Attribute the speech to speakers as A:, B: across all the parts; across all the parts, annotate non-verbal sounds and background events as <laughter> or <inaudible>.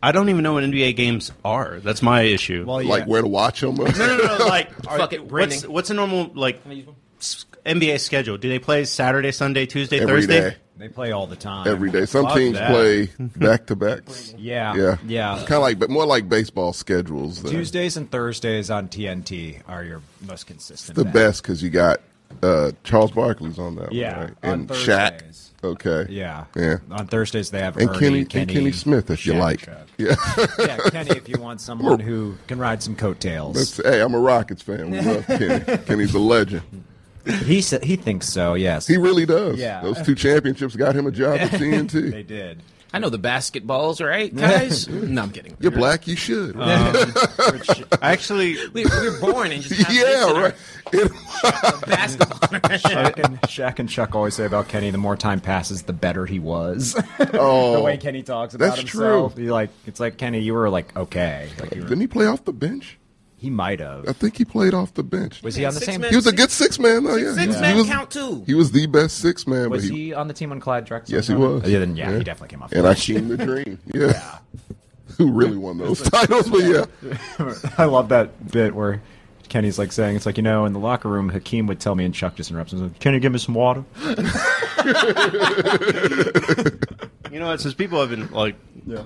A: I don't even know what NBA games are. That's my issue.
B: Well, yeah.
C: Like where to
B: <laughs>
C: watch them?
A: <laughs> no, no, no. Like,
D: Fuck
A: are-
D: it,
A: what's,
D: Brandon.
A: what's a normal like
D: Can I use one?
A: s- NBA schedule? Do they play Saturday, Sunday, Tuesday,
C: Every
A: Thursday?
C: day.
B: they play all the time.
C: Every day. Some
B: Fuck
C: teams
B: that. <laughs>
C: play back to backs.
B: Yeah,
C: Yeah.
B: yeah.
C: Kind of like, but more like baseball schedules. than-
B: Tuesdays and Thursdays on TNT are your most consistent.
C: the
B: bet.
C: best because you got uh, Charles Barkley's on that
B: Yeah,
C: one, right?
B: on
C: and Shaq.
B: Thursdays.
C: Okay.
B: Yeah,
C: Yeah.
B: On Thursdays they have
C: And
B: Ernie,
C: Kenny,
B: Kenny
C: and Kenny Smith, if you
B: Shaq,
C: like.
B: Chuck.
C: Yeah.
B: <laughs> yeah, Kenny, if you
C: <laughs>
B: want someone who can ride some coattails,
C: hey, I'm a Rockets fan. We love Kenny.
B: <laughs>
C: Kenny's a legend.
B: he sa- he thinks so. Yes,
C: He really does.
B: Yeah.
C: Those two championships got him a job
B: <laughs>
C: at
B: they
C: TNT. <laughs>
B: did.
D: I know the basketballs, right, guys? no, I'm kidding.
C: You're black, you should.
B: Uh-huh.
A: I actually,
D: <laughs> We, we're born and just have this
C: <laughs> <laughs> yeah,
D: in
B: <laughs>
D: our
C: right. It-
D: basketball.
B: Shaq and, Shaq and Chuck always say about Kenny: the more time passes, the better he was. <laughs> the
C: oh.
B: way Kenny talks about
C: That's
B: himself,
C: true.
B: he like it's like Kenny, you were like okay, like you were,
C: Didn't he play off the bench?
B: he might
C: I
B: have.
C: think he played off the bench.
B: Was he on the
D: Six
B: same?
D: men-
C: He was a good six man, though. Yeah,
D: Six
C: He
D: man
C: was-
D: count too.
C: He was the best six man,
B: Was
C: but
B: he on the team when Clyde Drexler?
C: Yes, he
B: on it?
C: was.
B: Yeah, then yeah,
C: Yeah.
B: he definitely came off.
C: and Akeem the Dream. Yeah. Who really won those titles? But yeah,
B: <laughs> I love that bit where Kenny's like saying, "It's like you know, in the locker room, Hakeem would tell me, and Chuck just interrupts him. he's like, Kenny, give me some water."
A: you know, what, since people have been like,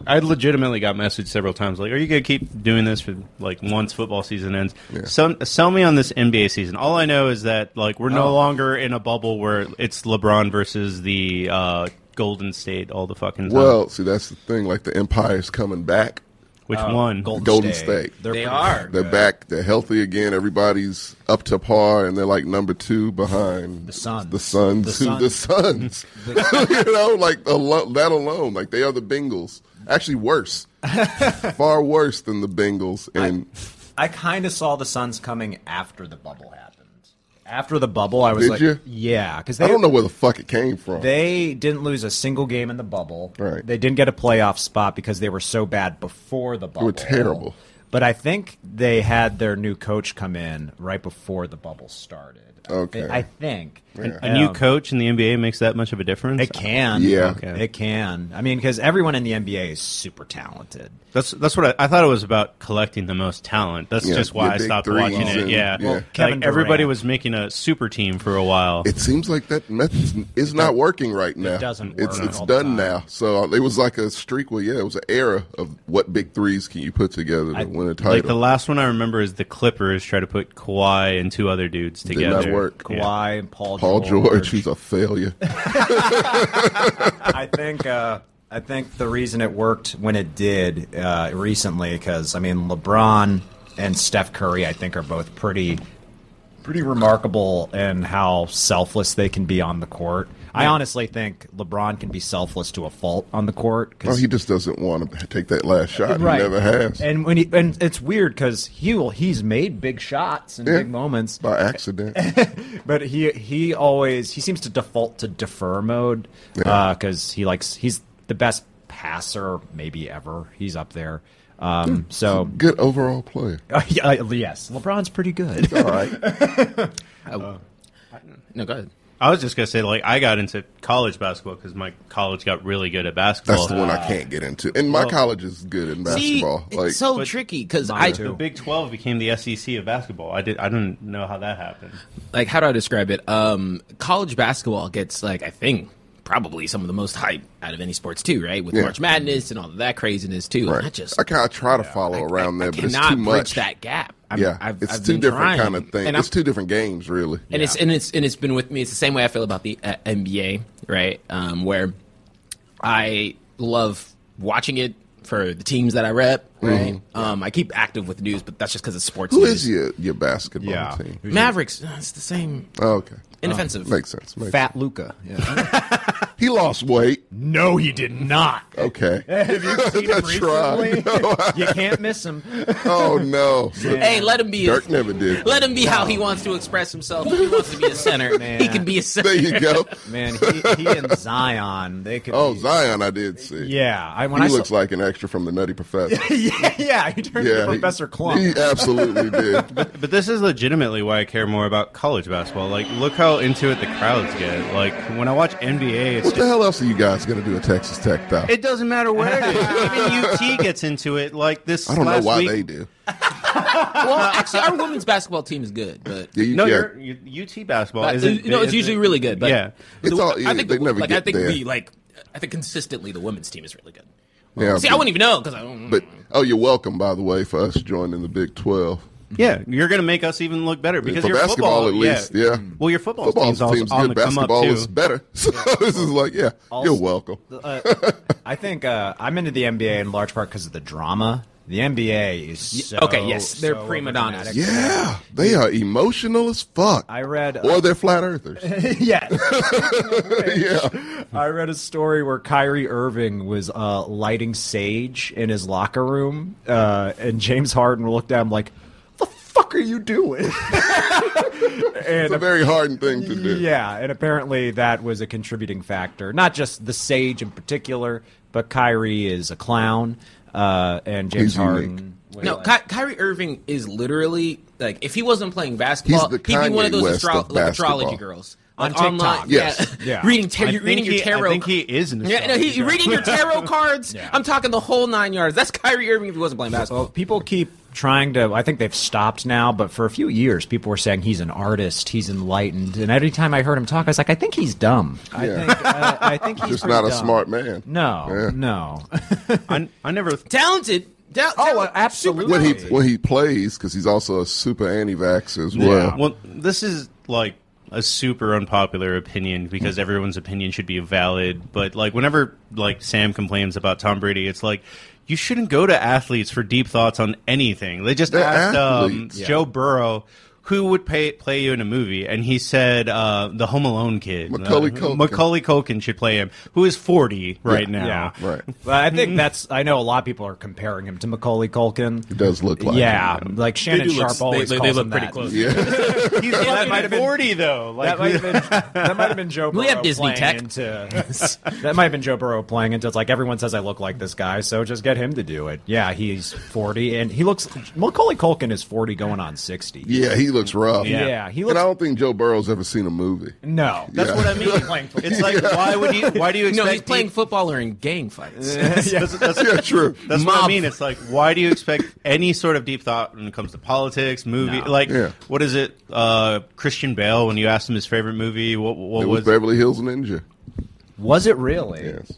A: I legitimately got messaged several times, like, "Are you gonna keep doing this for like once football season ends?
C: Yeah.
A: Some, sell me on this NBA season." All I know is that like we're no
B: Oh.
A: longer in a bubble where it's LeBron versus the uh, Golden State all the fucking time.
C: well, see, that's the thing. Like the Empire's coming back.
A: Which one?
C: Golden State.
B: They're
D: They
B: pretty
D: are.
C: They're back. They're healthy again. Everybody's up to par, and they're like number two behind the
B: Suns.
C: The Suns.
B: The
C: who- <laughs> The Suns. <laughs> you know, like alo- that alone. Like they are the Bengals. Actually, worse. Far worse than the Bengals. And
B: I kind of saw the Suns coming after the bubble happened. After the bubble, I was
C: Did
B: like,
C: you?
B: "Yeah," because
C: I,
B: they
C: don't know where the fuck it came from.
B: They didn't lose a single game in the bubble.
C: Right.
B: They didn't get a playoff spot because they were so bad before the bubble.
C: terrible.
B: But I think they had their new coach come in right before the bubble started.
C: Okay.
B: I think.
A: A new coach in the NBA makes that much of a difference?
B: It can.
C: Yeah.
A: Okay.
B: It can. I mean, because everyone in the NBA is super talented.
A: That's that's what I, I thought it was about collecting the most talent. That's
C: Yeah,
A: just why
C: the
A: I
C: big
A: stopped
C: threes
A: watching it.
C: and-
A: yeah,
C: yeah. Well,
A: like
B: Kevin
A: everybody
B: Durant.
A: was making a super team for a while.
C: It seems like that method is not working right now.
B: doesn't
C: It's
B: work
C: it's
B: all the time.
C: done now. So uh, it was like a streak where yeah, it was an era of what big threes can you put together to win a title.
A: like the last one I remember is the Clippers try to put Kawhi and two other dudes
C: Did
A: together.
C: not work.
A: Yeah.
B: Kawhi and Paul,
C: Paul George, who's a
D: <laughs>
C: failure.
B: I think uh, I think the reason it worked when it did uh, recently because I mean LeBron and Steph Curry I think are both pretty pretty remarkable in how selfless they can be on the court. I honestly think LeBron can be selfless to a fault on the court. 'cause-
C: Oh, he just doesn't want to take that last shot.
B: right.
C: He never has.
B: And when he, and it's weird because he will he's made big shots and
C: Yeah.
B: big moments,
C: by
D: <laughs>
C: accident.
B: But he he always he seems to default to defer mode
C: Yeah.
B: because he likes he's the best passer maybe ever. He's up there.
C: Hmm.
B: Um, so <laughs>
C: Good overall player.
B: yeah, uh, yes, LeBron's pretty good.
C: All right.
D: No, go ahead.
A: I was just gonna say like I got into college basketball because my college got really good at basketball.
C: That's the one I can't get into. And my college is good in basketball.
D: See,
C: like
D: it's so
A: But-
D: tricky because I
A: The Big Twelve became the SEC of basketball. I did. I didn't know how that happened.
D: like how do I describe it? Um, college basketball gets like I think probably some of the most hype out of any sports too, right? With
C: Yeah.
D: March Madness and all of that craziness too.
C: right.
D: And I just
C: I kind of try to follow around
D: I
C: there, but it's
D: cannot
C: too
D: bridge
C: much.
D: that gap. I'm,
C: yeah,
D: I've,
C: it's
D: I've
C: two
D: been
C: different
D: trying.
C: kind of things.
D: And I'm-
C: It's two different games, really.
D: and it's and it's and it's been with me. It's the same way I feel about the uh, NBA, right? Um, where I love watching it for the teams that I rep, right? Um, I keep active with news, but that's just because it's sports.
C: Mm-hmm. Who
D: news.
C: is your your basketball
B: Yeah.
C: team?
D: Mavericks? Uh, It's the same.
C: Oh, okay,
D: Inoffensive.
C: makes sense. Makes
B: Fat Luca.
C: sense. He lost weight.
B: <laughs> No, he did
C: <laughs>
B: not.
C: Okay, have <laughs> you
B: seen him recently?
C: <laughs>
B: You can't miss him.
C: oh no,
D: <laughs> hey, let him be.
C: Dirk never did.
D: <laughs> Let him be how he wants to express himself. If he wants to be a
B: <laughs>
D: center,
B: Man.
D: he can be a center.
C: there you go.
B: Man, he, he and Zion, they could.
C: Oh,
B: be-
C: Zion, I did see.
B: Yeah, I, when
C: He
B: I
C: looks
B: saw,
C: like an extra from the Nutty Professor.
B: <laughs> yeah, yeah, he turned
C: yeah,
B: into
C: he-
B: Professor Clump.
C: He absolutely did.
A: But this is legitimately why I care more about college basketball. Like, look how how into it the crowds get. Like when I watch NBA, it's
C: What the
A: just,
C: hell else are you guys gonna do at Texas Tech though?
A: it doesn't matter where it is. <laughs> Even UT gets into it. Like this
C: I don't know
A: last
C: why
A: week.
C: they do.
D: Well, actually, our women's basketball team is good, but
C: Yeah, you,
A: No,
C: yeah.
A: you're, you, UT basketball
D: Uh,
A: isn't.
D: you know, it's
A: isn't-
D: usually really good. But
A: yeah.
D: but
C: It's all- yeah,
D: I think
C: they
D: the-
C: never
D: like, I
C: get
D: think
C: there.
D: we like. I think consistently the women's team is really good.
C: yeah,
D: See,
C: but,
D: I wouldn't even know because I don't.
C: but oh, you're welcome by the way for us joining the Big Twelve.
A: Yeah, you're going to make us even look better because
C: for
A: your
C: basketball
A: football,
C: at least, yeah.
A: Well, your football,
C: Football
A: team's also
C: team's
A: on
C: good.
A: the come up
C: Basketball
A: too.
C: is better. <laughs> So this is like, yeah,
B: Also-
C: you're welcome.
B: I think uh, I'm into the NBA in large part because of the drama. The NBA is so,
D: okay, yes, they're
B: so
D: prima donnas.
B: overdramatic.
C: Yeah, they are emotional as fuck.
B: I read. uh,
C: or they're flat earthers.
B: <laughs> yeah,
C: <laughs> yeah,
B: I read a story where Kyrie Irving was uh, lighting sage in his locker room, uh, and James Harden looked at him like, "The fuck are you doing?" <laughs>
C: it's a
B: and
C: very hard thing to do.
B: yeah, and apparently that was a contributing factor. Not just the sage in particular, but Kyrie is a clown, uh, and James
C: He's
B: Harden.
D: No, Ky- Kyrie Irving is literally like if he wasn't playing
C: He's
D: basketball,
C: the
D: he'd be one
C: Kanye
D: of those
C: West
D: astro-
C: of
D: like astrology
C: basketball.
D: girls
B: On
D: Like, online.
B: TikTok.
C: Yes.
D: Yeah.
B: Yeah.
D: reading tar-
A: I
D: you're reading
A: think
D: your
A: he-
D: tarot.
A: I think he is. An
D: yeah, no, he,
A: astrologer.
D: reading your <laughs> tarot cards. I'm talking the whole nine yards. That's Kyrie Irving if he wasn't playing basketball.
B: Well, people keep trying to. I think they've stopped now, but for a few years, people were saying he's an artist, he's enlightened, and every time I heard him talk, I was like, I think he's dumb. I
C: Yeah.
B: think uh, I think he's
C: Just
B: pretty
C: not a
B: dumb.
C: smart man.
B: No,
C: Yeah.
B: no.
A: I, I never.
D: Talented. Ta-
B: Oh,
D: talent-
B: absolutely.
C: When he when he plays, because he's also a super anti-vaxxer as well.
A: Well, this is like a super unpopular opinion because everyone's opinion should be valid. But like, whenever like Sam complains about Tom Brady, it's like you shouldn't go to athletes for deep thoughts on anything. They just
C: They're
A: asked um,
C: athletes.
A: Joe Burrow. Who would pay, play you in a movie? And he said uh, the Home Alone kid,
C: Macaulay
A: Uh,
C: Culkin.
A: Macaulay Culkin should play him, who is forty right now.
C: Right.
B: Well, I think that's. I know a lot of people are comparing him to Macaulay Culkin.
C: It does look like
B: yeah,
C: him.
B: like Shannon
D: do look-
B: Sharp always
D: they- they- they
B: calls
D: look
B: him
D: pretty
B: that.
D: close.
A: <laughs>
C: Yeah.
A: He's fucking forty though. Like,
B: That might, have been, that might have been Joe Burrow
D: We have Disney
B: playing
D: Tech.
B: into. That might have been Joe Burrow playing into. It's like everyone says I look like this guy, so just get him to do it. Yeah, he's forty, and he looks. Macaulay Culkin is forty, going on sixty.
C: yeah, he looks rough.
B: Yeah, he
C: And
B: looks.
C: I don't think Joe Burrow's ever seen a movie.
B: no,
A: That's what I mean.
B: playing for-
A: It's <laughs> like why would you? Why do you
D: No,
A: expect?
D: he's playing
A: deep-
D: football or in gang
A: <laughs>
D: fights.
A: That's- that's-
C: Yeah, true.
A: That's what I
D: Mob.
A: mean. It's like, why do you expect any sort of deep thought when it comes to politics, movie?
B: No.
A: Like,
C: Yeah.
A: what is it? Uh, Christian Bale, when you asked him his favorite movie, what, what
C: It
A: was
C: was Beverly Hills Ninja.
B: was it really?
C: Yes.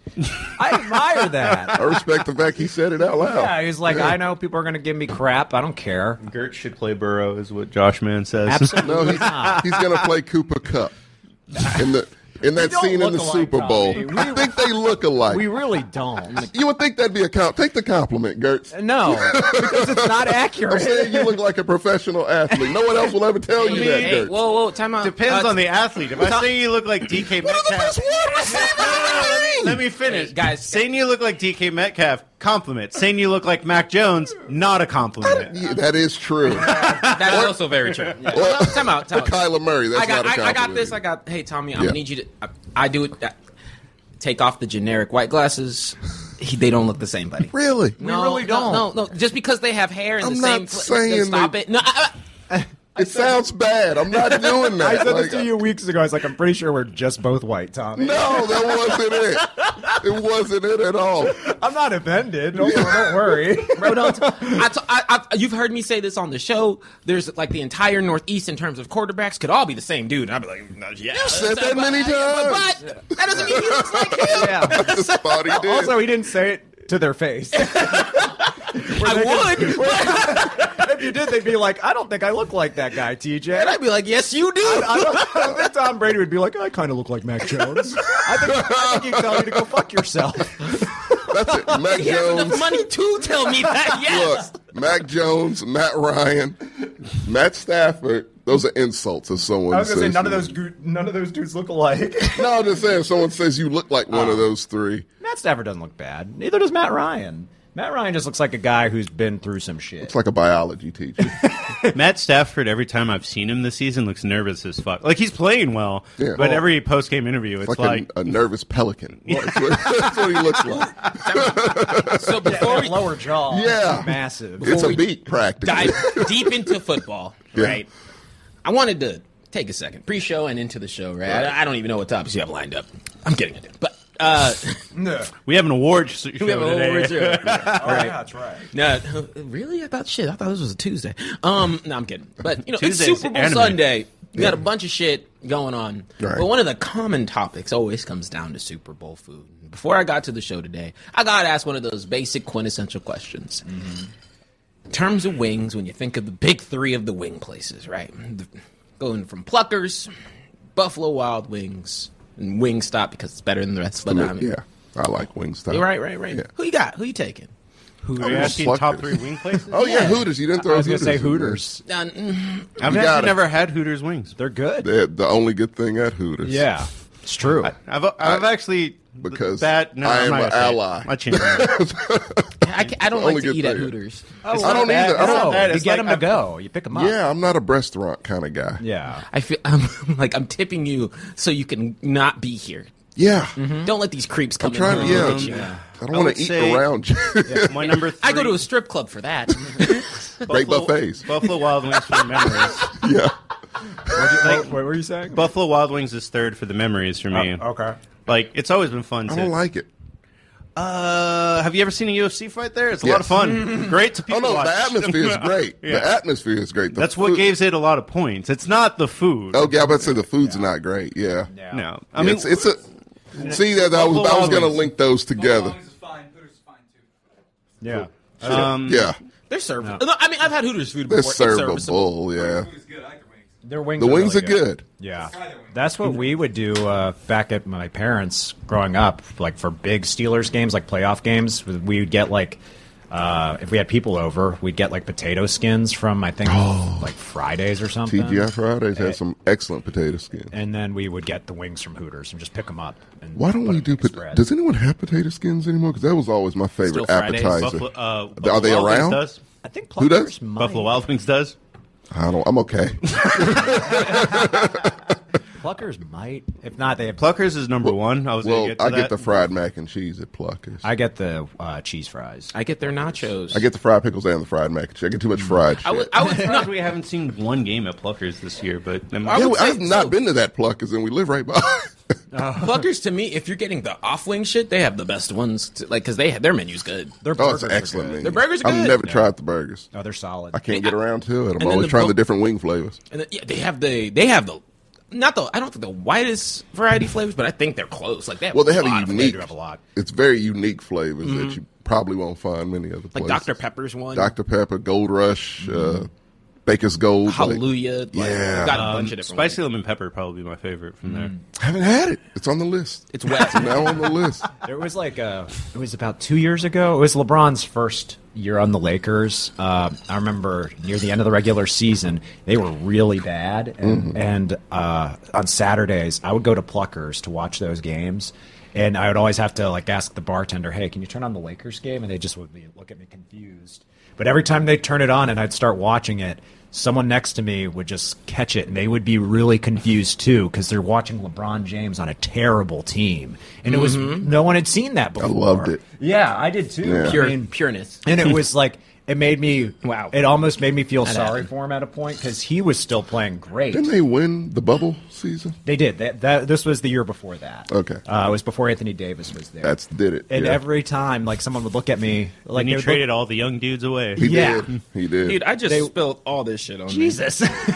B: I admire
C: I
B: that.
C: respect the fact he said it out loud.
B: yeah, he's like, I know people are gonna give me crap. I don't care.
A: Gert should play Burrow, is what Josh Mann says. <laughs>
B: Absolutely.
C: No, he's, he's going to play Cooper Cup in the
B: <laughs>
C: in that
B: don't
C: scene in
B: look
C: the
B: alike,
C: Super Bowl.
B: Tommy. We-
C: I think they look alike.
B: We really don't.
C: <laughs> you would think that'd be a comp. Take the compliment, Gertz.
B: No, because it's not accurate.
C: I'm saying you look like a professional athlete. No one else will ever tell you that,
D: Hey,
C: Gertz.
D: whoa, whoa, time out.
A: Depends
D: Uh,
A: on the athlete. If I say you look like DK Metcalf, let me finish,
D: Hey, guys.
A: Saying you look like DK Metcalf, compliment. Saying you look like Mac Jones, not a compliment.
C: Yeah, that is true.
D: That is also
C: <laughs>
D: very true. Well, time out. Time out.
C: Kyler Murray. That's
D: I got,
C: not a
D: I, I
C: compliment.
D: got this. I got. Hey, Tommy, I'm
C: Yeah.
D: gonna need you to. I, I do it. I, take off the generic white glasses. He, they don't look the same,
C: <laughs>
D: buddy.
C: really.
D: No,
B: really
D: no,
B: don't.
D: No, no, Just because they have hair and
C: I'm
D: the
C: not
D: same. fl-
C: saying
D: stop
C: they-
D: it. No, I, I-
C: It sounds bad. I'm not doing that.
B: I said
C: Like, uh,
B: this to you weeks ago. I was like, I'm pretty sure we're just both white, Tommy.
C: No, that wasn't it. It wasn't it at all.
B: I'm not offended. Don't, don't
C: <laughs>
B: worry.
D: bro, don't. I t- I, I, you've heard me say this on the show. There's like the entire Northeast in terms of quarterbacks could all be the same dude. And I'd be like, no, yeah. You
C: said that many
D: But, but that doesn't mean he
C: <laughs>
D: looks like him.
B: Yeah.
C: I just thought he
B: <laughs>
C: did.
B: Also, he didn't say it to their face.
C: <laughs>
D: I would.
B: if you did, they'd be like, I don't think I look like that guy, <laughs>
D: And
B: TJ.
D: I'd be like, yes, you do.
B: I, don't, I think Tom Brady would be like, I kind of look like Mac Jones. I think, I think he'd tell you to go fuck
C: <laughs>
B: yourself.
C: That's it. Mac
D: He has
C: Jones.
D: enough money to tell me that. Yes.
C: <laughs> Look, Mac Jones, Matt Ryan, Matt Stafford. Those are insults if someone
B: I was gonna say
C: says
B: none of
C: you-
B: those goo- none of those dudes look alike. <laughs>
C: No, I'm just saying. if Someone says you look like one of those three.
B: Matt Stafford doesn't look bad. Neither does Matt Ryan. Matt Ryan just looks like a guy who's been through some shit.
C: It's like a biology teacher.
A: Matt Stafford, every time I've seen him this season, looks nervous as fuck. Like he's playing well,
C: Yeah. Oh. uh,
A: but every post game interview, it's
C: like
A: like
C: a, a nervous pelican. That's what, <laughs> that's what he looks like.
D: So before
B: That
D: we
B: lower jaw,
C: Yeah.
B: is massive.
C: It's
D: Before
C: a
D: we
C: beat practice.
D: dive deep into football,
C: Yeah.
D: right? I wanted to take a second pre-show and into the show, right? I, I don't even know what topics you have lined up. I'm getting it, but uh, <laughs>
A: We have an award sh- show
D: we have a whole
A: today.
D: word zero.
E: Oh, yeah, that's right.
D: No, <laughs> really? I thought shit. I thought this was a Tuesday. Um, no, I'm kidding. But you know,
A: Tuesdays
D: it's Super Bowl
A: anime.
D: Sunday. You got a bunch of shit going on.
C: Right.
D: But one of the common topics always comes down to Super Bowl food. Before I got to the show today, I got asked one of those basic quintessential questions. In terms of wings, when you think of the big three of the wing places, right? The- Going from Pluckers, Buffalo Wild Wings, and Wingstop because it's better than the rest. But I
C: <laughs>
D: mean,
C: yeah, I like Wingstop.
D: right, right, right.
C: Yeah.
D: Who you got? Who you taking?
A: <laughs>
B: Hooters.
A: Are you asking
C: Pluckers.
A: top three wing places?
C: Oh yeah, Hooters. You didn't throw.
B: I was gonna
C: Hooters
B: say
C: in there.
B: Hooters.
D: Uh, mm,
A: I've
C: You
A: actually
C: gotta-
A: never had Hooters wings.
B: They're good.
C: They're the only good thing at Hooters.
B: yeah, it's true.
A: I've, I've actually
C: because
A: that no,
C: I
A: I'm
C: am
A: not gonna
C: an
A: say it.
C: ally.
A: I
C: <laughs>
A: changed my mind.
D: I, ca- I don't
C: Only
D: like to
C: good
D: eat at
C: thing.
D: Hooters.
B: Oh,
C: I don't either. I don't-
B: No,
A: that
B: you
A: is
B: get
A: like-
B: them to
A: I've-
B: go. You pick them up.
C: Yeah, I'm not a restaurant kind of guy.
B: yeah.
D: I feel <laughs> I'm, I'm like I'm tipping you so you can not be here.
C: Yeah.
D: Don't let these creeps come
C: I'm
D: in
C: trying to,
D: here and
C: yeah.
D: look at
C: I
D: you.
A: I
C: don't want
A: would
C: to eat
A: say-
C: around you.
A: My number three.
D: <laughs> I go to a strip club
C: <laughs>
D: for that.
C: Great
A: Buffalo-
C: buffets.
A: Buffalo Wild Wings for memories.
C: <laughs> yeah.
B: what were you saying?
A: Buffalo Wild Wings is third for the memories for me.
B: okay.
A: Like it's always been fun.
C: Oh, I
A: to-
C: don't like it.
A: Uh, have you ever seen a UFC fight there? It's a lot of
C: Yes. <laughs>
A: fun. Great to
C: Oh,
A: people
C: no,
A: watch.
C: the atmosphere
A: <laughs>
C: is great.
A: Yeah.
C: The atmosphere is great. The
A: That's what
C: food- Oh,
A: gives it a lot of points. It's not the food.
C: Okay, I'm about to say the food's not great. Yeah. Yeah,
A: No, I mean
C: it's, it's a. See that I was I was gonna link those together.
F: Wings is fine. Hooters is fine too.
B: Yeah.
C: Yeah,
D: They're serviceable. No. I mean, I've had Hooters food
C: they're
D: before. Um, It's serviceable. Uh,
C: servable. Yeah,
F: Food is good. I like their wings. <laughs>
B: Their wings
C: the
B: are
C: wings are
B: really
C: good.
B: Yeah.
F: Fry their wings.
B: That's what we would do uh, back at my parents growing up, like for big Steelers games, like playoff games. We would get like, uh, if we had people over, we'd get like potato skins from, I think, like Fridays or something.
C: TGI Fridays has some excellent potato skin.
B: And then we would get the wings from Hooters and just pick them up. And
C: Why don't
B: let
C: we
B: 'em
C: do?
B: make a
C: Pot-
B: spread.
C: does anyone have potato skins anymore? Because that was always my
D: Still
C: favorite
D: Fridays,
C: appetizer.
A: Buffalo, uh,
C: Are they
A: Buffalo Wild Wings
C: around?
A: Does.
B: I think
C: Who does?
B: Pluckers might.
A: Buffalo Wild Wings does.
C: I don't. I'm
D: <laughs>
C: okay.
B: Pluckers might. If not, they have Pluck.
A: Pluckers is number one. I was
C: well,
A: gonna get to
C: I
A: that.
C: get the fried mac and cheese at Pluckers.
B: I get the uh, cheese fries.
C: Oh,
D: I get their nachos.
C: I get the fried pickles and the fried mac and cheese. I get too much fried shit.
D: Mm. I would.
A: <laughs>
D: I would
A: I'm
D: no,
A: surprised we haven't seen one game at Pluckers this year, but
D: I
C: yeah,
D: would
C: I've
D: say
C: not
D: so.
C: been to that Pluckers, and we live right by. <laughs>
D: Pluckers to me, if you're getting the off wing shit, they have the best ones. To, like because they have their menu's good.
B: Their
C: oh,
B: burgers
C: it's an
B: are
C: excellent.
B: good.
C: menu.
D: Their burgers are
C: I've
D: good.
C: never tried the burgers.
B: No, they're solid.
C: I can't get around to it. I'm
D: then
C: always
D: the
C: trying
D: bu-
C: the different wing flavors.
D: And the, yeah, they have the they have the not the I don't think the widest variety flavors, but I think they're close. Like they have
C: Well, they have
D: lot
C: a
D: of
B: They
C: unique.
B: do have a lot.
C: It's very unique flavors that you probably won't find many other
D: Mm-hmm. like
C: places.
D: Dr Pepper's one.
C: Dr. Pepper, Gold Rush, uh, Baker's Gold. like-
D: Hallelujah. Like,
C: Yeah.
D: got a bunch of different
A: um, spicy
D: ones. Mm.
A: lemon pepper probably my favorite from there.
C: I haven't had it. It's on the list.
D: It's wet.
C: now on the list.
B: There was like a. It was about two years ago. It was LeBron's first year on the Lakers. Uh, I remember near the end of the regular season, they were really bad, and, and uh, on Saturdays I would go to Pluckers to watch those games. And I would always have to like ask the bartender, "Hey, can you turn on the Lakers game?" And they just would be, look at me confused. But every time they turn it on and I'd start watching it, someone next to me would just catch it and they would be really confused too because they're watching LeBron James on a terrible team. And it was no one had seen that before.
C: loved it.
B: Yeah, I did too.
C: Yeah.
B: I
D: Mm-hmm. Pure,
B: mean,
D: pureness.
B: and it was like it made me
D: Wow.
B: It almost made me feel
D: That
B: sorry
D: happened.
B: for him at a point because he was still playing great.
C: Didn't they win the bubble season?
B: They did. That, that this was the year before that.
C: Okay.
B: uh, it was before Anthony Davis was there.
C: That's did it.
B: and
C: yeah.
B: every time, like someone would look at me, like
A: and
B: they
A: you
B: would look-
A: traded all the young dudes away.
C: he
B: yeah.
C: did. He did.
D: Dude, I just
B: They-
D: spilled all this shit on me.
B: Jesus. <laughs>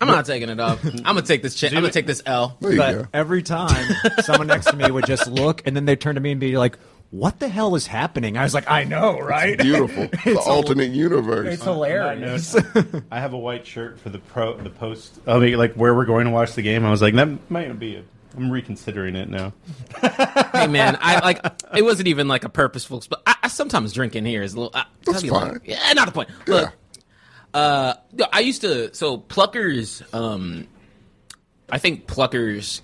D: I'm not taking it <laughs> up. I'm gonna take this. Ch- I'm gonna take this L.
C: there you
B: but
C: go.
B: every time someone next to me would just look, and then they turn to me and be like, "What the hell is happening?" I was like, "I know, right?" <laughs>
D: <laughs>
C: Beautiful. the
B: a-
C: alternate universe.
B: It's hilarious. <laughs>
A: I have a white shirt for the pro the post. I mean, like where we're going to watch the game. I was like, that might be. A, I'm reconsidering it now.
D: hey man, I like. It wasn't even like a purposeful. But I, I sometimes drink in here is a little. I,
C: That's
D: I'll be like-
C: fine.
D: yeah, not the point. Look, uh, no, I used to. So Pluckers, um, I think Pluckers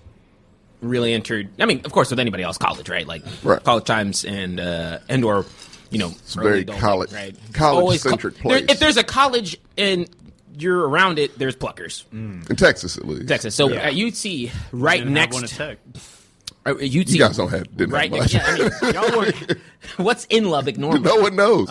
D: really entered. I mean, of course, with anybody else, college, right? Like
C: Right.
D: college times and uh, and or you know, it's
C: very college- college-centric place.
D: if there's a college and you're around it, there's Pluckers,
A: Mm.
C: In Texas, at least.
D: Texas. So
B: Yeah.
D: at UT, right
A: Didn't have one
D: next,
A: attack.
D: uh, UT,
C: You guys don't have, didn't <laughs>
D: right
C: have much. <laughs>
D: <laughs> next. Yeah, Uh, I mean, y'all were, what's in Lubbock normally?
C: no one knows.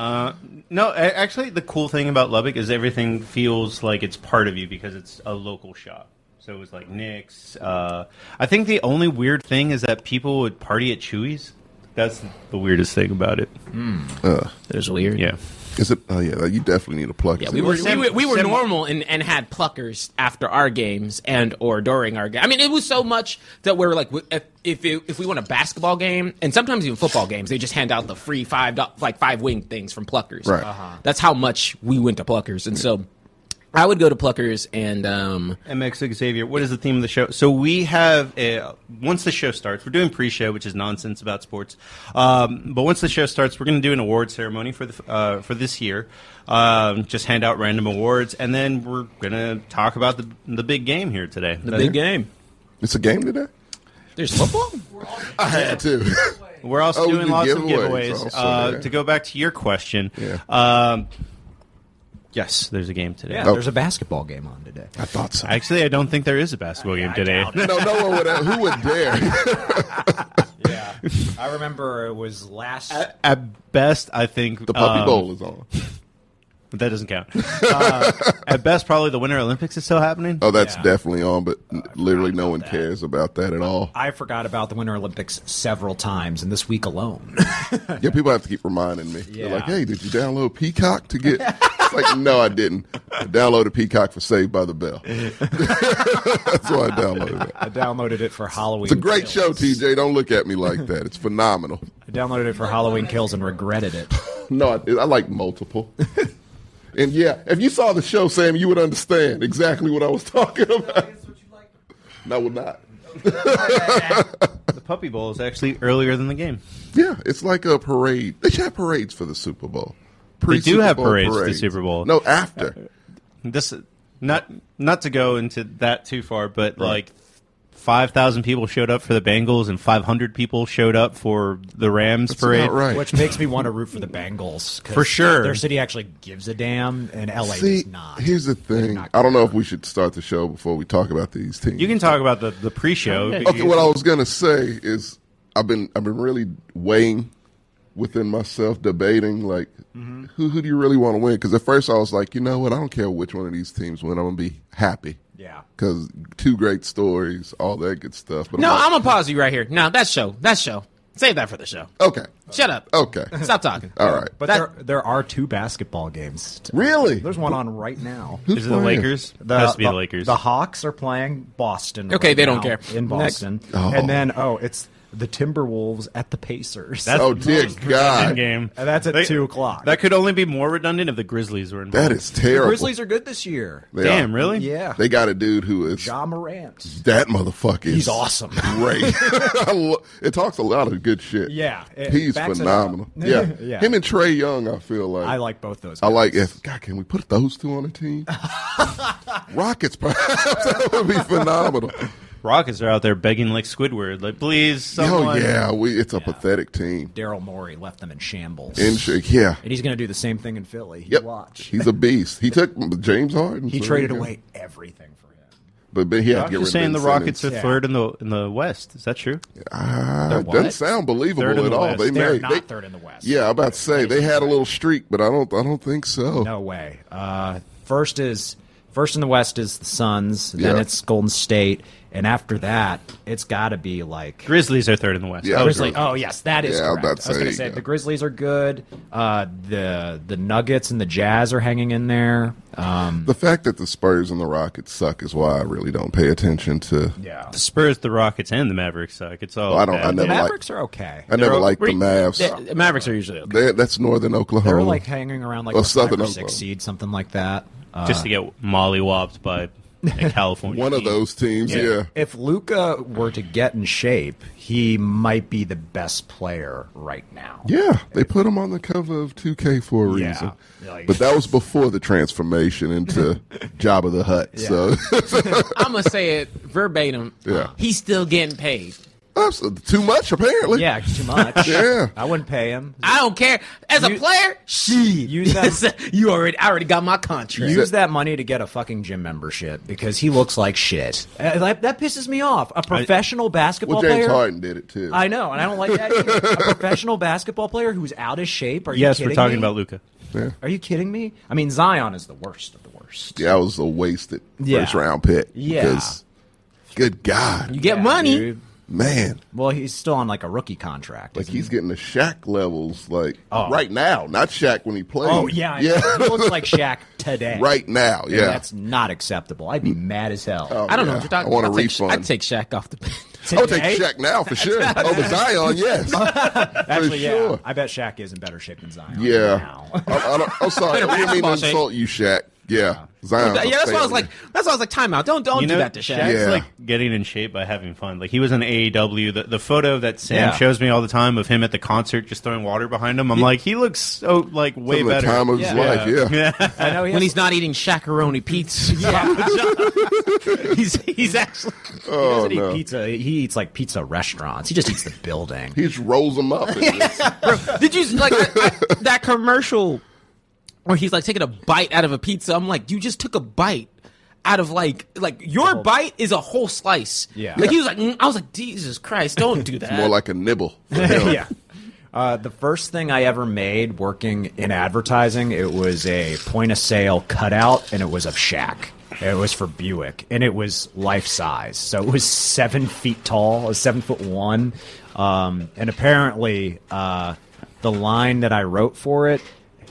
A: No, a- actually, the cool thing about Lubbock is everything feels like it's part of you because it's a local shop. So it was like Nick's. Uh, I think the only weird thing is that people would party at Chewy's. That's the weirdest thing about it.
D: It was weird.
A: Yeah.
C: Is it? Oh yeah, like, you definitely need a plug.
D: Yeah, we were we,
A: Sim-
D: were- we were
A: sim-
D: normal and, and had pluckers after our games and or during our game. I mean, it was so much that we're like, w- if if, it, if we won a basketball game and sometimes even football games, they just hand out the free five do- like five wing things from pluckers.
C: Right. Uh-huh.
D: That's how much we went to pluckers, and so I would go to pluckers and um,
A: MX Xavier, what is the theme of the show? So we have a, once the show starts, we're doing pre-show, which is nonsense about sports. Um, but once the show starts, we're going to do an award ceremony for the uh, for this year. Um, just hand out random awards, and then we're going to talk about the the big game here today. The
D: game.
C: It's a game today.
D: There's football.
C: <laughs> I had to.
A: We're also
C: Oh, we
A: doing
C: do
A: lots
C: giveaways
A: of giveaways.
C: also,
A: uh,
C: yeah.
A: To go back to your question,
C: Yeah.
A: um, yes, there's a game today.
B: Yeah,
C: Oh.
B: there's a basketball game on today.
C: I thought so.
A: Actually, I don't think there is a basketball game today.
C: no, no one would. Have, who would dare?
B: <laughs> Yeah, I remember it was last.
A: <laughs> At best, I think
C: The puppy
A: um,
C: bowl is on.
A: But that doesn't count. Uh, <laughs> at best, probably the Winter Olympics is still happening.
C: Oh, that's
B: yeah.
C: definitely on, but n- literally no one cares about that at all.
B: I forgot about the Winter Olympics several times, and this week alone. <laughs>
C: Yeah, people have to keep reminding me. They're like,
B: Yeah.
C: hey, did you download Peacock to get? It's like, no, I didn't. I downloaded Peacock for Saved by the Bell. That's why I downloaded it.
B: I downloaded it for Halloween.
C: It's a great
B: Kills.
C: show, TJ. Don't look at me like that. It's phenomenal.
B: I downloaded it for Halloween Kills and regretted
C: <laughs>
B: it.
C: No, I, I like multiple. And yeah, if you saw the show, Sam, you would understand exactly what I was talking about.
F: That's what you like.
C: No, would not.
A: The Puppy Bowl is actually earlier than the game.
C: Yeah, it's like a parade. They should have parades for the Super Bowl. Pre-
A: do have parades for the Super Bowl.
C: No,
B: Uh,
C: after.
A: This not not to go into that too far, but like five thousand people showed up for the Bengals and five hundred people showed up for the Rams
C: That's
A: parade.
C: about right.
B: Which makes me want to root for the Bengals. 'cause
A: For sure.
B: Their city actually gives a damn, and LA does not.
C: Here's the thing.
B: not
C: I don't know if we should start the show before we talk about these teams.
A: You can talk about the the pre-show. because-
C: Okay, what I was gonna say is I've been I've been really weighing within myself, debating like
A: Mm-hmm.
C: who who do you really want to win? Because at first I was like, you know what? I don't care which one of these teams win. I'm gonna be happy.
B: Yeah.
C: Because two great stories, all that good stuff. But
D: No,
C: like,
D: I'm gonna pause you right here. No, that's show. That's show. Save that for the show.
C: okay.
D: Shut up.
C: Okay.
A: <laughs>
D: Stop talking.
C: All right.
B: But
D: That-
B: there, there are two basketball games. t-
C: Really?
B: There's one on right now.
A: Is it the Lakers? Has to be the, Lakers.
B: The Hawks are playing Boston.
D: Okay,
B: right
D: they don't
B: now
D: care.
B: In
D: Next.
B: Boston.
C: Oh.
B: And then, oh, it's the Timberwolves at the Pacers.
A: That's
C: Oh
A: the
C: dear
A: most
C: God.
A: redundant game.
B: And that's at
A: They-
B: 2 o'clock.
A: That could only be more redundant if the Grizzlies were involved.
C: That is
B: the
C: terrible.
B: Grizzlies are good this year.
C: They
A: damn
C: are.
A: really.
B: Yeah.
C: They got a dude who is
B: Ja Morant.
C: that motherfucker. is
B: He's awesome. <laughs>
C: Great. <laughs> I lo- it talks a lot of good shit.
B: Yeah, it
C: He's
B: backs it
C: phenomenal.
B: <laughs> up.
C: Yeah.
B: Yeah.
C: Him and Trey Young, I feel like.
B: I like both those.
C: I
B: guys.
C: like if God, can we put those two on
B: <laughs>
C: a team? Rockets, <laughs> perhaps that would
B: <laughs>
C: be phenomenal.
A: Rockets are out there begging like Squidward, like please
C: Oh
A: someone.
C: yeah, we it's a pathetic team.
B: Daryl Morey left them in shambles.
C: In shape, yeah,
B: and he's going to do the same thing in Philly. You
C: yep.
B: watch.
C: He's a beast. He took James Harden.
B: He
C: so
B: traded
C: there you go.
B: away everything for him.
C: but, but he had to
A: Josh
C: get rid
A: is
C: of
A: saying the
C: Ben
A: Rockets are
C: Simmons.
A: third in the in the West. Is that true?
C: Ah, it
B: what?
C: doesn't sound believable
A: Third in
C: at
A: the
C: all.
A: West.
C: They
B: They're
C: made
B: not
C: they-
B: third in the West.
C: Yeah, I'm about to say they had a little streak, but I don't I don't think so.
B: No way. Uh, first is first in the West is the Suns. Then
C: Yeah.
B: it's Golden State, and after that, it's got to be like
A: Grizzlies are third in the West.
C: Yeah.
A: Oh,
C: Grizzlies.
B: Grizzly. Oh yes, that is.
C: Yeah, I was
B: correct.
C: about to
B: I was going to
C: say,
B: say
C: yeah.
B: the Grizzlies are good. Uh, the the Nuggets and the Jazz are hanging in there. Um,
C: The fact that the Spurs and the Rockets suck is why I really don't pay attention to.
B: yeah,
A: the Spurs, the Rockets, and the Mavericks suck. It's all.
C: I don't.
A: bad.
C: I
B: the
C: never like.
B: Mavericks are okay.
C: I never liked the Mavs.
D: The Mavericks are usually okay.
C: They- that's Northern Oklahoma.
B: They're like hanging around like
C: Well,
B: the five
C: Southern
B: or
C: Oklahoma.
B: six seed, something like that. Uh,
A: just to get mollywopped by a California.
C: <laughs> one of
A: team.
C: those teams. Yeah.
B: If Luca were to get in shape, he might be the best player right now.
C: Yeah, they put him on the cover of 2K for a
B: Yeah.
C: reason.
B: Like-
C: but that was before the
B: <laughs>
C: transformation into Jabba the Hutt. So, <laughs>
D: I'm gonna say it verbatim.
C: Yeah.
D: He's still getting paid.
C: Absolutely. Too much, apparently.
B: Yeah, too much.
C: <laughs> Yeah.
B: I wouldn't pay him.
D: I don't care. As a player, she.
B: use that-
D: <laughs> you already. I already got my contract.
B: Use that money to get a fucking gym membership because he looks like shit. Uh, That, that pisses me off. A professional basketball
C: Well, James
B: player.
C: Harden did it too.
B: I know, and I don't like that.
C: <laughs>
B: either. a professional basketball player who's out of shape. Are you
A: yes, we're
B: kidding
A: talking
B: me?
A: about Luca.
B: Are you kidding me? I mean, Zion is the worst of the worst.
C: Yeah, that was a wasted
B: Yeah.
C: first round pick.
B: Yeah.
C: Because, good God,
D: You get
B: Yeah,
D: money.
B: dude.
C: man,
B: Well, he's still on like a rookie contract.
C: like
B: isn't he?
C: he's getting the Shaq levels, like right now, not Shaq when he played.
B: oh yeah, I know.
C: yeah,
B: he looks like Shaq today.
C: <laughs> right now, yeah.
B: And That's not acceptable. I'd be mad as hell.
C: Oh,
D: I don't know
C: yeah.
D: what you're talking
C: I want
D: about.
C: a
D: I'll take-
C: refund.
D: I'd take Shaq off the <laughs> bench.
C: I would take
B: Today?
C: Shaq now for sure. Over Zion, yes.
B: Actually,
C: for
B: yeah,
C: sure.
B: I bet Shaq is in better shape than Zion.
C: Yeah.
B: now.
C: I, I don't, I'm sorry. I didn't mean to
D: Basketball, Shaq.
C: insult you, Shaq. Yeah. Zion.
D: yeah, that's why I was like. That's why I was like. Timeout. Don't don't
A: you
D: do
A: know,
D: that to Shaq.
A: Shaq's
C: Yeah.
A: like getting in shape by having fun. Like he was in AEW. The, the photo that Sam
B: Yeah.
A: shows me all the time of him at the concert just throwing water behind him. I'm like, he looks so like way
C: From the
A: better.
C: time of his life, yeah.
B: I know he
D: When
B: has-
D: he's not eating shakaroni
B: <laughs>
D: pizza. <laughs> he's he's actually.
B: he
C: Oh,
B: doesn't
C: no.
B: eat pizza. He eats like pizza restaurants. He just eats the building. <laughs>
C: He just rolls them up. and just-
D: Bro, <laughs> did you like I- I- that commercial where he's like taking a bite out of a pizza? I'm like, you just took a bite out of like like your bite is a whole slice.
B: Oh. Yeah.
D: Like he was like, mm, I was like, Jesus Christ, don't do that.
C: More like a nibble. for him.
B: yeah. Uh, the first thing I ever made working in advertising, it was a point of sale cutout, and it was of Shaq. It was for Buick, and it was life size, so it was seven feet tall, uh, seven foot one, um, and apparently uh, the line that I wrote for it,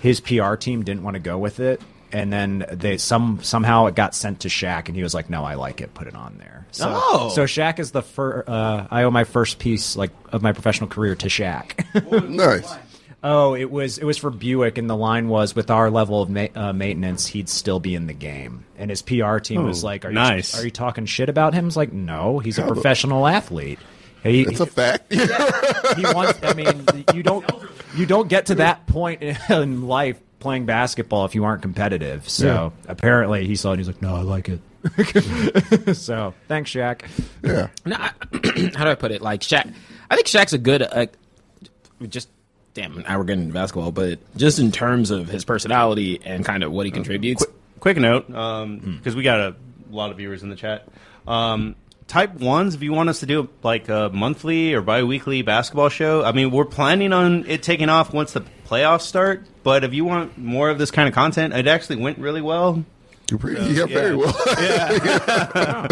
B: his PR team didn't want to go with it, and then they some somehow it got sent to Shaq, and he was like, "No, I like it. Put it on there." So,
D: Oh.
B: so Shaq is the fir- uh, I owe my first piece like of my professional career to Shaq. <laughs>
C: Nice.
B: oh, it was it was for Buick, and the line was, "With our level of ma- uh, maintenance, he'd still be in the game." And his PR team was
A: Oh,
B: like, "Are
A: nice.
B: you are you talking shit about him?" He's like, "No, he's a professional athlete." He,
C: It's a fact.
B: he wants. I mean, you don't you don't get to that point in life playing basketball if you aren't competitive. So apparently, he saw it. and He's like, "No, I like it." <laughs> so thanks, Shaq.
C: yeah.
D: No, I, how do I <clears throat> put it? Like Shaq, I think Shaq's a good. Uh, just damn, now we're getting into basketball, but just in terms of his personality and kind of what he contributes.
A: Quick note,
C: Um,
A: um, because
C: hmm.
A: we got a lot of viewers in the chat. Um, type ones, if you want us to do like a monthly or bi-weekly basketball show, I mean, we're planning on it taking off once the playoffs start. But if you want more of this kind of content, it actually went really well.
C: You're pretty, yeah, very well. <laughs>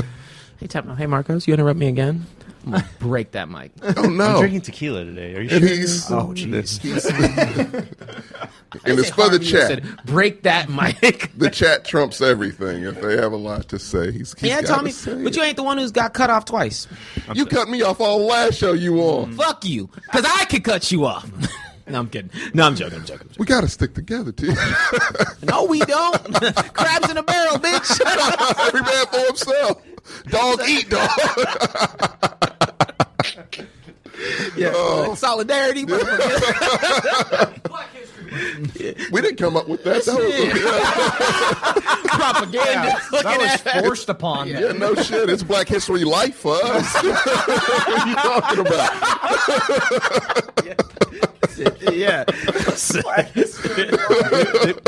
D: Hey, tap now. Hey, Marcos, you interrupt me again. I'm gonna break that
C: <laughs>
D: mic.
C: oh,
A: I'm
C: no.
A: drinking tequila today. Are you
C: <laughs> And
A: sure? <laughs>
C: he's.
B: Oh, jeez.
C: he's- and it's for the
D: Harvey
C: chat.
D: said, break <laughs> that mic.
C: the chat trumps everything. If they have a lot to say, he's, he's
D: yeah,
C: gotta
D: Tommy,
C: say
D: but
C: it.
D: you ain't the one who's got cut off twice.
C: You cut me off all last show you
A: Mm-hmm.
C: on.
D: Fuck you, because I could cut you off. <laughs> no, I'm kidding. No, I'm joking. I'm joking.
C: We got to stick together, too. <laughs>
D: No, we don't. <laughs> Crabs in a barrel, bitch.
C: Every man for himself. Dog eat dog.
D: <laughs> yeah,
C: <laughs> Oh.
D: solidarity.
C: <laughs>
D: motherfucker.
F: Black History Month.
C: We didn't come up with that. That was
D: Propaganda. Looking
B: That
D: at
B: was forced upon me.
C: yeah, no shit. It's Black History Life for us. <laughs> what are you talking about? <laughs>
D: yeah.
A: <laughs>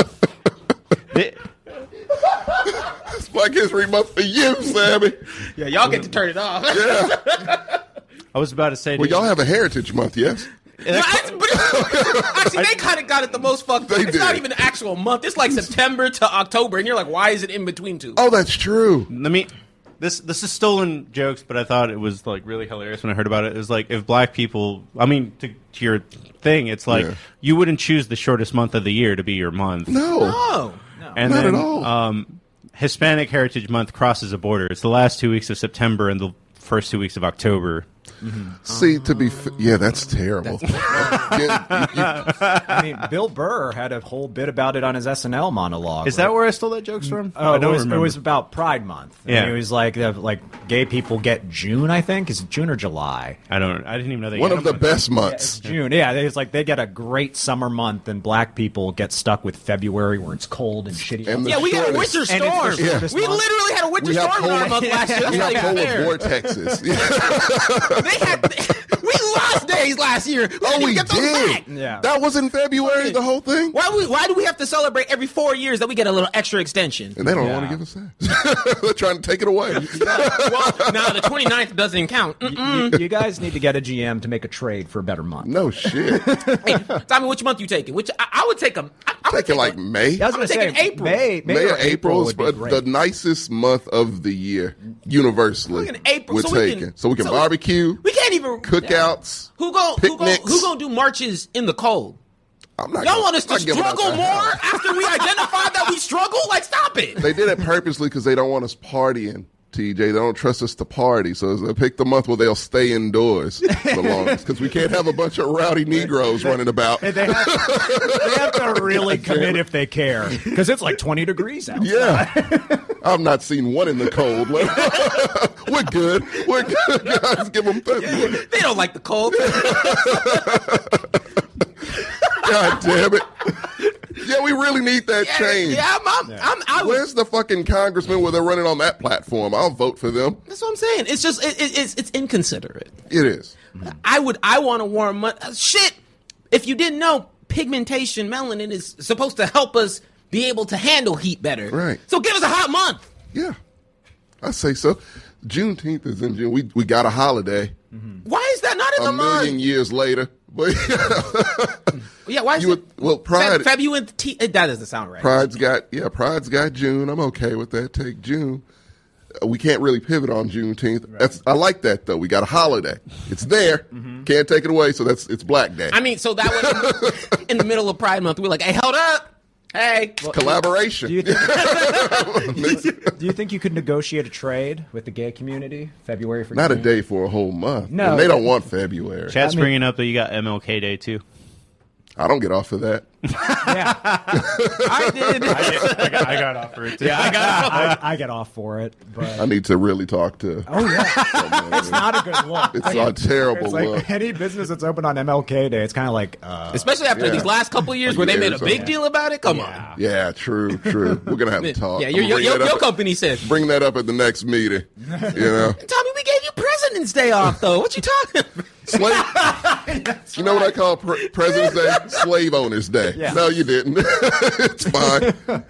A: Th-
C: It's Black History Month for you, Sammy.
D: <laughs> yeah, y'all get to turn it off.
A: I was about to say,
C: Well,
A: dude,
C: y'all have a Heritage Month, yes?
D: No, that's-
C: <laughs>
D: but it's- actually, they kind of got it the most fucked up.
C: They
D: It's not
C: did.
D: even an actual month. It's like September to October, and you're like, why is it in between two?
C: Oh, that's true.
A: let me. This this is stolen jokes, but I thought it was like really hilarious when I heard about it. It was like if black people, I mean, to, to your thing, it's like
C: Yeah.
A: you wouldn't choose the shortest month of the year to be your month.
C: No.
D: Oh.
A: and
C: Not at
A: then,
C: all.
A: Um, Hispanic Heritage Month crosses a border. It's the last two weeks of September and the first two weeks of October.
C: See, to be f- yeah, that's terrible. <laughs> Yeah, you- you-
B: I mean, Bill Burr had a whole bit about it on his SNL monologue.
A: Is that where I stole that jokes from?
B: Oh,
A: I don't
B: it, was, it
A: remember.
B: was about Pride Month. And
A: Yeah.
B: it was like the, like gay people get June, I think. Is it June or July?
A: I don't. I didn't even know
D: <laughs>
A: they.
C: one
A: had
C: of the
A: them.
C: best
B: It's
C: months.
B: June. Yeah, it's like they get a great summer month, and black people get stuck with February where it's cold and shitty.
C: And the
D: Yeah, we got a
C: shortest.
D: winter
B: And it's
D: storm.
B: the shortest
D: We
B: month.
D: literally had a
C: <laughs>
D: winter
C: We have
D: storm in our
C: polar,
D: month last year.
C: we
D: It's
C: have
D: like <laughs>
C: polar
D: fair.
C: vortexes. <laughs> Yeah.
D: They They had
C: <laughs>
D: <laughs> we lost days last year. We
C: Oh,
D: didn't
C: we
D: get those
C: did.
D: back.
B: Yeah.
C: That was in February, the whole thing?
D: Why we, why do we have to celebrate every four years that we get a little extra extension?
C: <laughs> And they don't want to give us that. <laughs> They're trying to take it away.
D: <laughs> well, no, the 29th doesn't count. Mm-mm.
B: you, you guys need to get a GM to make a trade for a better month.
C: No
D: <laughs>
C: shit.
D: Hey, Tommy, which month you taking? Which I, I would take a. I, I would
C: Take it like
D: a-
C: May.
B: I was
D: I'm
B: gonna say
D: thinking April.
B: May, May,
C: May
B: or
C: or April is
B: would be
C: uh,
B: great.
C: the nicest month of the year, universally.
D: Look at April,
C: We're
D: so we
C: taking.
D: can-
C: so we can
D: so we-
C: barbecue,
D: we can't even
C: cookouts.
D: Who go? Who go?
C: Picnics.
D: Who gonna do marches in the cold?
C: I'm not
D: Y'all
C: gonna-
D: want us
C: I'm not
D: to
C: giving out that
D: struggle more
C: house.
D: after we identify that we struggle? Like, stop it.
C: They did it purposely because they don't want us partying. TJ, they don't trust us to party, so they pick the month where they'll stay indoors the longest because we can't have a bunch of rowdy Negroes running about.
B: They have, they have to really commit if they care, because it's like 20 degrees out.
C: Yeah, I've not seen one in the cold. <laughs> We're good. We're good, <laughs> guys. Give them February.
D: They don't like the cold.
C: God damn it. Yeah, we really need that change.
D: <laughs> Yeah, I'm, I'm, I'm, I was,
C: Where's the fucking congressman where they're running on that platform? I'll vote for them.
D: that's what I'm saying. It's just it, it, it's it's inconsiderate.
C: It is.
D: I would I want to warm month. Uh, shit. If you didn't know, pigmentation melanin is supposed to help us be able to handle heat better.
C: Right.
D: So give us a hot month.
C: Yeah, I say so. Juneteenth is in June. We we got a holiday.
D: Why is that not in
C: A
D: the
C: million
D: month?
C: years later, <laughs> but
D: Yeah. Why is
C: you
D: it?
C: would, well,
D: Feb,
C: Pride.
D: February. T- that doesn't sound right.
C: Pride's got yeah. Pride's got June. I'm okay with that. Take June. Uh, We can't really pivot on Juneteenth. That's I like that though. We got a holiday. It's
D: <laughs>
C: there. Can't take it away. So that's it's Black Day.
D: Mm-hmm. I mean, so that way, in the middle of Pride Month, we're like, hey, hold up. Hey.
C: collaboration.
B: Do you,
C: <laughs>
B: think,
C: Mix it.
B: do you think you could negotiate a trade with the gay community February for
C: Not a
B: gay?
C: day for a whole month.
B: No.
C: and they don't want February.
A: Chad's
B: I mean-
A: bringing up that you got MLK Day too.
C: I don't get off of that.
B: Yeah,
D: I did.
A: I got, I got offered. Yeah, I <laughs> got.
B: I, I get off for it, but
C: I need to really talk to.
B: oh yeah, it's not a good look.
C: <laughs> It's a terrible
B: It's like
C: look.
B: any business that's open on MLK Day, it's kind of like uh,
D: Especially after
C: Yeah.
D: these last couple of years where they made a
C: Years, oh,
D: big
C: okay.
D: deal about it. Come
B: yeah.
C: Yeah, true, true. We're gonna <laughs> have a
D: on.
C: talk.
D: Yeah,
C: I'm
D: your,
C: gonna
D: your,
C: bring
D: your,
C: that
D: your
C: up at-
D: company says.
C: bring that up at the next meeting. You know,
D: Tommy, we gave you President's Day off, though. What you talking about?
C: <laughs> slave. you know what I call pre- President's Day? Slave Owners Day.
B: Yeah.
C: No, you didn't. <laughs> it's fine.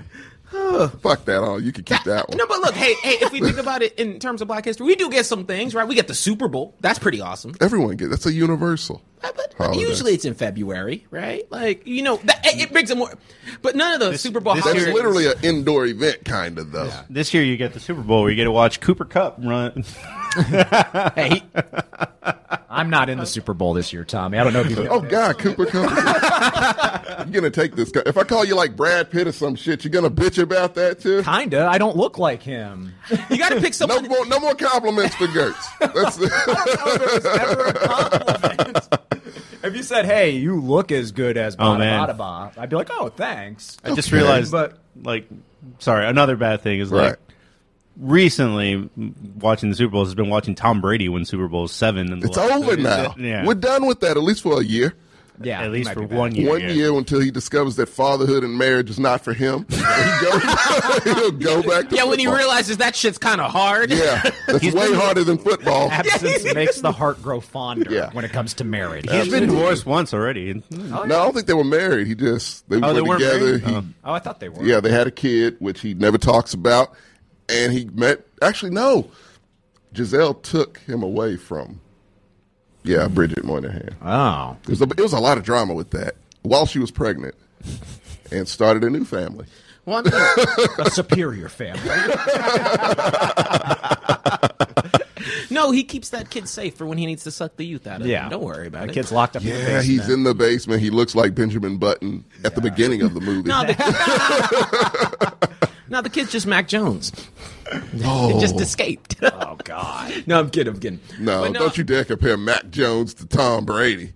C: Fuck that all. You can keep that one.
D: No, but look, hey, hey, if we think about it in terms of black history, we do get some things, right? We get the Super Bowl. That's pretty
C: <laughs>
D: awesome.
C: Everyone gets that's a universal.
D: But
C: Holiday.
D: usually it's in February, right? Like, you know, that, it, it brings a more. But none of the Super Bowl
A: this
C: That's
D: holidays.
A: year-
C: literally an indoor event, kind of though.
A: This year you get the Super Bowl where you get to watch Cooper Cup run. <laughs>
D: Hey, he-
B: I'm not in the Super Bowl this year, Tommy. I don't
C: <laughs>
B: know if you.
C: Oh God, Cooper Cup. <laughs> you're gonna take this. If I call you like Brad Pitt or some shit, you're gonna bitch about that too.
B: Kinda. I don't look like
C: <laughs>
B: him.
D: you got to pick
C: No
D: someone.
C: more, no more compliments for Gertz. <laughs> That's
B: <laughs> If you said, "Hey, you look as good as Bada
A: Oh, man.
B: Bada Ba," I'd be like, "Oh, thanks."
A: I just realized,
B: but-
A: like, sorry, another bad thing is
C: right.
A: like recently m- watching the Super Bowls has been watching Tom Brady win Super Bowl seven. And
C: It's over now.
A: Yeah,
C: We're done with that, at least for a year.
B: Yeah,
A: at
B: he
A: least
B: might
A: for
B: be back.
A: one year.
C: One
A: yeah.
C: year until he discovers that fatherhood and marriage is not
A: <laughs>
C: for him. he goes, <laughs> he'll go back to
D: Yeah, when he
C: football.
D: realizes that shit's kind of hard.
C: Yeah, that's way harder than football. <laughs>
B: Absence makes the heart grow fonder
C: Yeah.
B: when it comes to marriage.
A: He's been divorced once already.
C: No, I don't think they were married. He just, they
A: Oh,
C: were
A: they weren't
C: together.
A: married?
C: He,
A: Oh.
B: Oh, I thought they were.
C: Yeah, they had a kid, which he never talks about. And he met, actually, no, Giselle took him away from, yeah, Bridget Moynihan.
B: Oh,
C: It was, a, it was a lot of drama with that while she was pregnant and started a new family.
D: <laughs> Well, I
C: <laughs>
D: mean,
B: a superior family.
D: no, he keeps that kid safe for when he needs to suck the youth out of
B: Yeah,
D: him. Don't worry about
B: the
D: it.
B: Kid's locked up. in the
C: Yeah,
B: basement.
C: he's in the basement. He looks like Benjamin Button at the
B: <laughs>
C: beginning of the movie.
D: No, the, <laughs> no, the kid's just Mac Jones.
C: oh,
D: It just escaped. <laughs>
B: Oh God.
D: no, I'm kidding. I'm kidding.
C: no,
D: But
C: don't you dare compare Mac Jones to Tom Brady.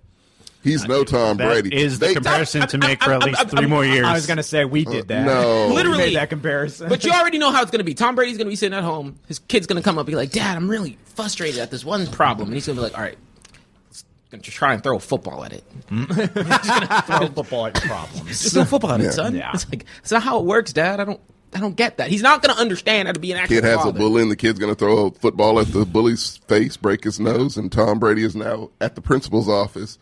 C: He's no Tom
A: That
C: Brady.
A: is the
C: They-
A: comparison to make for at
C: <laughs>
A: least three more years.
B: I was gonna say we did that.
C: Uh, no.
B: <laughs> We
D: Literally.
B: made that comparison.
D: But you already know how it's going to be. Tom Brady's going to be sitting at home. His kid's going to come up and be like, Dad, I'm really frustrated at this one problem. And he's going to be like, all right, going to try and throw a football at it.
B: throw football at problems.
D: Just throw a football at
C: Yeah.
D: it, son.
B: Yeah.
D: It's like, it's not how it works, Dad. I don't. I don't get that. He's not going to understand how to be an actual
C: Kid has a
D: father.
C: bully, and the kid's going to throw a football at the bully's face, break his nose, and Tom Brady is now at the principal's office.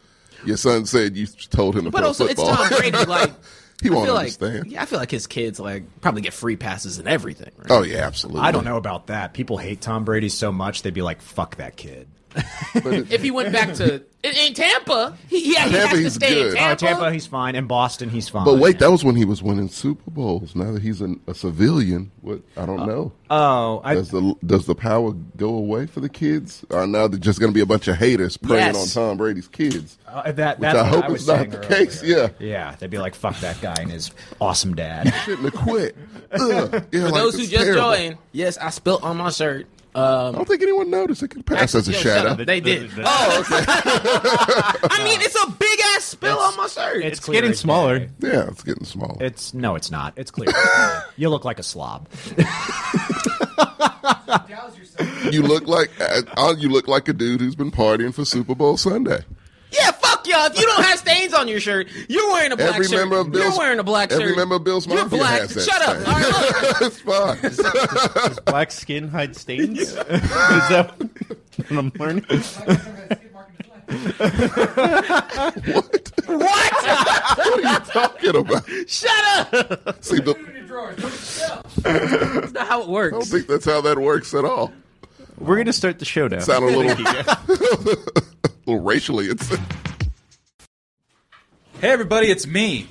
C: Your son said you told him to
D: But
C: throw
D: also,
C: football.
D: it's Tom Brady. Like
C: <laughs> he
D: I
C: won't
D: feel
C: understand.
D: like yeah, I feel like his kids like probably get free passes and everything. Right?
C: Oh yeah, absolutely.
B: I don't know about that. People hate Tom Brady so much they'd be like, "Fuck that kid."
D: If he went back to in, in Tampa, he, yeah, he
C: Tampa,
D: has to
C: he's
D: stay in
C: good.
B: Oh,
D: Tampa.
B: Tampa, he's fine, and Boston, he's fine.
C: But wait, that was when he was winning Super Bowls. Now that he's an, a civilian, what I
D: Uh,
C: don't know.
B: oh, I,
C: Does the does the power go away for the kids? Or now they're just going to be a bunch of haters preying
D: Yes.
C: on Tom Brady's kids?
B: uh, that
C: Which
B: that's
C: I
B: what
C: hope
B: I was
C: is not
B: saying
C: the
B: earlier.
C: case. Yeah,
B: Yeah, they'd be like, "Fuck that guy and his awesome
D: <laughs>
B: dad."
C: shouldn't have quit. Ugh. Yeah,
D: For
C: like,
D: those who
C: it's
D: just
C: terrible.
D: joined, yes, I spilt on my shirt.
C: I
D: Um,
C: don't think anyone noticed. It could pass as a
D: yo,
C: shout
D: shut
C: out.
D: up. They did.
A: The- the-
C: <laughs>
D: oh, okay. I mean, it's a big ass spill on my shirt.
A: It's
B: clear
A: getting
B: as
A: smaller.
B: day.
C: Yeah, it's getting small.
B: It's no, it's not. It's
D: <laughs>
B: clear. as day. you look like a slob.
F: Douse yourself.
C: you look like uh, uh, you look like a dude who's been partying for Super Bowl Sunday.
D: yeah, fuck y'all. If you don't have stains on your shirt, you're wearing a black
C: Every
D: shirt.
C: member of Bill's
D: you're wearing a black
C: every
D: shirt.
C: member of Bill's
D: You're
C: Mafia
D: black.
C: has that
D: Shut up.
C: stain.
D: All right, oh,
C: <laughs>
D: look.
C: it's fine.
A: Black skin hide stains. <laughs>
C: <laughs>
A: Is that what I'm learning?
F: Black Panther has a skid mark in his left.
D: What?
C: Talking
D: <laughs>
C: about.
D: Shut up.
C: See, the,
F: Put it in your drawers. Don't sell.
D: That's not how it
C: I don't
D: works.
C: think that's how that works at all.
A: We're gonna start the show now.
C: Sound a little, <laughs> little racially. It's
G: Hey everybody, it's me.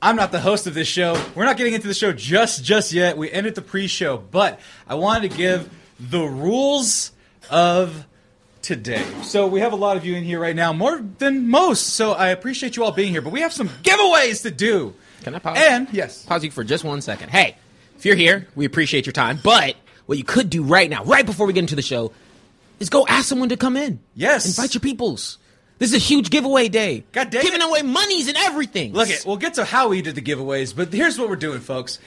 G: I'm not the host of this show. We're not getting into the show just just yet. We ended the pre-show, but I wanted to give the rules of today. So we have a lot of you in here right now, more than most. So I appreciate you all being here, but we have some giveaways to do.
D: Can I pause?
G: And yes.
D: pause you for just one second. Hey, if you're here, we appreciate your time. But what you could do right now, right before we get into the show, is go ask someone to come in.
G: Yes.
D: Invite your peoples. This is a huge giveaway day.
G: God dang
D: Giving
G: it.
D: away monies and everything.
G: Look it, we'll get to how we did the giveaways, but here's what we're doing, folks.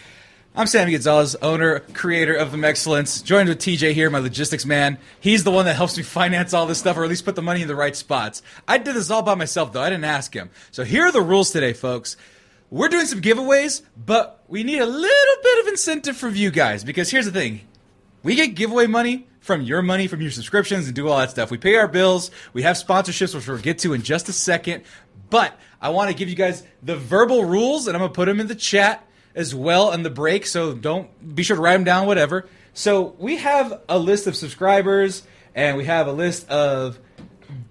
G: I'm Sammy Gonzalez, owner, creator of Them Excellence, joined with TJ here, my logistics man. He's the one that helps me <laughs> finance all this stuff, or at least put the money in the right spots. I did this all by myself, though. I didn't ask him. So here are the rules today, folks. We're doing some giveaways, but we need a little bit of incentive from you guys, because here's the thing. We get giveaway money from your money, from your subscriptions, and do all that stuff. We pay our bills. We have sponsorships, which we'll get to in just a second. But I want to give you guys the verbal rules, and I'm going to put them in the chat as well on the break. So don't be sure to write them down, whatever. So we have a list of subscribers, and we have a list of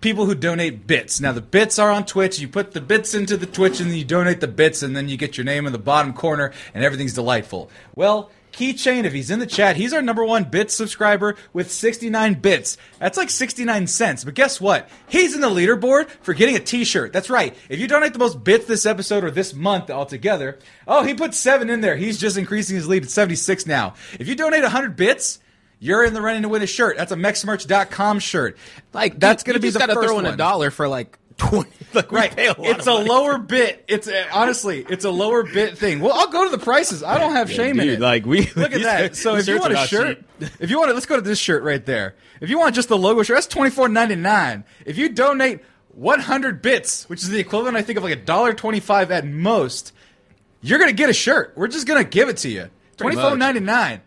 G: people who donate bits. Now the bits are on Twitch. You put the bits into the Twitch and then you donate the bits and then you get your name in the bottom corner and everything's delightful. Well, Keychain, if he's in the chat, he's our number one bit subscriber with 69 bits. That's like 69 cents. But guess what? He's in the leaderboard for getting a t-shirt. That's right. If you donate the most bits this episode or this month altogether, oh, he put seven in there. He's just increasing his lead at 76 now. If you donate 100 bits, you're in the running to win a shirt. That's a mexmerch.com shirt.
D: like
G: that's
D: you-
G: going to
D: you just
G: be the
D: gotta
G: first
D: throw in
G: one.
D: a dollar for like <laughs> twenty. Like we
G: Right.
D: pay a lot
G: it's
D: of
G: a
D: money.
G: lower bit. It's uh, honestly, it's a lower bit thing. Well, I'll go to the prices. I don't have shame in
D: dude,
G: it.
D: like, <laughs> we-
G: look at
D: these-
G: that. So
D: these
G: if you
D: shirts
G: want
D: are
G: a
D: not
G: shirt,
D: cheap.
G: <laughs> if you want it, let's go to this shirt right there. If you want just the logo shirt, that's twenty four ninety nine. If you donate one hundred bits, which is the equivalent, I think, of like a dollar twenty five at most, you're gonna get a shirt. We're just gonna give it to you. Twenty four ninety nine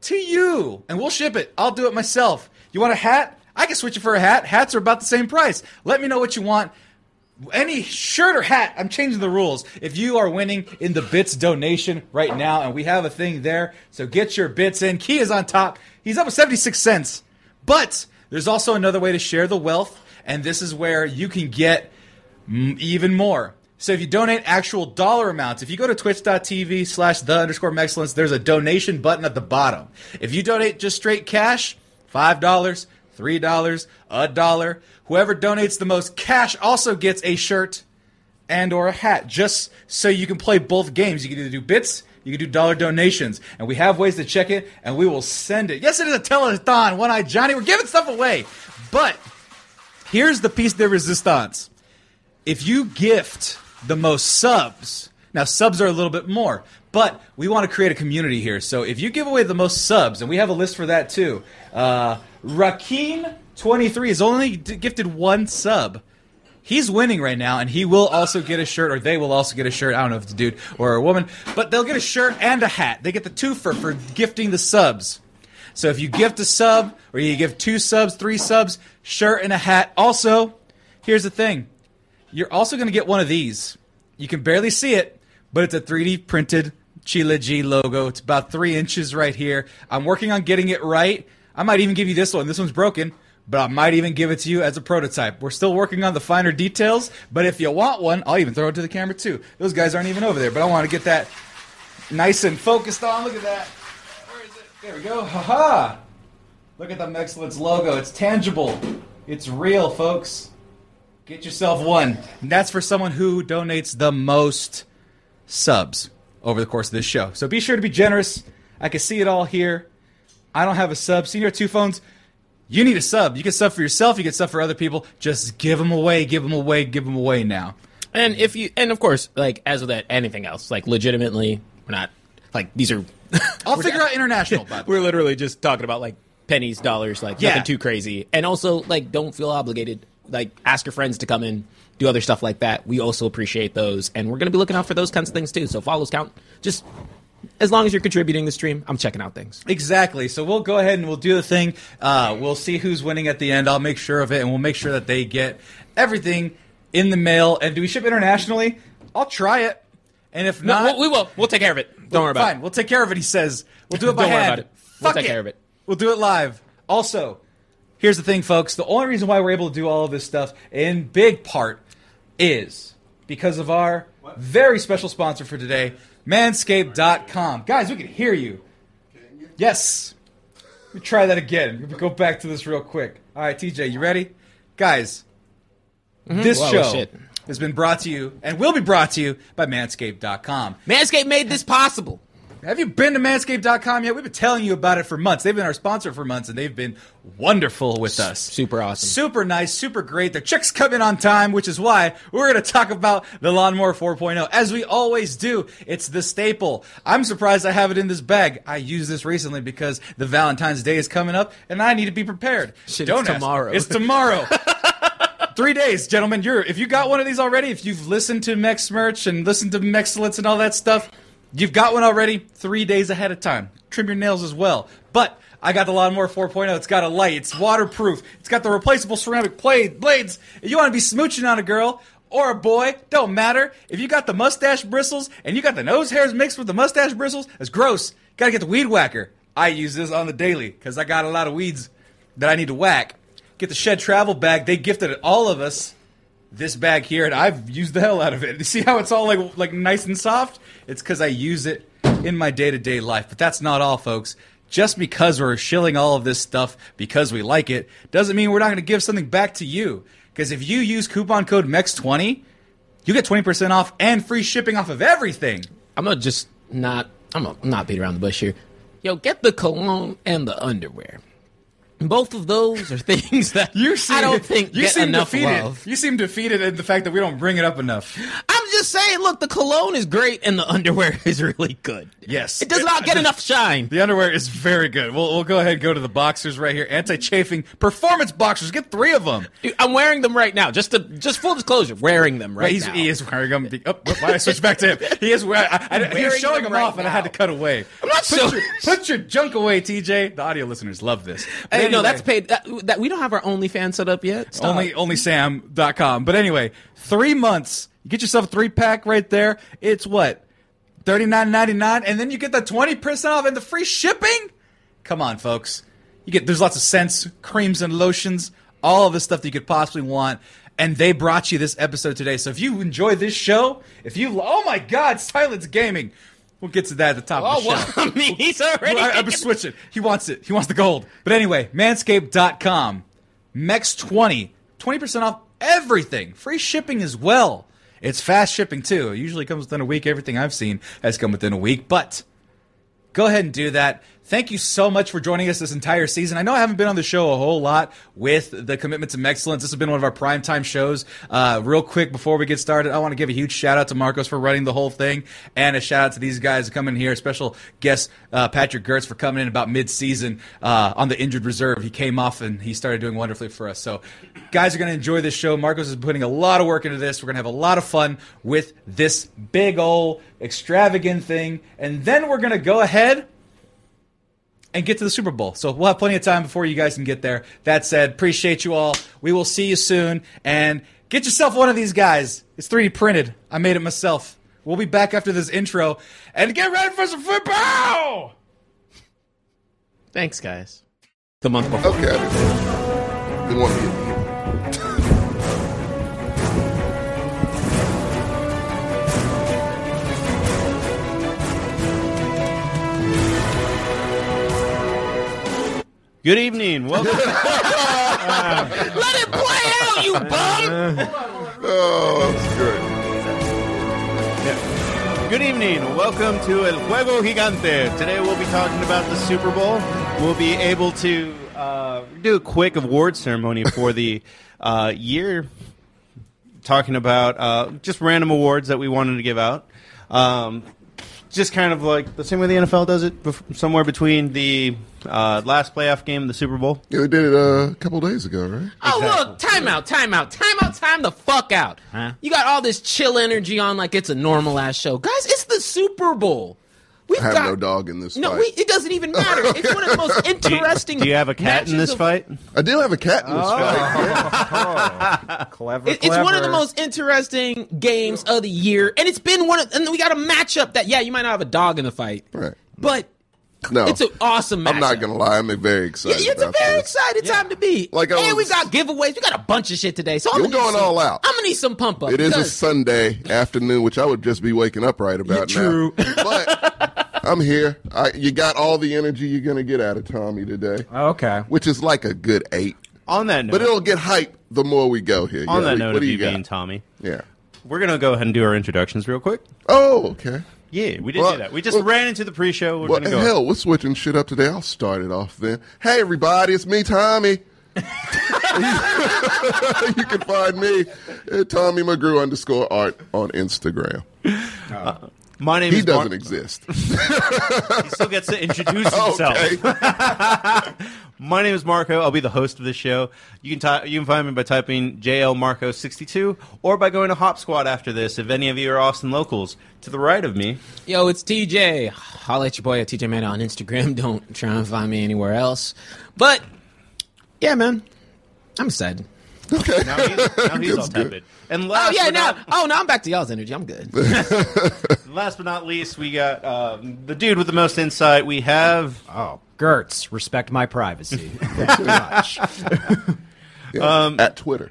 G: to you, and we'll ship it. I'll do it myself. You want a hat? I can switch it for a hat. Hats are about the same price. Let me know what you want any shirt or hat, I'm changing the rules. If you are winning in the bits donation right now, and we have a thing there, so get your bits in. Key is on top. He's up with 76 cents. But there's also another way to share the wealth, and this is where you can get mm, even more. So if you donate actual dollar amounts, if you go to twitch.tv slash the underscore excellence, there's a donation button at the bottom. If you donate just straight cash, five dollars, three dollars, a dollar, whoever donates the most cash also gets a shirt and or a hat just so you can play both games you can either do bits you can do dollar donations and we have ways to check it and we will send it yes it is a telethon one-eyed johnny we're giving stuff away but here's the piece de resistance if you gift the most subs now subs are a little bit more but we want to create a community here so if you give away the most subs and we have a list for that too uh, rakim 23 is only d- gifted one sub He's winning right now, and he will also get a shirt, or they will also get a shirt. I don't know if it's a dude or a woman, but they'll get a shirt and a hat. They get the two for for gifting the subs. So if you gift a sub, or you give two subs, three subs, shirt and a hat. Also, here's the thing: you're also going to get one of these. You can barely see it, but it's a 3D printed Chila G logo. It's about three inches right here. I'm working on getting it right. I might even give you this one. This one's broken, but I might even give it to you as a prototype. We're still working on the finer details, but if you want one, I'll even throw it to the camera too. Those guys aren't even over there, but I want to get that nice and focused on. Look at that. Where is it? There we go. Ha ha. Look at the Mexlets logo. It's tangible. It's real, folks. Get yourself one. And that's for someone who donates the most subs over the course of this show. So be sure to be generous. I can see it all here. I don't have a sub. Senior two phones. You need a sub. You can sub for yourself. You can sub for other people. Just give them away. Give them away. Give them away now.
D: And if you, and of course, like as with that, anything else, like legitimately, we're not like these are. <laughs>
G: I'll figure out international. By <laughs> the way.
D: we're literally just talking about like pennies, dollars, like
G: Yeah.
D: nothing too crazy. And also, like, don't feel obligated. Like, ask your friends to come in, do other stuff like that. We also appreciate those, and we're gonna be looking out for those kinds of things too. So follows count. Just as long as you're contributing the stream, I'm checking out things.
G: Exactly. So we'll go ahead and we'll do the thing. Uh, we'll see who's winning at the end. I'll make sure of it, and we'll make sure that they get everything in the mail. And do we ship internationally? I'll try it. And if
D: No,
G: not,
D: we we will. We'll take care of it. Don't worry about
G: Fine,
D: it.
G: we'll take care of it. He says, "We'll
D: <laughs>
G: do it by
D: Don't worry
G: hand.
D: about it. We'll
G: Fuck
D: take care of it.
G: We'll do it live." Also, here's the thing, folks. The only reason why we're able to do all of this stuff in big part is because of our very special sponsor for today, Manscaped.com. Guys, we can hear you. Yes. Let me try that again. Let me go back to this real quick. All right, TJ, you ready? Guys, this
D: Mm-hmm. Whoa,
G: show
D: shit.
G: has been brought to you and will be brought to you by Manscaped.com.
D: Manscaped made this possible.
G: Have you been to manscaped.com yet? We've been telling you about it for months. They've been our sponsor for months and they've been wonderful with us.
D: super awesome.
G: Super nice, super great. Their checks come in on time, which is why we're going to talk about the Lawnmower 4.0. As we always do, it's the staple. I'm surprised I have it in this bag. I used this recently because the Valentine's Day is coming up and I need to be prepared.
D: Shit, it's
G: Don't ask.
D: tomorrow. <laughs>
G: It's tomorrow. Three days, gentlemen. You're if you got one of these already, if you've listened to Mex merch and listened to Mexlets and all that stuff, you've got one already. Three days ahead of time. Trim your nails as well. But I got the lawnmower 4.0. It's got a light. It's waterproof. It's got the replaceable ceramic blade, blades. If you want to be smooching on a girl or a boy, don't matter. If you got the mustache bristles and you got the nose hairs mixed with the mustache bristles, that's gross. Gotta get the weed whacker. I use this on the daily because I got a lot of weeds that I need to whack. Get the shed travel bag. They gifted it all of us this bag here, and I've used the hell out of it. You see how it's all like like nice and soft? It's because I use it in my day to day life. But that's not all, folks. Just because we're shilling all of this stuff because we like it doesn't mean we're not going to give something back to you. Because if you use coupon code MEX20, you get 20% off and free shipping off of everything.
D: I'm gonna just not. I'm gonna not beat around the bush here. Yo, get the cologne and the underwear. Both of those are <laughs> things that
G: You seem,
D: I don't think
G: you
D: get
G: seem
D: enough
G: defeated.
D: love.
G: You seem defeated at the fact that we don't bring it up enough.
D: I'm just saying, look, the cologne is great and the underwear <laughs> is really good.
G: Yes.
D: It does not get enough shine.
G: The underwear is very good. We'll, we'll go ahead and go to the boxers right here. Anti chafing performance boxers. Get three of them.
D: Dude, I'm wearing them right now. Just to just full disclosure, wearing them right
G: He's,
D: now.
G: he is wearing them. The, oh, why I switch back to him? He is wearing. I, I, he was
D: wearing
G: showing
D: them
G: them
D: right
G: off, and I had to
D: now.
G: cut away. I'm
D: not
G: put
D: showing-
G: your, put your junk away, TJ. The audio listeners love this. But
D: Hey, no,
G: anyway,
D: that's paid. That, that we don't have our OnlyFans set up yet. Stop.
G: only onlysam.com. But anyway, three months. You get yourself a three pack right there. It's what thirty nine ninety nine, and then you get the twenty percent off and the free shipping. Come on, folks. You get there's lots of scents, creams, and lotions, all of the stuff that you could possibly want. And they brought you this episode today. So if you enjoy this show, if you oh my God, Silence Gaming. We'll get to that at the top
D: <laughs> Oh
G: of the
D: well, <laughs>
G: show.
D: I mean, he's already.
G: I, I'm
D: thinking-
G: just switching. He wants it. He wants the gold. But anyway, manscaped.com, MEX20, 20% off everything. Free shipping as well. It's fast shipping too. It usually comes within a week. Everything I've seen has come within a week, but go ahead and do that. Thank you so much for joining us this entire season. I know I haven't been on the show a whole lot with the Commitment to Excellence. This has been one of our primetime shows. Uh, real quick, before we get started, I want to give a huge shout out to Marcos for running the whole thing and a shout out to these guys coming here. Special guest uh, Patrick Gertz for coming in about mid season uh, on the injured reserve. He came off and he started doing wonderfully for us. So, guys are going to enjoy this show. Marcos is putting a lot of work into this. We're going to have a lot of fun with this big ol' extravagant thing. And then we're going to go ahead and get to the Super Bowl. So we'll have plenty of time before you guys can get there. That said, appreciate you all. We will see you soon. And get yourself one of these guys. It's 3D printed. I made it myself. We'll be back after this intro. And get ready for some football!
D: Thanks, guys. The month before.
C: Okay. I didn't, didn't want to get here.
A: Good evening. Welcome.
D: Let it play
G: <laughs>
D: out, you
G: Uh,
D: bum!
C: Oh, that's great.
A: Good evening. Welcome to El Juego Gigante. Today we'll be talking about the Super Bowl. We'll be able to uh, do a quick award ceremony for the <laughs> uh, year, talking about uh, just random awards that we wanted to give out. Um, just kind of like the same way the NFL does it, bef- somewhere between the uh, last playoff game and the Super Bowl.
C: Yeah, we did it uh, a couple days ago, right?
D: Oh, look, time out, time out, time out, time the fuck out. You got all this chill energy on like it's a normal ass show. Guys, it's the Super Bowl. We've
C: I have
D: got,
C: no dog in this
D: No,
C: fight.
D: we, it doesn't even matter. It's one of
C: <laughs>
D: the most interesting.
A: Do you have a cat
D: matches
A: in this
D: of-
A: fight?
C: I do have a cat in this
D: Oh.
C: fight.
B: Clever,
D: It- it's one of the most interesting games of the year, and it's been one. of And we got a matchup that, yeah, you might not have a dog in the fight,
C: Right.
D: but
C: No.
D: it's an awesome matchup.
C: I'm not going to lie. I'm very
D: Yeah,
C: excited.
D: it's a
C: about
D: very
C: this.
D: exciting time to be.
C: Like I
D: and we
C: was-
D: got giveaways. We got a bunch of shit today. So I'm
C: You're
D: gonna need
C: going
D: some-
C: all out.
D: I'm gonna need some pump up.
C: It is a
D: because-
C: Sunday afternoon, which I would just be waking up right about
G: True.
C: now. But I'm here. I, you got all the energy you're going to get out of Tommy today,
B: Okay.
C: which is like a good eight.
A: On that note,
C: But it'll get hype the more we go here.
A: on
C: Yeah,
A: that
C: what
A: note
C: do
A: of you,
C: got?
A: being Tommy,
C: Yeah.
A: we're gonna go ahead and do our introductions real quick.
C: Oh, okay.
A: Yeah, we did
C: Well,
A: do that. We just
C: well-
A: ran into the pre-show. We're
C: Well,
A: gonna go.
C: hell, we're switching shit up today. I'll start it off then. Hey, everybody, it's
A: <laughs>
C: me, Tommy. you can find me at Tommy McGrew underscore art on Instagram.
A: My name
C: He
A: is Mar- <laughs>
C: doesn't exist.
A: He still gets
C: <laughs>
A: to introduce himself.
C: Okay.
A: My name is Marco. I'll be the host of the show. You can ty- you can find me by typing JLMarco62 or by going to Hop Squad after this. If any of you are Austin locals, to the right of me,
D: Yo, it's TJ. I'll let your boy at TJ Meta on Instagram. <laughs> Don't try and find me anywhere else. But yeah, man, I'm excited.
A: now
C: <laughs>
A: he's, now he's all tepid. And
D: Oh
A: last,
D: yeah,
A: but
D: now
A: not,
D: oh now I'm back to y'all's energy.
C: <laughs>
D: I'm good.
A: last but not least, we got um, the dude with the most insight. We have
C: Uh,
B: Oh, Gertz, respect my privacy. Thank you much.
C: Yeah,
A: um,
C: at Twitter.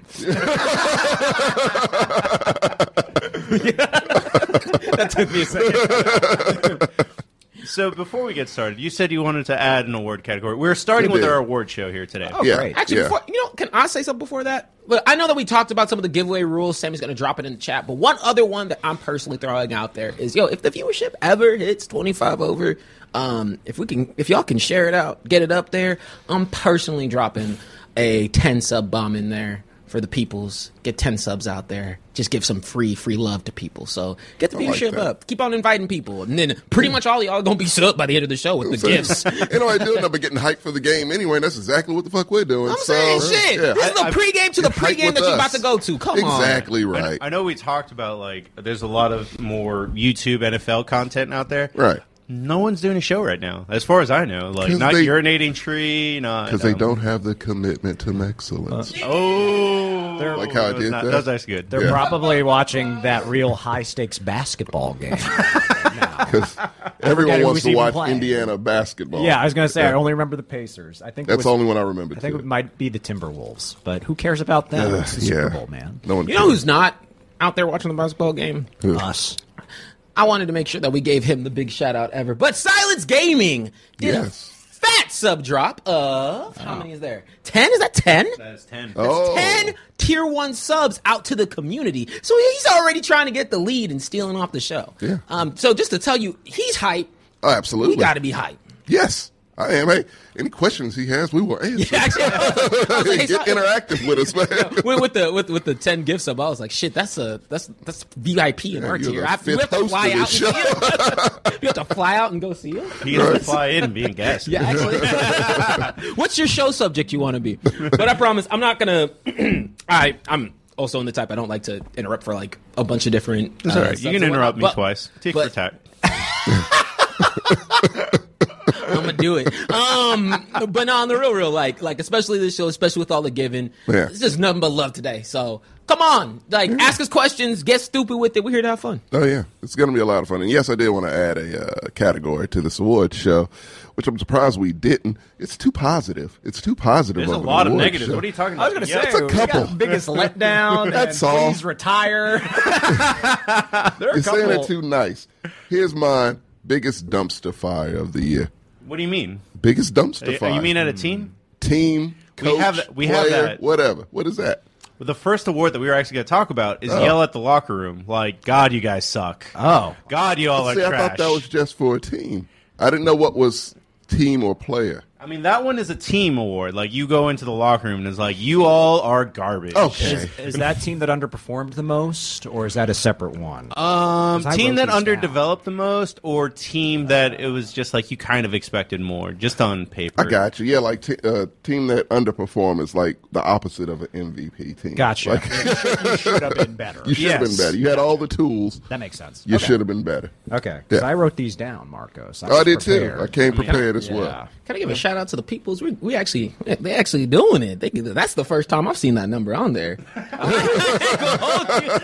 D: that took me a second.
A: So before we get started, you said you wanted to add an award category. We're starting
C: We
A: with
C: did.
A: our award show here today.
B: Oh,
C: yeah.
B: great.
D: Actually,
C: yeah.
D: before, you know, can I say something before that? But I know that we talked about some of the giveaway rules. Sammy's going to drop it in the chat. But one other one that I'm personally throwing out there is, yo, if the viewership ever hits 25 over, um, if we can, if y'all can share it out, get it up there. I'm personally dropping a 10 sub bomb in there for the peoples. Get 10 subs out there. Just give some free, free love to people. So get the
C: I like
D: viewership
C: that. Hmm.
D: up. Keep on inviting people, and then pretty much all y'all gonna be subbed by the end of the show
C: <laughs>
D: with the gifts.
C: Ain't nobody doing nothing but getting hyped for the game anyway. And that's exactly what the fuck we're doing.
D: I'm
C: so,
D: saying shit.
C: yeah.
D: This is the
C: <laughs>
D: pregame to the
C: Hype
D: pregame
C: with
D: that you're about
C: us.
D: to go to. Come on.
C: Exactly
A: I kn-
C: right.
A: I, know we talked about like there's a lot of more YouTube NFL content out there.
C: Right.
A: No one's doing a show right now, as far as I know. Like
C: 'Cause
A: not
C: they-
A: urinating tree, not um,
C: Because they don't have the commitment to excellence.
A: Uh, Oh,
C: Like how I
A: that was
C: did
A: not-
C: that?
A: was actually good.
B: They're
C: Yeah.
B: probably watching that real high stakes basketball
C: <laughs>
B: game.
C: Because everyone
B: who
C: wants
B: was
C: to
B: even
C: watch
B: playing.
C: Indiana basketball.
B: yeah, I was gonna say I
C: Yeah.
B: only remember the Pacers. I think it
C: That's
B: was-
C: the only one I remember.
B: I think
C: too.
B: it might be the Timberwolves, but who cares about them?
C: Ugh,
B: it's the Super Bowl, man.
C: No one
D: You know who's not out there watching the basketball game?
C: cares.
B: Us.
D: I wanted to make sure that we gave him the big shout out ever. But Silence Gaming did
C: Yes.
D: a fat sub drop of how many is there? Ten? Is that ten?
A: That's ten.
C: Oh.
D: 10 tier 1 subs out to the community. So he's already trying to get the lead and stealing off the show.
C: Yeah.
D: Um, so just to tell you, he's hype.
C: Oh, absolutely.
D: We got to be hype. <laughs>
C: Yes, I am. Hey, any questions he has, we will answer.
D: Yeah, actually, I was- I was like,
C: <laughs> Get
D: so-
C: interactive with us, man.
D: <laughs>
C: <laughs>
D: with, with the with, with the ten gifts up, I was like, shit, that's a that's that's VIP in our
C: you're
D: tier.
C: the
D: I, we
C: fifth
D: have to
C: host
D: fly
C: of
D: out.
C: this
D: And see him. you <laughs> have to fly out and go see him.
A: He has to fly in
B: <laughs>
A: being guest.
D: Yeah, actually. <laughs> What's your show subject you want to be? But I promise, I'm not gonna. <clears throat> I I'm also in the type I don't like to interrupt for like a bunch of different.
A: It's
D: uh,
A: all right. You
D: subs
A: can
D: and
A: interrupt me
D: whatnot, but
A: twice. Tick
D: but-
A: for tack.
D: I'm gonna do it. Um, but no, on the real, real, like, like especially this show, especially with all the giving,
C: Yeah.
D: it's just nothing but love today. So come on, like, ask us questions, get stupid with it. We're here to have fun.
C: Oh yeah, it's going to be a lot of fun. And yes, I did want to add a uh, category to this award show, which I'm surprised we didn't. It's too positive. It's too positive.
A: There's a
C: an
A: lot of
C: award
A: negatives.
C: show.
A: What are you talking about?
B: I was gonna
A: Yeah.
B: say
C: That's a
B: we got
C: couple. <laughs>
B: biggest letdown.
C: That's
B: and
C: all.
B: Please retire. there are a
C: You're saying
B: couple.
C: it too nice. Here's mine. Biggest dumpster fire of the year.
A: What do you mean? Uh,
C: Biggest dumpster fire. Mm-hmm.
A: You mean at a team?
C: team,
A: We
C: coach,
A: have that- we have
C: player,
A: that.
C: whatever. What is that?
A: The first award that we were actually going to talk about
C: Oh.
A: is yell at the locker room, like God, you guys suck.
B: Oh.
A: God, you all
C: See,
A: are
C: I
A: trash. I,
C: thought that was just for a team. I didn't know what was team or player.
A: mean, that one is a team award. Like you go into the locker room and it's like you all are garbage.
C: Okay.
B: Is, is that team that underperformed the most, or is that a separate one?
C: Uh,
A: Um,
B: 'Cause I
A: team
B: wrote
A: that
B: these down.
A: underdeveloped the most, or team that it was just like you kind of expected more, just on paper.
C: I got you. Yeah, like t- uh, team that underperform is like the opposite of an MVP team.
B: gotcha.
C: Like,
B: you should have been better.
C: you should have
A: Yes.
C: been better. You had all the tools.
B: That makes sense.
C: You
B: okay.
C: should have been better.
B: Okay, 'cause
C: Yeah. Oh,
B: I wrote these down, Marcos.
C: I
B: was
C: did
B: prepared.
C: too. I came prepared as well.
D: Can I give a shout out to the peoples? We, we actually, they actually doing it. They, that's the first time I've seen that number on
B: <laughs>
D: there. <laughs>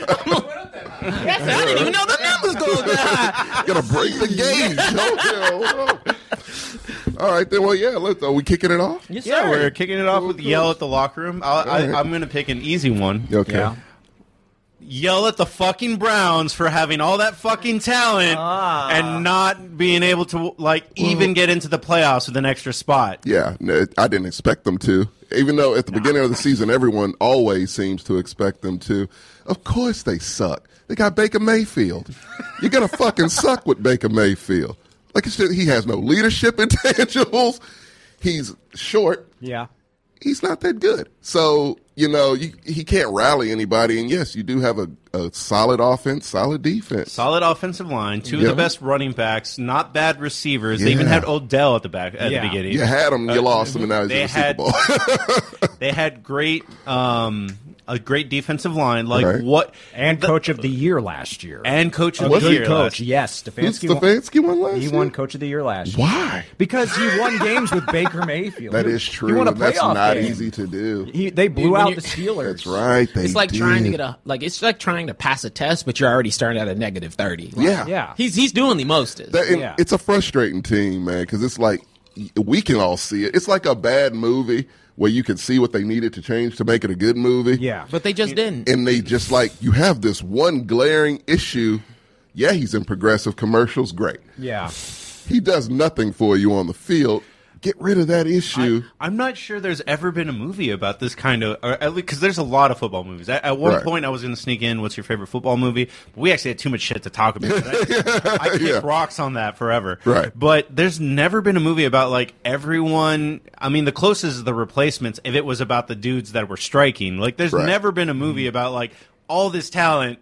D: That's- I didn't even know the numbers go that
C: <laughs>
D: high.
C: Gotta break the game. All right, then. Well, yeah. Let's. Are we kicking it off?
D: Yes,
A: Yeah,
D: sir.
A: we're kicking it off with yell at the locker room. I'll, I,
C: Alright.
A: I'm going to pick an easy one.
C: Okay.
B: Yeah.
A: Yell at the fucking Browns for having all that fucking talent
B: Ah.
A: and not being able to like even get into the playoffs with an extra spot.
C: Yeah, no, I didn't expect them to. Even though at the beginning of the season, everyone always seems to expect them to. Of course they suck. They got Baker Mayfield. You're gonna fucking suck with Baker Mayfield. Like it's just, he has no leadership <laughs> intangibles. He's short.
B: Yeah.
C: He's not that good. So you know you, he can't rally anybody. And yes, you do have a, a solid offense, solid defense.
A: Solid offensive line, two of
C: Yeah.
A: the best running backs, not bad receivers. They even
C: Yeah.
A: had Odell at the back at
B: Yeah.
A: the beginning.
C: you had him, you lost him, and now he's in
A: they
C: the Super
A: had-
C: Bowl. <laughs>
A: They had great um a great defensive line. Like
C: Right.
A: what
B: And
A: the-
B: coach of the year last year.
A: and coach of
B: Good
A: the year.
B: coach.
A: Coach.
B: Yes,
C: Who's
B: Stefanski. won-
C: Stefanski won last
B: He won
C: year?
B: coach of the year last year
C: Why?
B: because he won games with Baker Mayfield.
C: That
B: He-
C: is
B: He
C: true.
B: won a
C: and That's
B: playoff
C: not
B: game.
C: easy to do.
B: He, they blew
D: When
B: out
D: you're-
B: the Steelers.
C: <laughs> That's right. They
D: it's like trying to
C: did.
D: get a like. It's like trying to pass a test, but you're already starting at a negative thirty. Like,
C: Yeah.
B: Yeah.
D: he's he's doing the most.
C: That- and
B: Yeah.
C: It's a frustrating team, man, because it's like y- we can all see it. It's like a bad movie where you can see what they needed to change to make it a good movie.
B: Yeah.
D: but they just didn't.
C: And they just like, you have this one glaring issue. Yeah, he's in progressive commercials. Great.
B: yeah.
C: He does nothing for you on the field. Get rid of that issue.
A: I'm not sure there's ever been a movie about this kind of, or at least because there's a lot of football movies. At, at one
C: Right.
A: point, I was going to sneak in, "What's your favorite football movie?" But we actually had too much shit to talk
C: <laughs>
A: about. I, I kick
C: Yeah.
A: rocks on that forever.
C: Right.
A: But there's never been a movie about like everyone. I mean, the closest is the replacements. If it was about the dudes that were striking, like there's
C: Right. Mm-hmm.
A: never been a movie about like all this talent,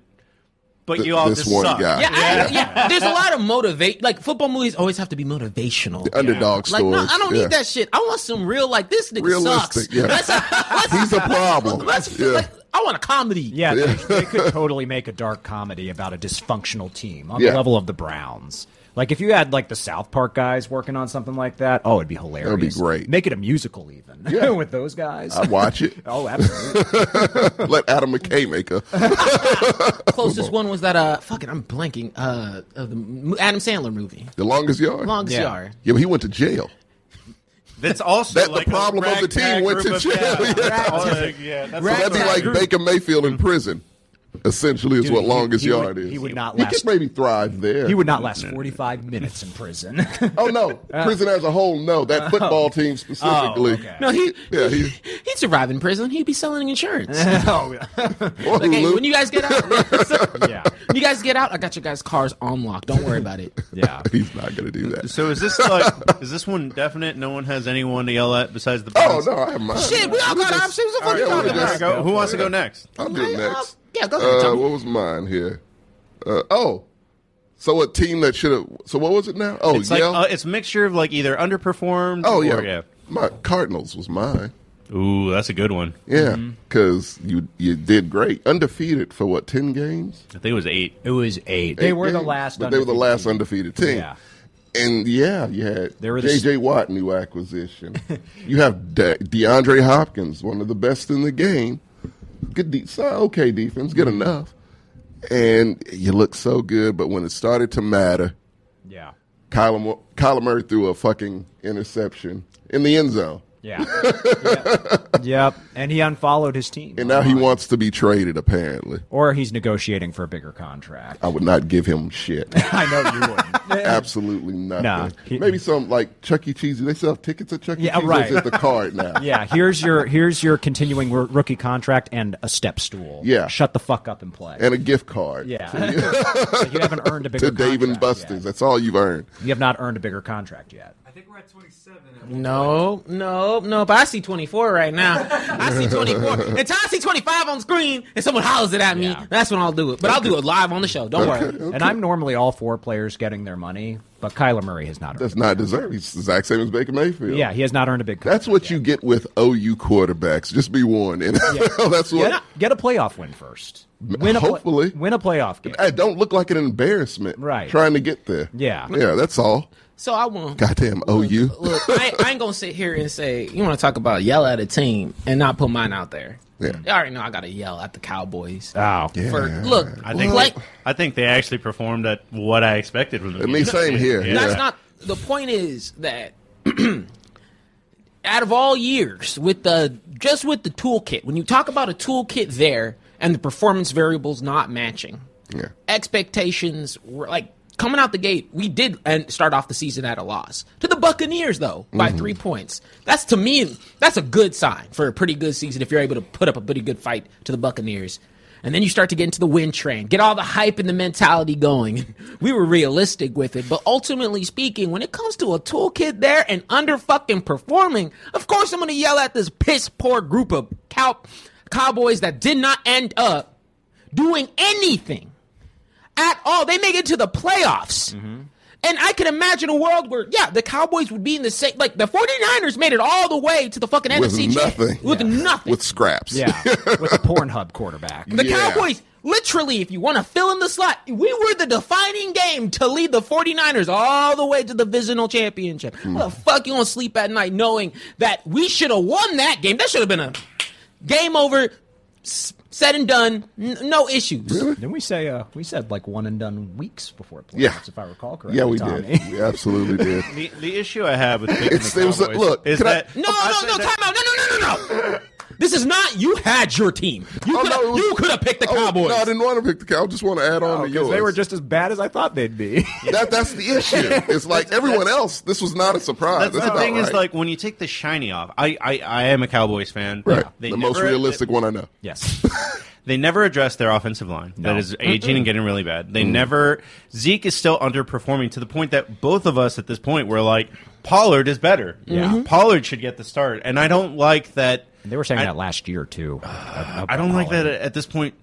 A: but
C: Th-
A: you all
C: this
A: just
C: one
A: suck.
C: guy.
D: yeah, I- yeah, there's a lot of motivate. Like football movies always have to be motivational.
C: Underdog
D: Like,
C: stories.
D: no, I don't
C: yeah.
D: need that shit. I want some real, like, this nigga
C: Realistic,
D: sucks.
C: yeah.
D: Let's, let's,
C: He's a problem.
D: <laughs> let's,
C: Yeah.
D: like, I want a comedy.
B: Yeah, They, they could totally make a dark comedy about a dysfunctional team on
C: Yeah.
B: the level of the Browns. Like if you had like the South Park guys working on something like that, oh, it'd be hilarious.
C: be great.
B: Make it a musical even <laughs> with those guys.
C: I watch
D: <laughs>
C: it.
B: oh, absolutely.
D: Oh.
C: Let Adam McKay make a.
D: Closest one was that, uh, fucking, I'm blanking, uh, of the m- Adam Sandler movie.
C: The longest yard.
D: Longest
B: Yeah.
D: Yard.
C: yeah, but he went to jail.
A: That's also
C: That the
A: like, a
C: problem of the
A: ragtag
C: team went
A: group
C: to
A: of-
C: jail.
A: Yeah,
C: <laughs> Yeah.
A: All the- yeah, that's
C: So that'd be
A: also-
C: like Baker Mayfield in prison. essentially is
B: Dude,
C: what
B: he-
C: longest
B: he would-
C: yard is.
B: he would not
C: He
B: last-
C: could maybe thrive there.
B: He would not
C: <laughs>
B: last 45 minutes in prison. <laughs>
C: Oh no,
B: Uh.
C: prison as a whole. No,
B: Oh.
C: that football team specifically.
D: No, he
C: Yeah,
D: he,
C: he's-
D: he'd survive in prison. He'd be selling insurance.
C: <laughs>
B: oh,
C: Or
D: Like, hey,
C: Luke.
D: when you guys get out, <laughs> when
B: yeah.
D: you guys get out, I got your guys' cars on lock. Don't worry about it.
B: Yeah.
C: <laughs> he's not gonna do that.
A: So is this like is this one definite? No one has anyone to yell at besides the.
C: Oh
A: Browns?
C: no, I have mine.
D: Shit, we all got options. What the fuck
C: right,
D: you
C: yeah,
D: talking
C: we're
D: about?
C: just-
A: Go- Who wants to go next?
C: I'll do
D: Hey, uh,
C: next.
D: yeah, go ahead,
C: Uh,
D: Tommy.
C: what was mine here? Uh, oh, so a team that should have. So what was it now? Oh,
A: It's like
C: Yale?
A: uh, it's a mixture of like either underperformed.
C: oh
A: or,
C: yeah. My Cardinals was mine.
A: Ooh, that's a good one.
C: Yeah,
B: Mm-hmm.
C: because you you did great, undefeated for what ten games?
A: I think it was eight.
B: It was eight. They
C: Eight
B: were the
C: games?
B: last.
C: but they were the
B: undefeated
C: last undefeated team.
B: Yeah.
C: And yeah, you had
B: They were the
C: J.J. Watt
B: <laughs>
C: new acquisition. you have De- DeAndre Hopkins, one of the best in the game. Good, de- so okay defense, good
B: Mm-hmm.
C: enough. And you look so good, but when it started to matter,
B: team. Yeah.
C: Kyler, Mo- Kyler Murray threw a fucking interception in the end zone,
B: Yeah. yep. <laughs> Yep. And he unfollowed his team.
C: and now he wants to be traded. Apparently,
B: or he's negotiating for a bigger contract.
C: I would not give him shit.
B: <laughs> I know you wouldn't.
C: Absolutely nothing.
B: Nah.
C: Maybe some like Chuck E. Cheese. Do they sell tickets at Chuck E.
B: Yeah,
C: Cheese?
B: right.
C: Or is it the card now?
B: <laughs> yeah, here's your here's your continuing r- rookie contract and a step stool.
C: Yeah.
B: Shut the fuck up and play.
C: And a gift card. <laughs>
B: yeah. Like, you haven't earned a bigger
C: To Dave and
B: contract
C: Buster's.
B: yet.
C: That's all you've earned.
B: You have not earned a bigger contract yet.
F: I think we're at 27. At
B: <laughs>
F: one
D: No, no, no. But I see 24 right now. I see 24. Until I see 25 on screen and someone hollers it at me,
B: Yeah.
D: that's when I'll do it. But I'll do it live on the show. Don't worry.
B: And I'm normally all four players getting their money, but Kyler Murray has not. Earned
C: That's not deserved. He's the exact same as Baker Mayfield.
B: Yeah, he has not earned a big.
C: That's
B: contract
C: what you get with OU quarterbacks. Just be warned. <laughs> And that's what.
B: yet. get. A, get a playoff win first. Win a pla-
C: Hopefully.
B: win a playoff game.
C: I don't look like an embarrassment.
B: Right.
C: Trying to get there.
B: Yeah.
C: Yeah, that's all.
D: So I won't.
C: Goddamn OU.
D: Look, I, I ain't gonna sit here and say you want to talk about yell at a team and not put mine out there.
C: Yeah.
D: You already know I gotta yell at the Cowboys.
B: Oh,
D: For look,
A: I think
D: like
A: I think they actually performed at what I expected from them.
C: I mean, same here.
A: Yeah.
D: that's
C: Yeah.
D: not the point. Is that <clears throat> out of all years with the just with the toolkit when you talk about a toolkit there and the performance variables not matching
C: Yeah.
D: expectations were like coming out the gate we did and start off the season at a loss to the buccaneers though by three points that's to me that's a good sign for a pretty good season if you're able to put up a pretty good fight to the buccaneers and then you start to get into the win train get all the hype and the mentality going <laughs> we were realistic with it but ultimately speaking when it comes to a toolkit there and under fucking performing of course i'm gonna yell at this piss poor group of cow cowboys that did not end up doing anything at all. They make it to the playoffs.
C: Mm-hmm.
D: And I can imagine a world where, yeah, the Cowboys would be in the same. Like, the 49ers made it all the way to the fucking
C: With
D: NFC champ-
C: nothing.
D: With nothing.
C: With scraps.
B: yeah, with a Pornhub quarterback.
D: the
C: Yeah.
D: Cowboys, literally, if you want to fill in the slot, we were the defining game to lead the 49ers all the way to the divisional championship. What
C: Hmm.
D: the fuck you going to sleep at night knowing that we should have won that game? That should have been a game over, s- said and done, n- no issues.
B: Didn't we say uh, we said like one and done weeks before playoffs,
C: Yeah.
B: if I recall correctly?
C: <laughs> Yeah, we
B: Tommy? <laughs>
C: did. We absolutely did.
A: The, the issue I have with picking
C: It's-
A: the
C: it was-
A: Cowboys
C: look,
A: is
C: can Oh, I-
A: that
D: No,
A: I
D: no,
A: said
D: no,
A: that-
D: time out. No, no, no, no, no. This is not. You had your team. You
C: Oh, no,
D: could
C: it
D: have
C: was-
D: you could have picked the
C: Oh,
D: Cowboys.
C: No, I didn't want to pick the Cowboys. I just want to add on
B: Oh,
C: to
B: 'cause
C: yours.
B: they were just as bad as I thought they'd be.
C: that, that's the
A: <laughs>
C: issue. It's like everyone else, this was not a surprise.
A: That's, the
C: not
A: thing is
C: right.
A: like when you take the shiny off. I I, I am a Cowboys fan.
C: Right.
A: They
C: the most
A: never-
C: realistic one I know.
B: <laughs> yes.
A: They never address their offensive line that is aging and getting really bad. They never Zeke is still underperforming to the point that both of us at this point were like Pollard is better. Yeah,
D: Mm-hmm.
A: Pollard should get the start, and I don't like that.
B: They were saying
A: I-
B: that last year too. <sighs>
A: I don't like that at this point.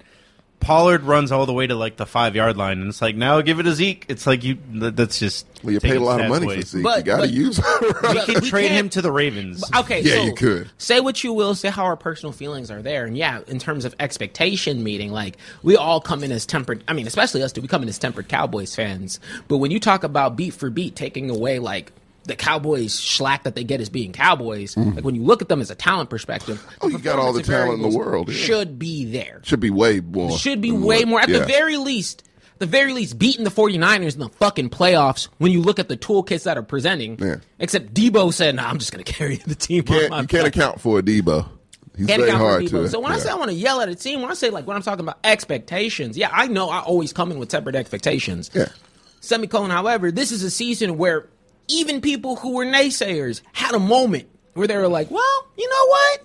A: Pollard runs all the way to like the five yard line, and it's like now give it to Zeke. It's like you th- that's just
C: Well, you paid
A: taking
C: a lot of
A: stats
C: money
A: away.
C: for Zeke. you
D: But-
C: got to
D: but-
C: use <laughs>
A: We
D: But
A: can
D: we
A: trade
D: can't-
A: him to the Ravens.
D: Okay,
C: Yeah,
D: so
C: you could.
D: say what you will, say how our personal feelings are there, and yeah, in terms of expectation meeting, like we all come in as tempered. I mean, especially us, do we come in as tempered Cowboys fans? But when you talk about beat for beat, taking away like the Cowboys schlack that they get as being Cowboys, like when you look at them as a talent perspective,
C: Mm. Oh, you got all the
D: performance
C: talent in the
D: variables
C: world, yeah.
D: should be there.
C: should be way more.
D: should be
C: than
D: way
C: what-
D: more at
C: yeah.
D: the very least the very least beating the 49ers in the fucking playoffs when you look at the toolkits that are presenting
C: Yeah.
D: except debo said nah, i'm just gonna <laughs> carry the team on
C: Can't,
D: my
C: you can't
D: back."
C: account for a Debo. He's very
D: handicap for
C: hard
D: people.
C: to.
D: So when I
C: yeah.
D: say I want to yell at a team, when I say like when I'm talking about expectations, yeah, I know I always come in with tempered expectations.
C: Yeah.
D: Semicolon, however, this is a season where even people who were naysayers had a moment where they were like, well, you know what?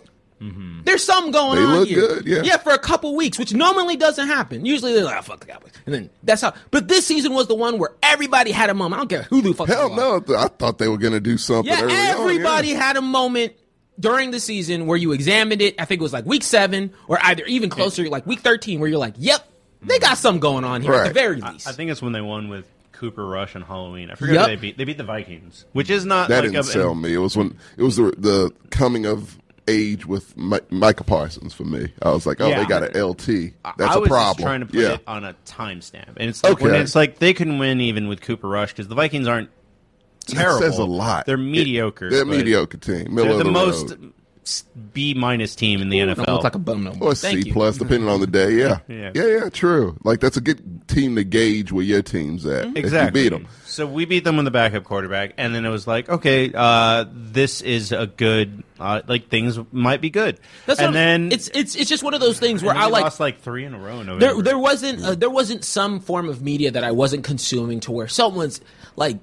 D: There's something going
C: Mm-hmm. They
D: on
C: look
D: here.
C: good, yeah.
D: for a couple weeks, which normally doesn't happen. Usually they're like, oh, fuck the Cowboys. And then that's how. But this season was the one where everybody had a moment. I don't care who the fuck they
C: hell
D: are.
C: no! I thought they were gonna do something.
D: Yeah,
C: early on,
D: everybody had a moment during the season where you examined it. I think it was like week seven or either even closer, like week 13, where you're like, yep, they got something going on here at the
C: Right.
D: very least.
A: I think it's when they won with Cooper Rush on Halloween. I forget
D: Yep.
A: who they beat. They beat the Vikings, which is not
C: That
A: like
C: didn't
A: a-
C: sell me. It was when it was the the coming of age with Mi- Micah Parsons for me. I was like, oh,
A: Yeah.
C: they got an LT. That's
A: I
C: a
A: was
C: problem.
A: Just trying to put
C: yeah.
A: it on a timestamp, and it's like when
C: Okay.
A: it's like they can win even with Cooper Rush because the Vikings aren't terrible.
C: <laughs> That says a lot.
A: They're
C: It-
A: mediocre.
C: they're
A: but
C: mediocre team. Middle
A: They're
C: of
A: the,
C: the,
A: most
C: road.
A: B minus team in the
D: I don't look
A: NFL.
D: like a bum no more.
C: or
D: Thank
C: C
D: you.
C: plus, depending on the day. Yeah.
A: <laughs> Yeah.
C: yeah, yeah, true. Like that's a good team to gauge where your team's at.
A: Mm-hmm. Exactly.
C: If you beat them.
A: So we beat them with the backup quarterback, and then it was like, okay, uh, this is a good, uh, like things might be good.
D: That's
A: and
D: what I'm-
A: then
D: it's it's it's just one of those things
A: and
D: where
A: then
D: I
A: we
D: like
A: lost like three in a row. In
D: there
A: November.
D: there wasn't uh, there wasn't some form of media that I wasn't consuming to where someone's like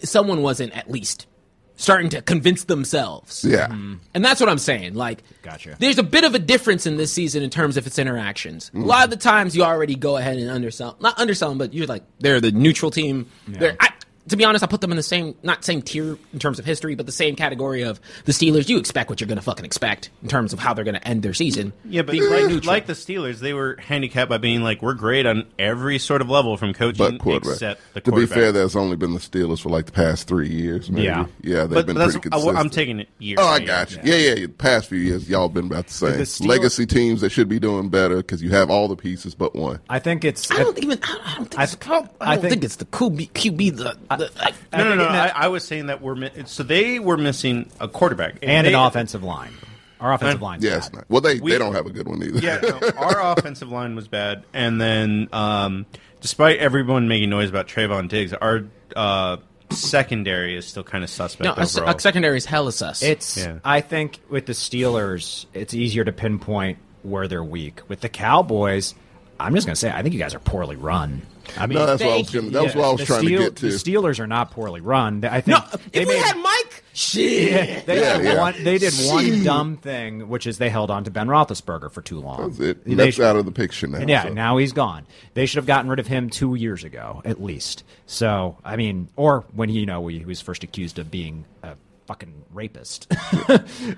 D: someone wasn't at least starting to convince themselves.
C: Yeah,
A: Mm-hmm.
D: And that's what I'm saying. Like,
B: Gotcha.
D: There's a bit of a difference in this season in terms of its interactions. A lot of the times you already go ahead and undersell, not undersell them, but you're like they're the neutral team. They're, I, to be honest, I put them in the same, not same tier in terms of history, but the same category of the Steelers. You expect what you're going to fucking expect in terms of how they're going to end their season.
A: Yeah, but
D: Being
A: like,
D: quite neutral.
A: like the Steelers, they were handicapped by being like, we're great on every sort of level from
C: but
A: coaching
C: quarterback.
A: except the
C: to be
A: quarterback.
C: fair, that's only been the Steelers for like the past three years. Maybe.
B: Yeah.
C: yeah, they've
A: but
C: been
A: that's,
C: pretty
A: I,
C: consistent.
A: am taking it year.
C: Oh,
A: by
C: I
A: year.
C: got you. Yeah, yeah. yeah. The past few years, y'all been about the same.
B: the Steelers-
C: Legacy teams that should be doing better because you have all the pieces but one.
B: I think it's.
D: I don't even. I don't- I don't think.
B: I-
D: it's, I don't,
B: I think-
D: think it's the QB. QB the, the I,
A: No, no, no.
B: I-
A: I, I was saying that we're mi- so they were missing a quarterback
B: and
A: they,
B: an offensive line. Our offensive line.
C: Yeah, it's not. Well, they,
A: We-
C: they don't have a good one either.
A: <laughs> Yeah, no, our offensive line was bad, and then um, despite everyone making noise about Trayvon Diggs, our uh, secondary is still kind of suspect
D: no, our, se-
A: overall.
D: our secondary is hell is us.
B: It's.
A: Yeah.
B: I think with the Steelers, it's easier to pinpoint where they're weak. With the Cowboys, I'm just going to say, I think you guys are poorly run. I mean,
C: <laughs> No, that's what I was,
D: Thank you.
C: gonna, that was what I was
B: the
C: trying
B: Steel-
C: to get to.
B: The Steelers are not poorly run. They- I think
D: no.
B: they
D: If we
B: made-
D: had Mike, shit.
B: <laughs> They,
C: Yeah,
B: did
C: yeah.
B: One, they did one dumb thing, which is they held on to Ben Roethlisberger for too long.
C: That's it.
B: They
C: That's
B: should-
C: out of the picture now.
B: and yeah,
C: so.
B: now he's gone. They should have gotten rid of him two years ago, at least. So I mean, or when he, you know he was first accused of being a fucking rapist. <laughs>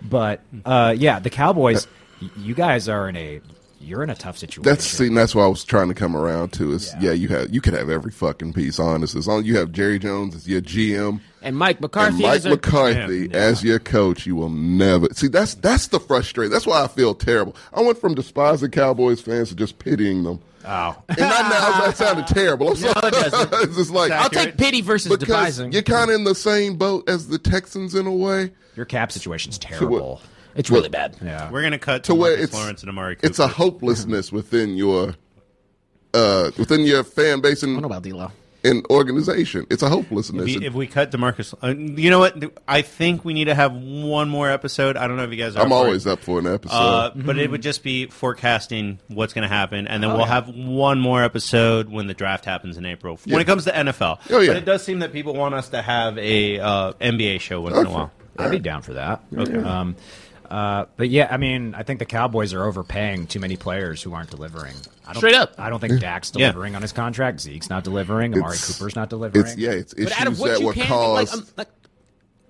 B: but uh, yeah, the Cowboys. y- you guys are in a you're in a tough situation.
C: That's see, and that's what I was trying to come around to. Is yeah, you have you could have every fucking piece. Honest, as long as you have Jerry Jones as your GM
D: and Mike
C: and
D: McCarthy.
C: Mike
D: is a-
C: McCarthy as your coach, you will never see. That's that's the frustration. That's why I feel terrible. I went from despising Cowboys fans to just pitying them.
B: oh.
C: And I know that sounded terrible.
D: <laughs>
C: I'm sorry. <laughs> it's just like
D: I'll take pity versus
C: because
D: devising.
C: you're kind of in the same boat as the Texans in a way.
B: Your cap situation's terrible.
D: It's really bad.
B: yeah.
A: we're gonna cut to,
C: to where
A: Marcus
C: it's
A: Lawrence and Amari. Cooper.
C: it's a hopelessness within your uh within your fan base
D: I don't
C: and,
D: know about D'Lo.
C: and organization. It's a hopelessness.
A: If we, if we cut Demarcus, uh, you know what? I think we need to have one more episode. I don't know if you guys. Are
C: I'm
A: for it.
C: always up for an episode.
A: Uh, But it would just be forecasting what's going to happen, and then we'll have one more episode when the draft happens in April. When
C: Yeah.
A: it comes to NFL,
C: Oh, yeah.
A: but it does seem that people want us to have a uh, NBA show once in a while.
B: I'd be down for that. Okay. Um, uh, but yeah, I mean, I think the Cowboys are overpaying too many players who aren't delivering. I don't,
D: Straight up.
B: I don't think Dak's
A: Yeah.
B: delivering on his contract. Zeke's not delivering. Amari
C: It's-
B: Cooper's not delivering.
C: it's yeah, it's
D: But out of
C: issues
D: what
C: that
D: you
C: were
D: can, like,
C: caused.
D: I'm, like,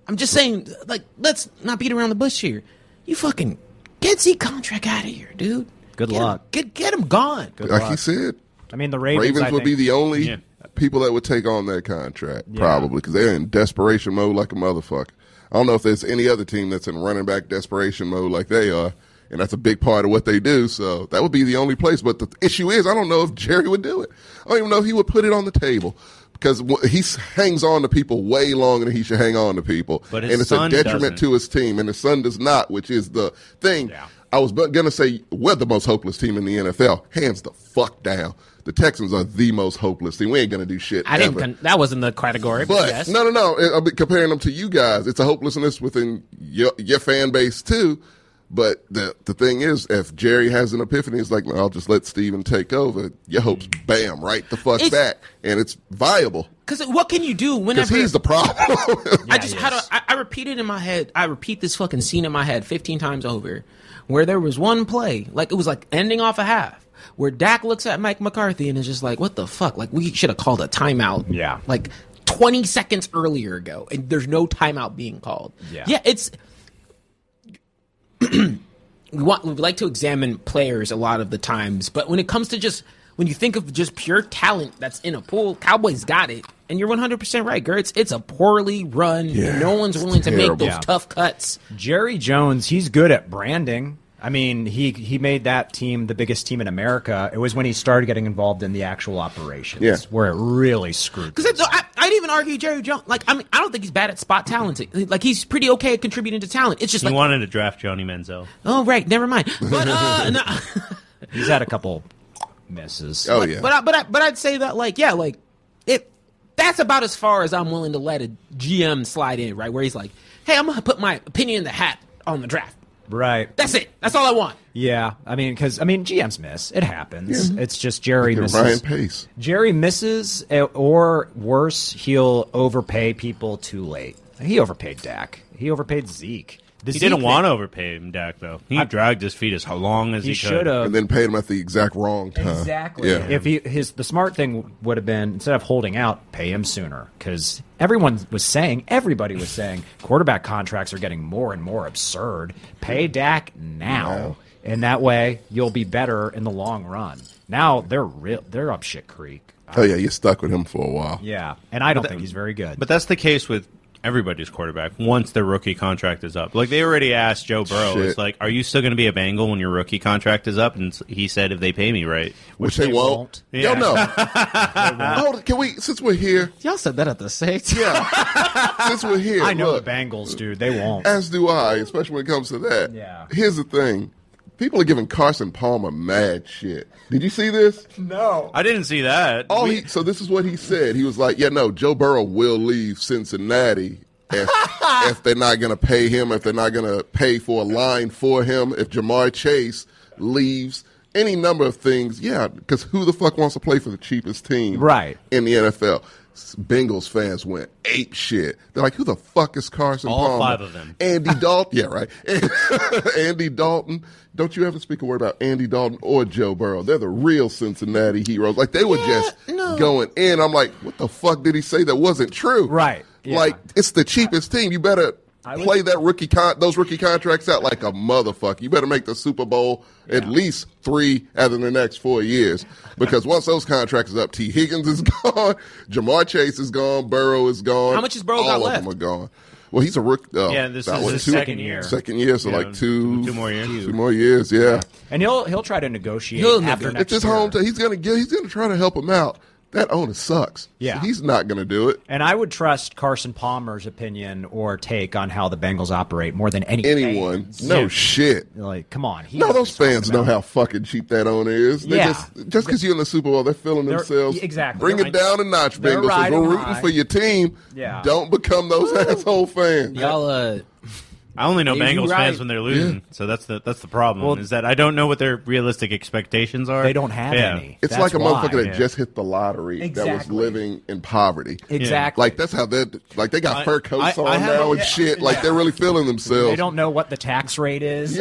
D: I'm just saying, like, let's not beat around the bush here. You fucking get Z contract out of here, dude.
B: Good
D: Get him-
B: luck.
D: get get him gone.
C: like he said,
B: I mean, the Ravens,
C: Ravens
B: I
C: would
B: think-
C: be the only
A: Yeah.
C: people that would take on that contract probably because they're in desperation mode like a motherfucker. I don't know if there's any other team that's in running back desperation mode like they are. And that's a big part of what they do. So that would be the only place. But the issue is, I don't know if Jerry would do it. I don't even know if he would put it on the table because wh- he s- hangs on to people way longer than he should hang on to people.
A: But his
C: and it's
A: son
C: a detriment
A: doesn't.
C: to his team. And his son does not, which is the thing. I was going to say we're the most hopeless team in the NFL, hands the fuck down. The Texans are the most hopeless team. We ain't gonna do shit.
D: I didn't.
C: ever.
D: Con- that wasn't the category. But,
C: but
D: yes.
C: no, no, no. I- I'm comparing them to you guys. It's a hopelessness within your, your fan base too. But the the thing is, if Jerry has an epiphany, it's like I'll just let Steven take over. Your hopes, bam, right the fuck
D: It's-
C: back, and it's viable
D: Because what can you do
C: because
D: whenever
C: he's the problem. <laughs>
D: I just had a, I, I repeat it in my head. I repeat this fucking scene in my head 15 times over where there was one play, like it was like ending off a half, where Dak looks at Mike McCarthy and is just like, what the fuck? Like, we should have called a timeout.
B: Yeah.
D: Like 20 seconds earlier ago, and there's no timeout being called.
B: Yeah.
D: Yeah, it's. we want we like to examine players a lot of the times, but when it comes to just when you think of just pure talent that's in a pool, Cowboys got it, and you're 100 percent right, Gertz. It's a poorly run.
C: Yeah,
D: no one's
C: it's
D: willing to make
C: terrible.
D: those
B: Yeah.
D: tough cuts.
B: Jerry Jones, he's good at branding. I mean, he he made that team the biggest team in America. It was when he started getting involved in the actual operations
C: Yeah.
B: where it really screwed.
D: Because I, I'd even argue Jerry Jones. Like I mean, I don't think he's bad at spot talent. Like he's pretty okay at contributing to talent. It's just
A: He
D: like,
A: wanted to draft Johnny Manziel.
D: oh right,
C: <laughs>
D: never mind. But uh, no.
B: He's had a couple misses.
C: oh
D: but,
C: yeah,
D: But I, but I, but I'd say that like yeah, like it. That's about as far as I'm willing to let a GM slide in, right? Where he's like, hey, I'm gonna put my opinion in the hat on the draft.
B: Right.
D: That's it. That's all I want.
B: Yeah. I mean, because I mean, GMs miss. It happens. It's just Jerry
C: And
B: misses.
C: Ryan Pace.
B: Jerry misses, eh, or worse, he'll overpay people too late. He overpaid Dak. He overpaid Zeke. The
A: He
B: Zeke
A: didn't
B: thing-
A: want to overpay him, Dak. Though he dragged his feet as long as he,
B: He
A: could.
B: should have.
C: And then paid him at the exact wrong time.
B: Exactly.
C: Yeah.
B: If he his the smart thing would have been instead of holding out, pay him sooner because everyone was saying, everybody was saying, quarterback contracts are getting more and more absurd. Pay Dak now, and that way you'll be better in the long run. Now they're real. They're up shit creek.
C: oh yeah, you're stuck with him for a while.
B: Yeah, and I don't think he's very good.
A: But that's the case with everybody's quarterback once their rookie contract is up. Like they already asked Joe Burrow,
C: Shit.
A: it's like, are you still going to be a Bengal when your rookie contract is up? And s- he said, if they pay me right.
C: Which, they,
B: they
C: won't.
A: won't. Yeah.
B: <laughs>
C: Y'all know. Hold it, can we? Since we're here,
D: Y'all said that at the same
B: <laughs>
D: time.
C: yeah. since we're here,
B: I know
C: look,
B: the Bengals, dude. They won't.
C: As do I, especially when it comes to that.
B: Yeah.
C: Here's the thing. People are giving Carson Palmer mad shit. Did you see this?
A: I didn't see that.
C: All
A: We-
C: Oh, he, so this is what he said. He was like, "Yeah, no, Joe Burrow will leave Cincinnati
A: <laughs>
C: if, if they're not going to pay him, if they're not going to pay for a line for him, if Jamar Chase leaves, any number of things. Yeah, because who the fuck wants to play for the cheapest team,
B: Right.
C: in the NFL?" S- Bengals fans went ape shit. They're like, "Who the fuck is Carson?"
A: All
C: Palmer?
A: five of them.
C: Andy Dalton. Yeah, right. <laughs> Andy Dalton. Don't you ever speak a word about Andy Dalton or Joe Burrow. They're the real Cincinnati heroes. Like they were just
D: no.
C: going in. I'm like, what the fuck did he say that wasn't true?
B: Right, yeah.
C: Like it's the cheapest team. You better
B: would-
C: play that rookie con- those rookie contracts out like a motherfucker. You better make the Super Bowl at least three out of the next four years. Because once those contracts is up, T. Higgins is <laughs> gone, Jamar Chase is gone, Burrow is gone.
D: How much has Burrow
C: All
D: got
C: of
D: left?
C: them are gone. Well, he's a rookie. Uh,
A: yeah, this
C: that
A: is
C: was
A: his
C: two-
A: second year.
C: Second year, so
A: Yeah,
C: like two,
A: two more years.
C: Two more years, yeah.
B: and he'll he'll try to negotiate
D: He'll
B: after
D: negotiate.
B: next
C: It's his
B: year.
C: home. To, he's gonna get. He's gonna try to help him out. That owner sucks.
B: Yeah.
C: he's not gonna do it.
B: And I would trust Carson Palmer's opinion or take on how the Bengals operate more than any
C: Anyone?
B: fans.
C: No shit.
B: Like, come on. He
C: No,
B: knows
C: those
B: what he's
C: fans know
B: talking
C: how fucking cheap that owner is. They
B: Yeah.
C: just just because you're in the Super Bowl, they're feeling
B: They're-
C: themselves.
B: exactly.
C: Bring
B: They're
C: it down a notch,
B: they're
C: Bengals. Since
B: riding
C: we're rooting
B: high.
C: for your team.
B: Yeah.
C: Don't become those asshole fans.
D: Y'all, uh,
A: I only know
D: Yeah, you're
A: Bengals
D: right.
A: fans when they're losing, so that's the that's the problem. is that I don't know what their realistic expectations are.
B: They don't have
A: Yeah.
B: any.
C: It's
B: That's
C: like a
B: why.
C: motherfucker that
A: Yeah.
C: just hit the lottery that was
B: Exactly.
C: living in poverty.
B: Exactly.
C: Like that's how they like they got
A: I-
C: fur coats
A: I-
C: on
A: I have
C: now
A: a-
C: and shit. Like they're really feeling themselves.
B: they don't know what the tax rate is.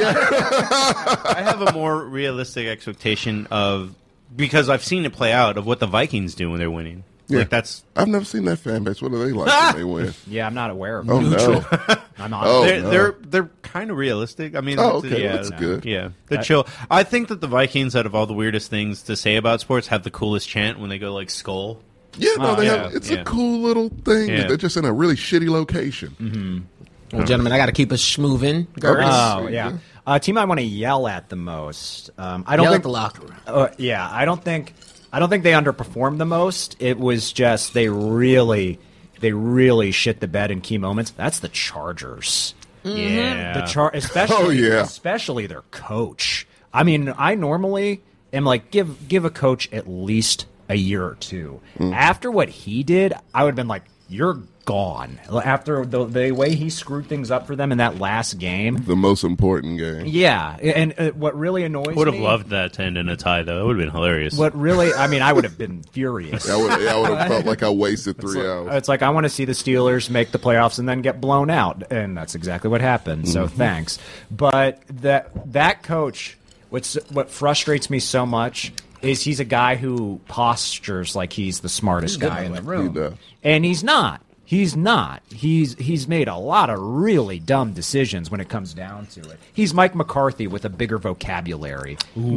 A: I have a more realistic expectation of because I've seen it play out of what the Vikings do when they're winning.
C: Yeah.
A: Like that's
C: I've never seen that fan base. What are they like when they win?
B: Yeah, I'm not aware of
C: Oh
B: it.
C: no!
B: I'm not.
C: Oh,
A: they're
C: no.
A: they're they're kind of realistic. I mean,
C: Oh,
A: it's-
C: okay,
A: yeah,
C: that's good.
A: Yeah, the chill. I think that the Vikings, out of all the weirdest things to say about sports, have the coolest chant when they go like skull.
C: <laughs> Yeah, no,
A: Oh,
C: they
A: yeah,
C: have. It's
A: yeah.
C: a cool little thing.
A: Yeah.
C: They're just in a really shitty location.
D: well, gentlemen, I got to keep us schmoving. Gertz.
B: Oh, yeah. Uh, team I want to yell at the most. Um, I don't
D: Yell at
B: think
D: the locker room.
B: Uh, yeah, I don't think I don't think they underperformed the most. It was just they really they really shit the bed in key moments. That's the Chargers.
C: Mm-hmm.
A: Yeah,
B: The char especially
C: Oh, yeah.
B: especially their coach. I mean, I normally am like
C: Mm.
B: give give a coach at least a year or two. After what he did, I would have been like you're gone. After the, the way he screwed things up for them in that last game.
C: The most important game.
B: Yeah, and uh, what really annoys
A: Would have
B: me-
A: loved that to end in a tie, though. That would have been hilarious.
B: What really, I mean, I would have been furious.
C: I would, I would have felt like I wasted three hours.
B: It's like I want to see the Steelers make the playoffs and then get blown out, and that's exactly what happened. So
C: Mm-hmm.
B: thanks, but that that coach, what's what frustrates me so much is he's a guy who postures like he's the smartest guy in the room,
C: He does.
B: and he's not. He's not. He's he's made a lot of really dumb decisions when it comes down to it. He's Mike McCarthy with a bigger vocabulary.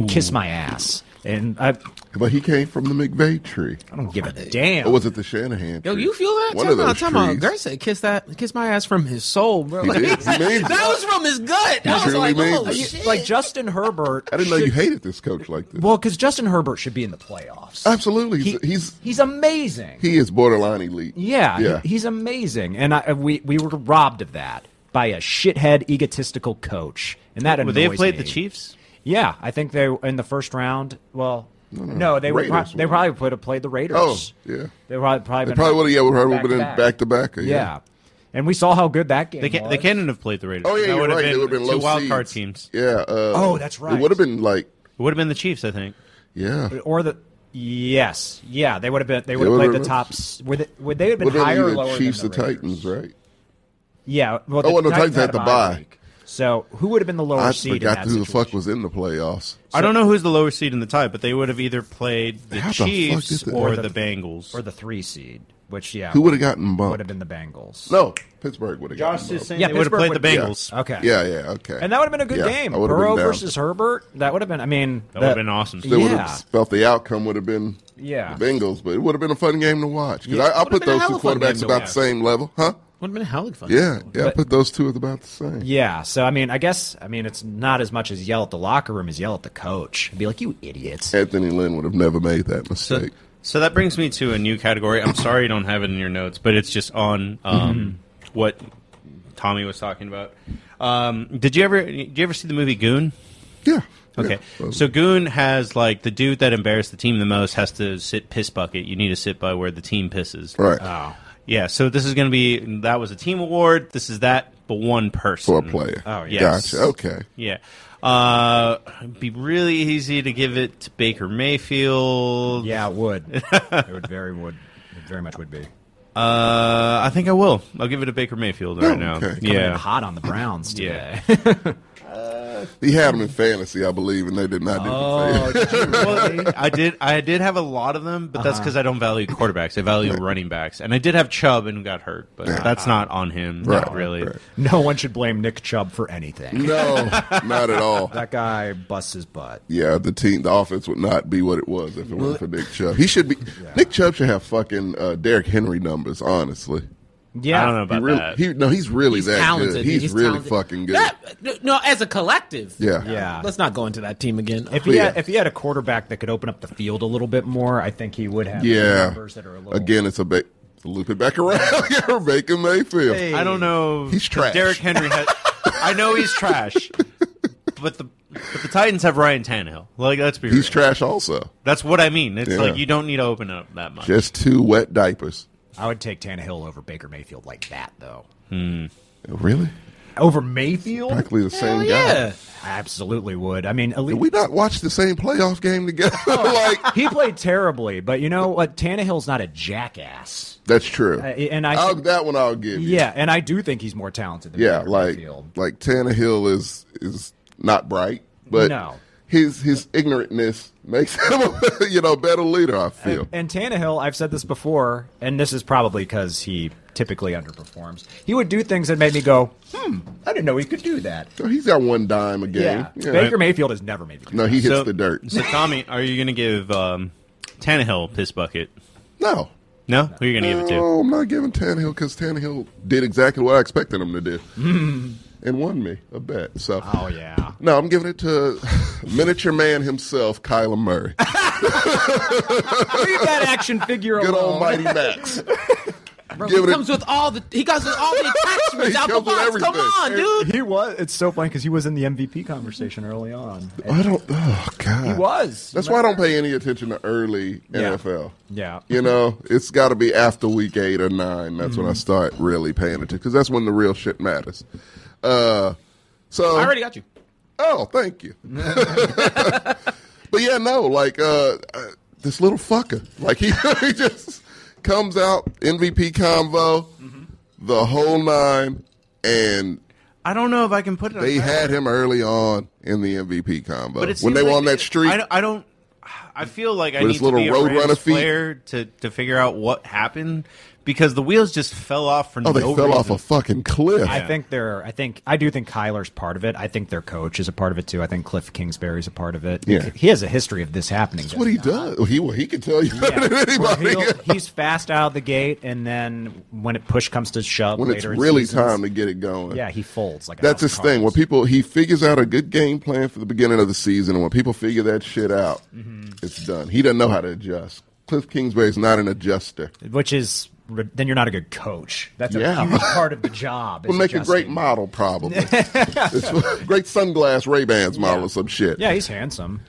B: Kiss my ass, and I, I
C: But he came from the McVeigh tree.
B: don't give a damn.
C: Or was it the Shanahan tree?
D: Yo, you feel that?
C: One
D: Time
C: of those
D: out, time out.
C: trees.
D: Gary said, "Kiss that, kiss my ass from his soul, bro."
C: He
D: <laughs> Like,
C: did. He means it.
D: that was from his gut. I was
C: truly
D: like,
C: means
D: "Oh
C: it.
D: shit!"
B: like Justin Herbert.
C: I didn't know
B: should-
C: you hated this coach like this.
B: Well, because Justin Herbert should be in the playoffs.
C: Absolutely. He's,
B: He-
C: he's
B: he's amazing.
C: he is borderline elite.
B: yeah,
C: Yeah.
B: he- he's amazing, and I, we we were robbed of that by a shithead, egotistical coach, and that
A: Would
B: annoys
A: they have played the
B: me.
A: Chiefs?
B: Yeah, I think they in the first round. Well, no, they would pro-
C: Raiders
B: they
C: won.
B: probably would have played the Raiders.
C: oh, yeah.
B: They probably probably,
C: They
B: been-
C: probably would have, yeah, would have been
B: Back-to-back.
C: back to back.
B: yeah. and we saw how good that game
A: They can,
B: was.
A: they couldn't have played the Raiders.
C: Oh,
A: that
C: yeah, you're
A: would have
C: right. It would have been low
A: two wild card
C: seeds.
A: teams.
C: Yeah. Uh,
B: Oh, that's right.
C: It would have been like,
A: It would have been the Chiefs, I think.
C: yeah.
B: or the yes, yeah, they would have been. They would
C: They
B: have played
C: would've
B: the
C: been-
B: tops. Would they, would they have been
C: Would have
B: higher or
C: been
B: lower
C: the Chiefs
B: than
C: or
B: the Raiders?
C: Titans, right?
B: Yeah. Well, the
C: Oh, well, the Titans had
B: a
C: to
B: bye
C: buy.
B: week. So who would have been the lower
C: I
B: seed? in
C: forgot
B: that
C: who the fuck
B: situation?
C: was in the playoffs.
A: I don't know who's the lower seed in the tie, but they would have either played the
C: How the fuck
A: Chiefs
C: did they-
A: or
C: Or
A: the,
B: the-
A: Bengals.
B: or the three seed, which yeah,
C: Who would have gotten
B: would have
C: bumped?
B: been the Bengals.
C: No, Pittsburgh would have gotten bumped.
B: Yeah,
A: they would have
B: Pittsburgh
A: played the
B: would-
A: Bengals.
B: Okay.
C: Yeah, yeah, okay.
B: And that would have been a good
C: Yeah,
B: game.
C: I would've been
B: Burrow
C: down.
B: versus Herbert. That would have been. I mean,
A: That would have been awesome.
C: They would
B: Yeah.
C: have felt the outcome would have been
B: Yeah.
C: the Bengals, but it would have been a fun game to watch. 'Cause I, I
D: Would've
C: put
D: been a
C: those
D: hell
C: two
D: of a fun game
C: quarterbacks
D: to
C: about the
D: watch.
C: same level, huh?
D: Would have been a hell of fun.
C: Yeah, yeah. I
B: But-
C: put those two at about the same.
B: Yeah. So I mean, I guess I mean it's not as much as yell at the locker room as yell at the coach. I'd be like, you idiots.
C: Anthony Lynn would have never made that
A: So,
C: mistake.
A: so that brings me to a new category. I'm sorry you don't have it in your notes, but it's just on um,
C: Mm-hmm.
A: what Tommy was talking about. Um, did you ever did you ever see the movie Goon?
C: yeah.
A: Okay,
C: yeah.
A: so Goon has like the dude that embarrassed the team the most has to sit piss bucket. You need to sit by where the team pisses.
C: right.
A: Yeah. So this is going to be that was a team award. This is that, but one person
C: For a player. Oh,
A: yeah.
C: Gotcha. Okay.
A: Yeah. Uh, it'd be really easy to give it to Baker Mayfield.
B: Yeah,
A: <laughs>
B: it would. it would very would it very much would be.
A: Uh, I think I will. I'll give it to Baker Mayfield right
C: Oh,
A: now.
C: okay.
B: Coming in
A: Yeah.
B: hot on the Browns today.
A: <laughs> Yeah.
C: He had him in fantasy, I believe, and they did not do
B: <laughs>
C: <laughs> oh, the fantasy.
A: well, I did. I did have a lot of them, but
B: Uh-huh.
A: that's because I don't value quarterbacks. I value running backs, and I did have Chubb and got hurt, but that's not on him. Not
C: Right,
A: really.
C: right.
B: no one should blame Nick Chubb for anything.
C: no, not at all.
B: That guy busts his butt.
C: Yeah, the team, the offense would not be what it was if it weren't for Nick Chubb. He should be. Nick Chubb should have fucking uh, Derrick Henry numbers. Honestly,
B: Yeah.
A: I don't know about
C: he really,
A: that.
C: he, no, he's really
D: he's
C: that
D: talented.
C: good. He's, really
D: talented.
C: fucking good.
D: That- no, as a collective.
C: yeah,
B: Yeah.
D: Let's not go into that team again.
B: If he,
C: Yeah.
B: had, if he had a quarterback that could open up the field a little bit more, I think he would have
C: yeah.
B: numbers that are a little
C: Again, it's a ba- loop it back around. <laughs> You're Baker Mayfield.
A: I don't know.
C: He's
A: 'cause
C: trash.
A: Derrick Henry has. I know he's
C: <laughs>
A: trash, but the but the Titans have Ryan Tannehill. Like let's be
C: He's
A: real.
C: trash. Also,
A: That's what I mean. It's
C: Yeah.
A: like you don't need to open up that much.
C: just two wet diapers.
B: I would take Tannehill over Baker Mayfield like that, though.
C: Really?
B: Over Mayfield?
C: Practically the same
D: Hell
C: guy.
D: yeah.
B: I absolutely would. I mean, at
C: Did
B: least
C: we not watch the same playoff game together? <laughs> like
B: he played terribly, but you know what? Tannehill's not a jackass.
C: that's true.
B: and I-
C: I'll, that one I'll give you.
B: Yeah, and I do think he's more talented than
C: Oh, yeah.
B: Baker
C: Like
B: Mayfield.
C: like Tannehill is is not bright, but
B: No.
C: his his ignorantness makes <laughs> him a, you know better leader.
B: Uh,
C: I feel.
B: And Tannehill, I've said this before, and this is probably because he typically underperforms. He would do things that made me go, hmm, I didn't know he could do that.
C: so he's got one dime a game.
B: Yeah. Baker Mayfield has never made me do
C: No, he hits
A: so,
C: the dirt.
A: So Tommy, are you going to give um, Tannehill piss bucket?
C: No.
A: No, who are you going to give it to?
C: No, I'm not giving Tannehill because Tannehill did exactly what I expected him to do
B: <laughs>
C: and won me a bet. So,
B: that. Oh, yeah.
C: no, I'm giving it to <laughs> miniature man himself, Kyler Murray.
B: Leave that action figure
C: Good
B: alone.
C: old mighty Max.
D: Bro,
C: Give
D: he
C: it-
D: comes with all the he comes with all
C: <laughs>
D: the attachments
C: He
D: out the
C: comes with
D: box. Come
C: everything.
D: on, dude.
B: He was. It's so funny because he was in the MVP conversation early on.
C: <laughs> I don't. Oh God.
B: He was.
C: That's why I don't pay any attention to early
B: Yeah.
C: NFL.
B: Yeah.
C: You know, it's got to be after week eight or nine. That's
D: Mm-hmm.
C: when I start really paying attention because that's when the real shit matters. Uh, so
D: I already got you.
C: Oh, thank you. <laughs> but yeah, no, like uh, uh, this little fucker, like he, <laughs> he just comes out MVP convo,
D: Mm-hmm.
C: the whole nine, and
A: I don't know if I can put it. on
C: they
A: that.
C: had him early on in the MVP convo
A: but it
C: when they
A: seems
C: were
A: like
C: on that street.
A: I, don't- I don't. I feel like I
C: With
A: need
C: his little
A: to be a
C: Roadrunner
A: Rams
C: feet.
A: player to to figure out what happened because the wheels just fell off for
C: oh,
A: no
C: they fell off
A: reason.
C: a fucking cliff.
B: I think they're. I think I do think Kyler's part of it. I think their coach is a part of it too. I think Cliff Kingsbury's a part of it.
C: Yeah.
B: he has a history of this happening.
C: That's what he does. He well, he can tell you better
B: Yeah.
C: than
B: Where
C: <laughs> anybody.
B: he'll- he's fast out of the gate, and then when it push comes to shove,
C: <laughs> when it's
B: later in
C: really
B: seasons,
C: time to get it going.
B: Yeah, he folds like a
C: That's
B: house
C: his
B: of
C: thing. When
B: cards.
C: people he figures out a good game plan for the beginning of the season, and when people figure that shit out,
B: Mm-hmm.
C: it's done. He doesn't know how to adjust. Cliff Kingsbury's not an adjuster.
B: which is then you're not a good coach. That's
C: Yeah.
B: a huge part of the job.
C: <laughs> Will
B: is
C: make a great
B: adjusting. <laughs>
C: model, probably. It's <laughs> a great sunglass Ray Bans model or some shit.
B: Yeah, he's handsome.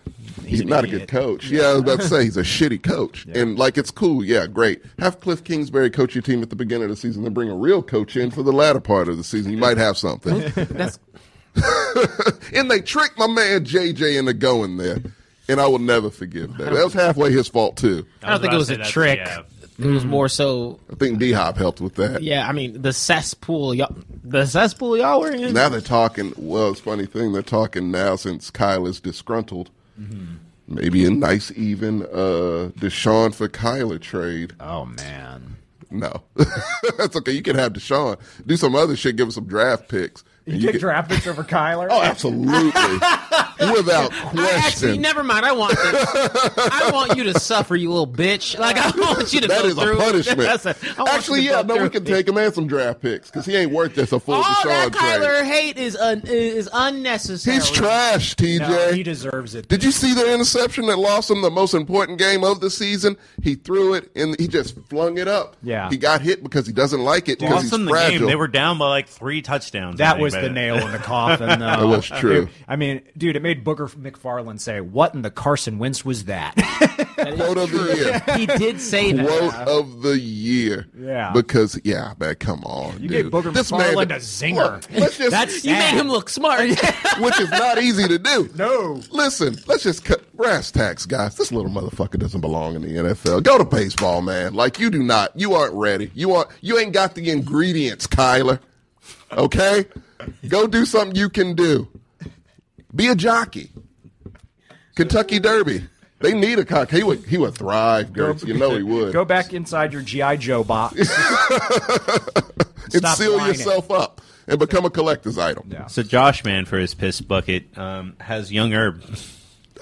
C: he's,
B: an
C: not a
B: idiot.
C: good coach. Yeah, I was about to say he's a shitty coach. And like it's cool, yeah, great. Have Cliff Kingsbury coach your team at the beginning of the season, then bring a real coach in for the latter part of the season. You might have something.
D: <laughs> <laughs> That's
C: and they tricked my man JJ into going there. And I will never forgive that. That was halfway his fault too.
D: I don't think it was
A: about
D: a
A: to say
D: trick.
A: that's- uh,
D: It was more so.
C: I think D Hop helped with that.
D: Yeah, I mean the cesspool, y'all, the cesspool y'all were in.
C: Now they're talking. Well, it's a funny thing they're talking now since Kyle is disgruntled. Maybe a nice even uh, Deshaun for Kyler trade.
B: Oh man.
C: No, <laughs> that's okay. You can have Deshaun do some other shit. Give him some draft picks. And
B: You, get draft picks over Kyler.
C: Oh, absolutely, without
D: <laughs> I actually
C: question.
D: never mind. I want
C: <laughs>
D: this. I want you to suffer, you little bitch. Like I want you to
C: That
D: go
C: is a
D: through.
C: punishment.
D: <laughs> That's a- I want
C: Actually,
D: you to
C: yeah,
D: go
C: no, we
D: through
C: can
D: it.
C: take him and some draft picks because he ain't worth this. A full
D: All
C: Deshaun
D: that Kyler
C: trade.
D: hate is un- is unnecessary.
C: He's trash,
B: <laughs>
C: TJ.
B: No, he deserves it.
C: Did you see the interception that lost him the most important game of the season? He threw it and he just flung it up.
B: Yeah.
C: He got hit because he doesn't like it because
A: Lost
C: he's
A: them the
C: fragile.
A: game. They were down by like three touchdowns. I
B: That
A: think,
B: was
A: by
B: the nail in the
C: <laughs>
B: coffin, though. That
C: was true.
B: I mean, dude, it made Booger McFarland say, "What in the Carson Wentz was
C: <laughs>
B: that?"
C: Quote of the
D: <laughs>
C: year.
D: He did say that.
C: Quote of the year.
B: Yeah.
C: Because yeah, man, come on. You
B: gave
C: dude.
B: Booger
C: This
B: McFarland
C: man-
B: a zinger.
C: Look, let's just,
B: That's-
D: you made
B: sad.
D: him look smart.
C: <laughs> which is not easy to do.
B: No.
C: Listen, let's just cut brass tacks, guys. This little motherfucker doesn't belong in the NFL. Go to baseball, man. Like you do not. You aren't ready. You aren't you ain't got the ingredients, Kyler. Okay? Go do something you can do. Be a jockey. Kentucky Derby. They need a cock. He would he would thrive, Gertz. You know he would.
B: Go back inside your GI Joe box.
C: <laughs> and
B: stop
C: seal
B: whining.
C: yourself up and become a collector's item. <laughs>
B: Yeah.
A: So Josh Man for his piss bucket um, has young herb.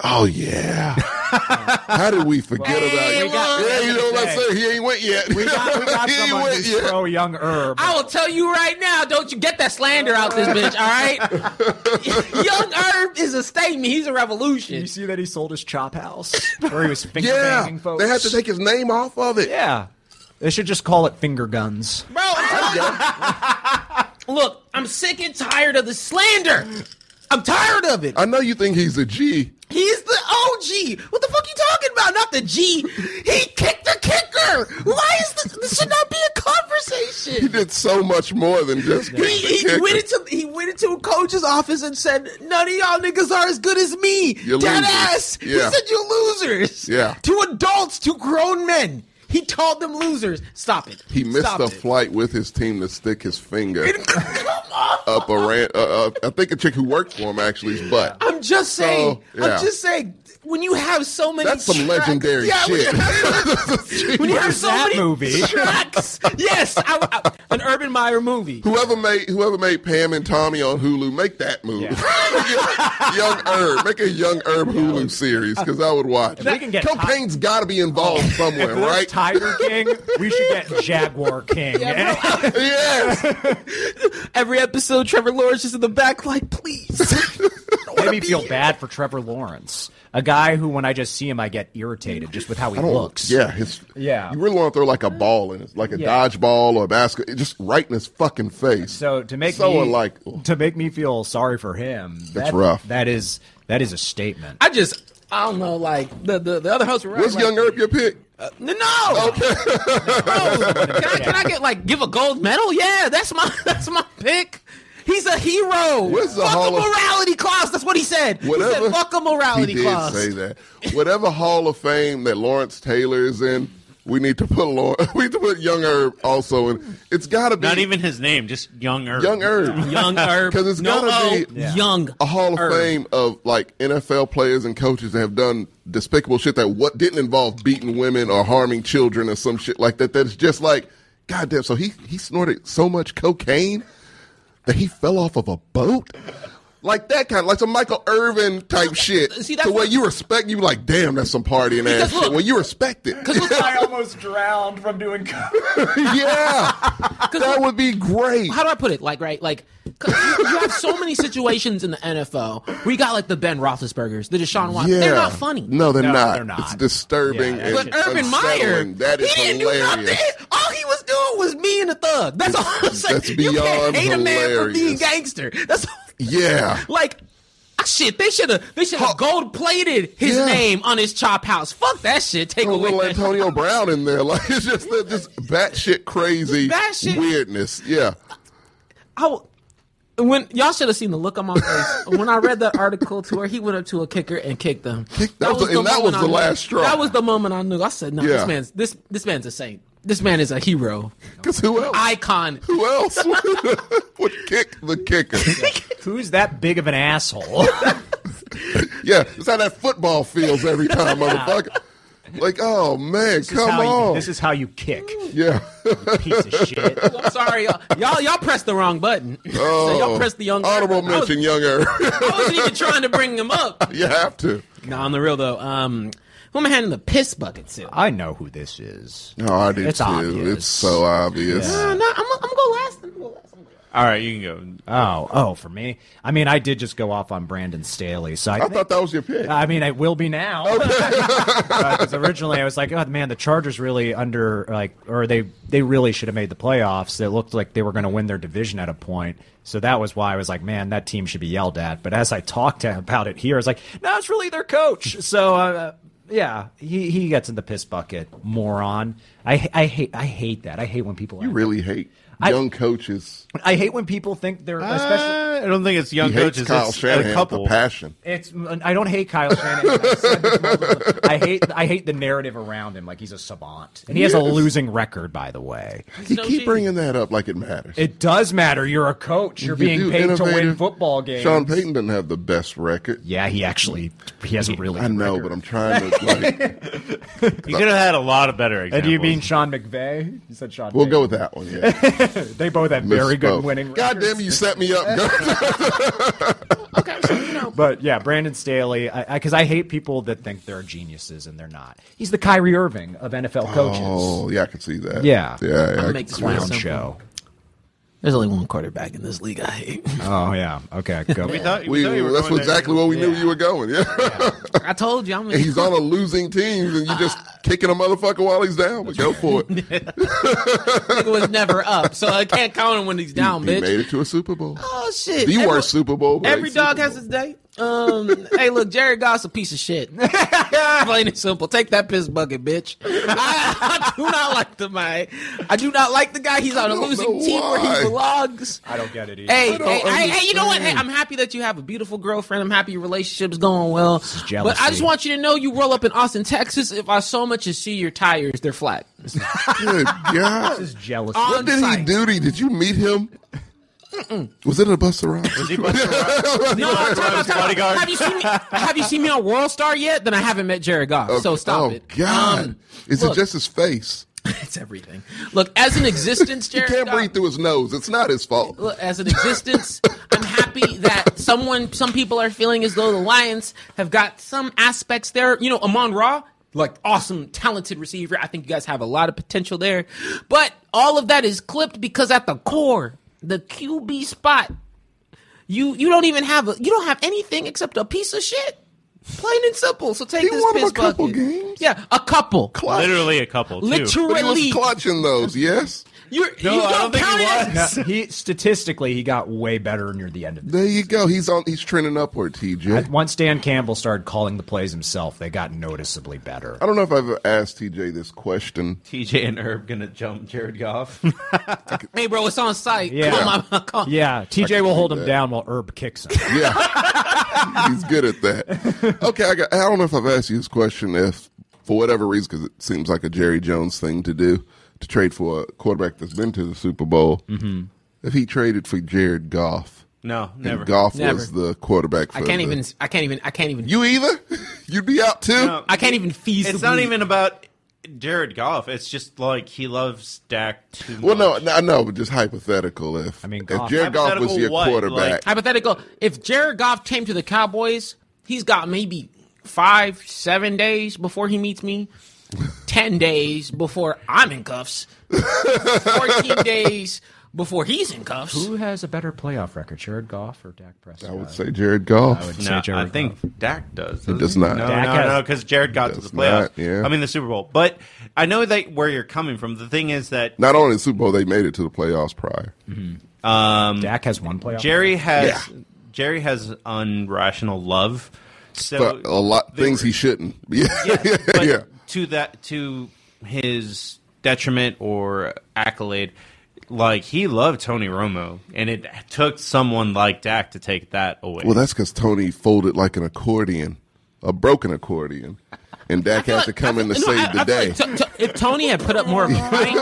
C: Oh yeah. How did we forget about
D: Hey,
C: you?
D: we got-
C: yeah, you know what I'm saying? He ain't went yet.
B: We got, we got
C: <laughs> he ain't
B: someone
C: went
B: who's
C: yet.
B: pro young herb.
D: <laughs> I will tell you right now, don't you get that slander out this bitch,
C: <laughs>
D: all right? Young Herb is a statement. He's a revolution.
B: You see that he sold his chop
C: <laughs>
B: house where he was finger banging
C: Yeah.
B: folks.
C: They had to take his name off of it.
B: yeah, they should just call it finger guns.
D: Bro, I'm telling you.
C: <laughs>
D: look, I'm sick and tired of the slander. I'm tired of it.
C: I know you think he's a G.
D: He's the OG. What the fuck you talking about? Not the G. He kicked the kicker. Why is this? This should not be a
C: He
D: conversation.
C: did so much more than just
D: He,
C: <laughs>
D: he went into he went into a coach's office and said, "None of y'all niggas are as good as me."
C: You're
D: Dead
C: losers.
D: ass. He
C: Yeah.
D: said, "You losers."
C: Yeah.
D: To adults, to grown men, he called them losers. Stop it.
C: He missed
D: Stop
C: a
D: it.
C: flight with his team to stick his finger
B: <laughs>
D: Come on.
C: up a ran- uh, uh, I think a chick who worked for him actually's butt.
D: I'm just saying.
C: yeah.
D: I'm just saying. When you have so many,
C: That's some
D: tracks-
C: legendary
D: Yeah, when you
C: shit.
D: When you have
B: Where's
D: so
B: that
D: many
B: movie?
D: <laughs> tracks. yes, I, I, an Urban Meyer movie.
C: Whoever made whoever made Pam and Tommy on Hulu, make that move. <laughs> young Herb, make a Young Herb Hulu series because I would watch.
B: we can get Oh.
C: Cocaine's got to be involved
B: <laughs>
C: somewhere,
B: If there's
C: right?
B: Tiger King. We should get Jaguar King.
C: <laughs> yes.
D: Every
C: <laughs>
D: episode, Trevor Lawrence is in the back, like, please.
B: Made me feel bad for Trevor Lawrence. A guy who, when I just see him, I get irritated just with how he
C: I don't.
B: looks.
C: Yeah, his.
B: Yeah.
C: You really want to throw like a ball in, it, like a dodgeball or a basket, just right in his fucking face.
B: So to make
C: so
B: me
C: alike.
B: to make me feel sorry for him. That's
C: rough.
B: That is that is a statement.
D: I just I don't know. Like the the, the other hosts were right.
C: What's
D: like,
C: Young Herb your pick?
D: No, no. can, I, can I get like give a gold medal? Yeah, that's my <laughs> that's my pick. He's a hero.
C: Where's the
D: fuck
C: Hall
D: a
C: of-
D: morality clause. That's what he said. he
C: Whatever.
D: said fuck a morality
C: he did
D: clause.
C: say that. Whatever Hall of Fame that Lawrence Taylor is in, we need to put Lawrence, <laughs> we need to put Young Herb also in. It's got to be
A: <laughs> Not even his name, just Young Herb.
C: Young Herb.
D: <laughs> Young Herb.
C: 'Cause it's
D: no, oh,
C: gotta
D: O,
C: be- Yeah.
D: Young.
C: a Hall of
D: Herb.
C: Fame of like NFL players and coaches that have done despicable shit that what didn't involve beating women or harming children or some shit like that. That's just like, goddamn. So he he snorted so much cocaine that he fell off of a boat. Like that kind, of, like some Michael Irvin type shit.
D: see, that's
C: to where
D: what-
C: you respect, you like, damn, that's some partying ass
D: Because
C: shit.
D: look-
C: When you respect it,
D: Because look,
B: I almost drowned from doing.
C: <laughs>
B: <laughs>
C: yeah, that would be great.
D: how do I put it? Like, right, like 'cause you, you have so many situations in the NFL where you got like the Ben Roethlisberger's, the Deshaun Watson.
C: yeah,
D: They're not funny.
C: No, they're,
B: No,
C: not.
B: they're not.
C: It's disturbing.
B: Yeah.
C: and
D: But Urban Meyer,
C: unsettling. that is
D: he didn't
C: hilarious.
D: do nothing. All he was doing was being a thug. That's all I'm saying.
C: that's
D: you
C: beyond
D: can't hate a man for being
C: hilarious.
D: gangster. That's all. <laughs>
C: Yeah.
D: like. ah, Shit, they should have they should have gold plated his
C: Yeah.
D: name on his chop house. Fuck that shit. Take
C: Throw a
D: away
C: little
D: that.
C: Antonio Brown in there. <laughs> Like it's just that just batshit crazy
D: Batshit.
C: weirdness. Yeah.
D: I w- when y'all should have seen the look on my face when I read that article to where he went up to a kicker and kicked them.
C: That was the- and that was
D: moment I
C: the
D: knew-
C: last straw.
D: That was the moment I knew. I said, "No,
C: Yeah.
D: this man's this this man's a saint. This man is a hero,
C: Because who else?
D: icon."
C: who else <laughs> would kick the kicker?
B: Who's that big of an asshole?
C: Yeah, it's how that football feels every time, motherfucker. Like, oh man,
B: This is
C: come
B: how you-
C: on.
B: this is how you kick,
C: yeah.
B: piece of
C: <laughs>
B: shit.
D: I'm sorry, y'all. Y'all, y'all pressed the wrong button. <laughs> so y'all pressed the young.
C: Honorable
D: I was-
C: mention, younger.
D: I wasn't even trying to bring him <laughs>
C: <laughs>
D: up.
C: you have to.
D: No, on the real though. Um, who am I handing the piss bucket to?
B: I know who this is.
C: No, Oh, I do
B: It's
C: too.
B: obvious.
C: It's so obvious.
D: Uh, no, I'm, I'm gonna go last. I'm gonna go last. I'm gonna go last.
A: All right, you can go.
B: Oh, oh, for me. I mean, I did just go off on Brandon Staley, so I,
C: I
B: think-
C: thought that was your pick.
B: I mean, it will be now. <laughs> Because originally I was like, oh man, the Chargers really under like, or they they really should have made the playoffs. It looked like they were going to win their division at a point. So that was why I was like, man, that team should be yelled at. But as I talked to- about it here, I was like, no, it's really their coach. So uh, yeah, he he gets in the piss bucket, moron. I I hate I hate that. I hate when people.
C: You really hate
B: I-
C: young coaches.
B: I hate when people think they're
C: Ah.
B: especially.
A: Uh, I don't think it's young
C: He hates
A: coaches.
C: Kyle
A: it's
C: Shanahan
A: a
C: with
A: couple.
C: a passion.
B: It's I don't hate Kyle Shanahan. I've said this
C: <laughs>
B: multiple times. I hate I hate the narrative around him. Like he's a savant, and he has a
C: Yes.
B: losing record, by the way.
C: You
D: no
C: keep
D: G.
C: bringing that up like it matters.
B: It does matter. You're a coach. You're
C: You
B: being
C: do
B: paid to win
C: innovative-
B: football games.
C: Sean Payton doesn't have the best record.
B: Yeah, he actually he has a really.
C: I
B: good
C: know,
B: record.
C: but I'm trying to.
B: <laughs>
C: Like,
A: You could have had a lot of better
B: And
A: examples.
B: do you mean Sean McVay? You said Sean.
C: we'll go
B: Payton.
C: with that one. Yeah.
B: They both have very
C: Misspoke.
B: good winning.
C: God
B: records.
C: damn, you set
B: <laughs>
C: me up.
D: Okay, so you know,
B: But yeah, Brandon Staley, because I, 'cause I hate people that think they're geniuses and they're not. He's the Kyrie Irving of NFL coaches.
C: oh, yeah, I can see that.
B: Yeah.
C: yeah. yeah I
D: I'm
C: can
D: gonna make this
C: see
D: one
C: that.
B: Clown
D: simple.
B: show.
D: There's only one quarterback in this league I hate.
B: Oh yeah. Okay. Go.
A: We thought, we
C: We,
A: thought you were
C: that's
A: going
C: exactly
A: there.
C: where we knew you were going. Yeah. <laughs>
D: I told you, I'm.
C: And he's on a losing team, and you just
D: Ah.
C: kicking a motherfucker while he's down. But go for
D: <laughs>
C: it.
D: nigga was never up, so I can't count him when he's down,
C: he
D: bitch.
C: made it to a Super
D: <laughs>
C: Bowl.
D: Oh shit!
C: The
D: Every-
C: worst Super Bowl. but
D: Every
C: a Super
D: dog has
C: Bowl.
D: his day. Um, <laughs> hey, look, Jared Goff's a piece
C: <laughs>
D: of shit. Plain and simple. Take that piss bucket, bitch. I, I do not like the man. I do not like the guy. He's on a
C: don't
D: losing
C: know
D: team where
C: why.
D: he belongs.
B: I don't get it either.
D: Hey,
C: I don't
D: hey, hey, hey, you know what? Hey,
C: understand.
D: I'm happy that you have a beautiful girlfriend. I'm happy your relationship's going well.
B: is jealousy.
D: But I just want you to know you roll up in Austin, Texas. If I so much as see your tires,
C: <laughs>
D: they're flat.
C: Good God.
B: is jealous.
D: On
C: What did he
D: site.
C: do? to you? Did you meet him? Was it at a Buster Rhymes?
A: Was he Busta Rhymes?
D: No, time out, time out.
A: bodyguard.
D: Have you seen me? Have you seen me on World Star yet? Then I haven't met Jared Goff. So stop
C: oh,
D: it.
C: God.
D: Um,
C: Is
D: look.
C: it just his face?
D: it's everything. Look, as an existence,
C: He
D: Jared
C: can't
D: Goff-
C: breathe through his nose. It's not his fault.
D: Look, as an existence, I'm happy that someone, some people are feeling as though the Lions have got some aspects there. You know, Amon Ra, like awesome, talented receiver. I think you guys have a lot of potential there, but all of that is clipped because at the core, the QB spot, you you don't even have a, you don't have anything except a piece of shit. Plain and simple. So take
C: He
D: this
C: won him
D: piss
C: a couple
D: bucket.
C: games.
D: Yeah, a couple.
C: Clutch.
A: Literally a couple. Too.
C: But he was
D: Literally,
C: clutching those, yes?
D: you're,
A: No, I
D: you don't
A: don't think
D: count
A: he
D: it.
A: was.
B: No, he statistically he got way better near the end of
C: There you go. He's on. He's trending upward,
B: it.
C: TJ.
B: Once Dan Campbell started calling the plays himself, they got noticeably better.
C: I don't know if I've ever asked TJ this question.
A: TJ and Herb gonna jump Jared
C: <laughs>
A: Goff.
D: Hey, bro, it's on site.
B: Yeah.
D: Come on, my- <laughs> come on.
B: Yeah, TJ will hold him
C: that.
B: down while Herb kicks him.
C: Yeah, <laughs> he's good at that. Okay, I, got, I don't know if I've asked you this question. If for whatever reason, because it seems like a Jerry Jones thing to do, to trade for a quarterback that's been to the Super Bowl. Mm-hmm. If he traded for Jared Goff,
A: no,
C: and
A: never.
C: Goff
D: Never.
C: was the quarterback. For
D: I can't
C: the-
D: even. I can't even. I can't even.
C: You either? <laughs> You'd be out too.
A: No.
D: I can't even feasibly.
A: It's not even about Jared Goff. It's just like he loves Dak too
C: Well,
A: much.
C: no, no, I know, but just hypothetical. If I
B: mean,
C: if
B: Goff-
C: Jared Goff was
A: Hypothetical
C: your
A: what?
C: quarterback,
D: hypothetical. If Jared Goff came to the Cowboys, he's got maybe five, seven days before he meets <laughs> me. Ten days before I'm in cuffs. <laughs> Fourteen days before he's in cuffs.
B: Who has a better playoff record, Jared Goff or Dak Prescott?
C: I would say Jared Goff.
A: No, I think Dak does. He
C: does not.
A: No,
B: Dak
A: no,
B: has-
A: no, because Jared got to the
C: does
A: playoffs.
C: not, yeah.
A: I mean the Super Bowl. But I know that where you're coming from. The thing is that
C: Not only the Super Bowl, they made it to the playoffs prior.
A: Mm-hmm.
B: Dak has one playoff.
A: Jerry has
C: Yeah.
A: Jerry has unrational love. So
C: But a lot
A: they
C: things
A: were-
C: he shouldn't. <laughs> Yeah,
A: yeah, but
C: yeah.
A: to that to his detriment or accolade, like he loved Tony Romo, and it took someone like Dak to take that away.
C: Well, that's because Tony folded like an accordion, a broken accordion, and Dak had to come in to
D: <laughs> No, I-
C: save the
D: I feel
C: day.
D: like t- t- if Tony had put up more of a fight,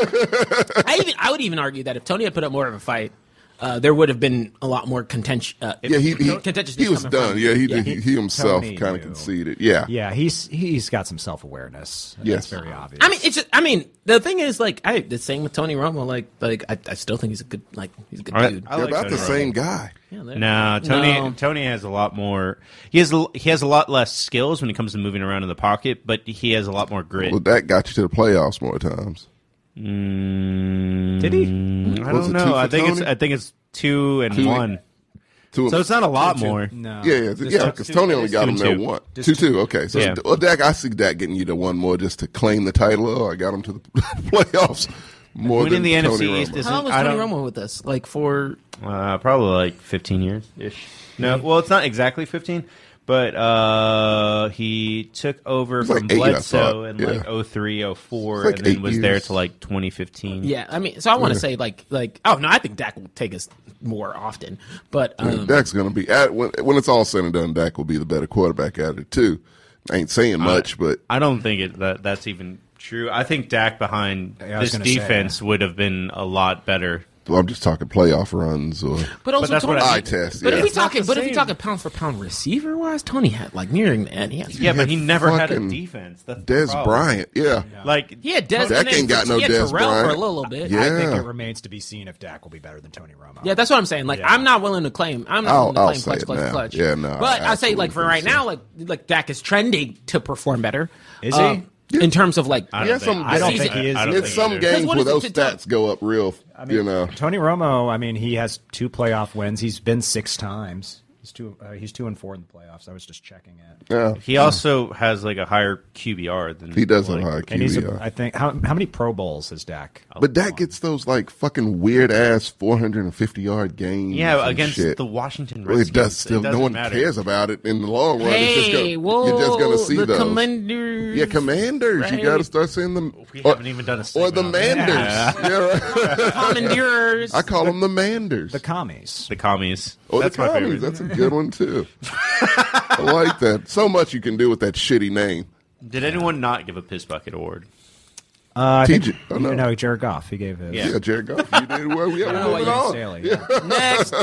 C: <laughs>
D: I even I would even argue that if Tony had put up more of a fight, uh, there would have been a lot more contention. Uh,
C: yeah, he he,
D: contentiousness
C: he was
D: coming from-
C: done. Yeah, he
D: Yeah,
C: did- he, he himself
B: Tony
C: kind
B: knew.
C: of conceded. Yeah,
B: Yeah, he's he's got some self awareness.
C: Yes.
B: very obvious.
D: I mean, it's. Just, I mean, the thing is, like, I the same with Tony Romo. Like, like I, I still think he's a good, like, he's a good
A: All right.
D: dude.
A: I
C: They're
A: like
C: about
A: Tony
C: the
A: Romo.
C: same guy.
D: Yeah, there-
A: No, Tony.
D: No.
A: Tony has a lot more. He has a- he has a lot less skills when it comes to moving around in the pocket, but he has a lot more grit.
C: Well, Dak got you to the playoffs more times.
B: did he?
A: I
C: was
A: don't
C: it
A: know.
C: two for
A: I think it's
C: Tony?
A: I think it's two and
C: Two.
A: one.
C: Two
A: So it's not a lot more.
B: No.
C: Yeah, yeah, yeah. Because Tony only
A: just two
C: got him
A: and
C: there
A: two.
C: one, two, two. Okay, so
A: Yeah.
C: well, Dak, I see Dak getting you to one more just to claim the title. Oh, I got him to the <laughs> playoffs more
A: Winning
C: than
A: the
C: Tony
A: NFC
C: Romo.
A: East is
D: How long was
A: I
D: Tony
A: don't-
D: Romo with us? Like for
A: Uh, probably like fifteen years ish. No,
B: Mm-hmm.
A: well, it's not exactly fifteen, but uh, he took over
C: like
A: from
C: eight, I
A: Bledsoe
C: thought.
A: in
C: Yeah.
A: like 03, 04,
C: It's like
A: and then
C: eight
A: was there
C: years.
A: to like twenty fifteen.
D: yeah. I mean, so I want to say like like oh no, I think Dak will take us more often, but um,
C: Dak's going to be at when, when it's all said and done. Dak will be the better quarterback at it too. I ain't saying much, but
A: I don't think it, that that's even true. I think Dak behind
B: Yeah, I was
A: this
B: gonna say,
A: defense would have been a lot better.
C: well, I'm just talking playoff runs or
D: but also
A: that's
D: Tony.
A: what
C: eye test.
D: but
C: yeah.
D: if we
A: It's not
D: talking,
A: the
D: but if we
A: same.
D: talking pound for pound receiver wise, Tony had like nearing the end. He had,
A: Yeah, but he never had a
C: fucking
A: defense. That's the
C: Des
A: problem.
C: Bryant, yeah.
A: Like
D: yeah, Des.
C: Dak
D: and then
C: ain't got no
D: he had
C: Dez
D: Terrell
C: Bryant.
D: for a little bit.
C: Yeah.
D: Yeah.
B: I think it remains to be seen if Dak will be better than Tony Romo.
D: that's what I'm saying. Like,
B: Yeah.
D: I'm not willing to claim. I'm not
C: I'll-
D: willing to
C: I'll
D: claim
C: say
D: clutch,
C: it
D: clutch,
C: now.
D: clutch.
C: Yeah, no, I
D: But I, say,
C: absolutely
D: like, for
C: think
D: right
C: so.
D: now, like, like Dak is trending to perform better. uh,
B: Is he?
D: In terms of like,
A: I
C: Yeah,
A: don't,
C: some-
A: think,
C: I don't
D: think
B: he is.
A: I don't
C: It's
A: think
C: some
A: either.
C: games
D: what
C: where
D: is it
C: those
D: to tell-
C: stats go up real, you know.
B: Tony Romo. I mean, he has two playoff wins. He's been six times. He's two. Uh, he's two and four in the playoffs. I was just checking it.
C: Yeah,
A: He also has like a higher QBR than
C: he does have
A: like,
C: high
B: And he's. A,
C: QBR.
B: I think. How, how many Pro Bowls has Dak?
C: but Dak gets those like fucking weird ass 450 yard games.
A: Yeah,
C: and
A: against
C: shit.
A: the Washington
C: Well,
A: Redskins.
C: it does still. no
A: doesn't
C: one
A: matter.
C: cares about it in the long run. it's just
D: hey,
C: gonna,
D: whoa,
C: you're just going to see
D: the
C: those.
D: commanders.
C: yeah, commanders. You
D: Right.
C: got to start seeing them.
A: We
C: or-
A: haven't even done a
C: or
A: segment
C: the
A: on that.
C: manders. Yeah, right. <laughs>
D: commandeers.
C: I call them the manders.
B: The commies.
A: The commies.
C: Oh,
A: That's
C: the
A: my
C: commies.
A: favorite.
C: That's a good one too. I like that. So much you can do with that shitty name.
A: Did anyone not give a piss bucket award?
B: Uh,
C: TJ. Oh,
B: no.
C: no.
B: no, Jared Goff. He gave his.
A: Yeah.
C: Yeah, Oh, Jared Goff. You did well. Yeah,
B: Uh,
C: we're moving
B: Lane
C: on.
B: Staley, yeah.
D: Next.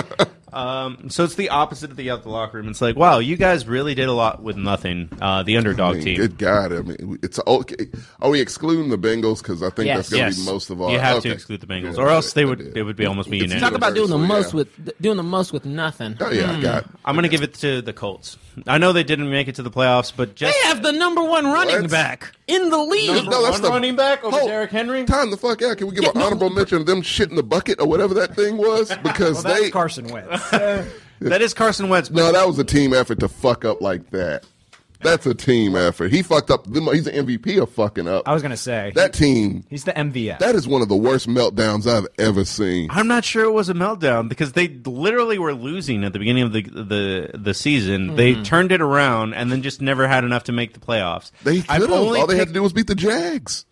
A: So it's the opposite of the out the locker room. It's like, wow, you guys really did a lot with nothing. Uh, the
C: I
A: underdog
C: mean,
A: team.
C: good God! I mean, it's okay. Are we excluding the Bengals? Because I think
D: Yes.
C: that's going to
A: yes,
C: be most of all.
A: you have to exclude the Bengals, or else they would it would be almost be
C: It's
A: unanimous.
D: Talk about doing the
C: Yeah.
D: most with doing the most with nothing.
C: Oh yeah, I got.
A: I'm going to give it to the Colts. I know they didn't make it to the playoffs, but just
D: They have the number one running
C: What?
D: back in the league.
C: No, that's
A: one
C: the-
A: running back over
C: Hold-
A: Derrick Henry.
C: Time the fuck out. Can we give
D: Yeah,
C: an
D: no,
C: honorable mention of them shit in the bucket or whatever that thing was? Because
B: That's
C: they <laughs>
B: Carson Wentz.
A: That is Carson Wentz. but
C: no, that was a team effort to fuck up like that. That's a team effort. He fucked up. the mo- He's an MVP of fucking up.
B: I was gonna say
C: that team.
B: he's the MVS.
C: That is one of the worst meltdowns I've ever seen.
A: I'm not sure it was a meltdown because they literally were losing at the beginning of the the, the season. They turned it around and then just never had enough to make the playoffs.
C: They
A: I've
C: could have.
A: only
C: All they had
A: picked-
C: to do was beat the Jags.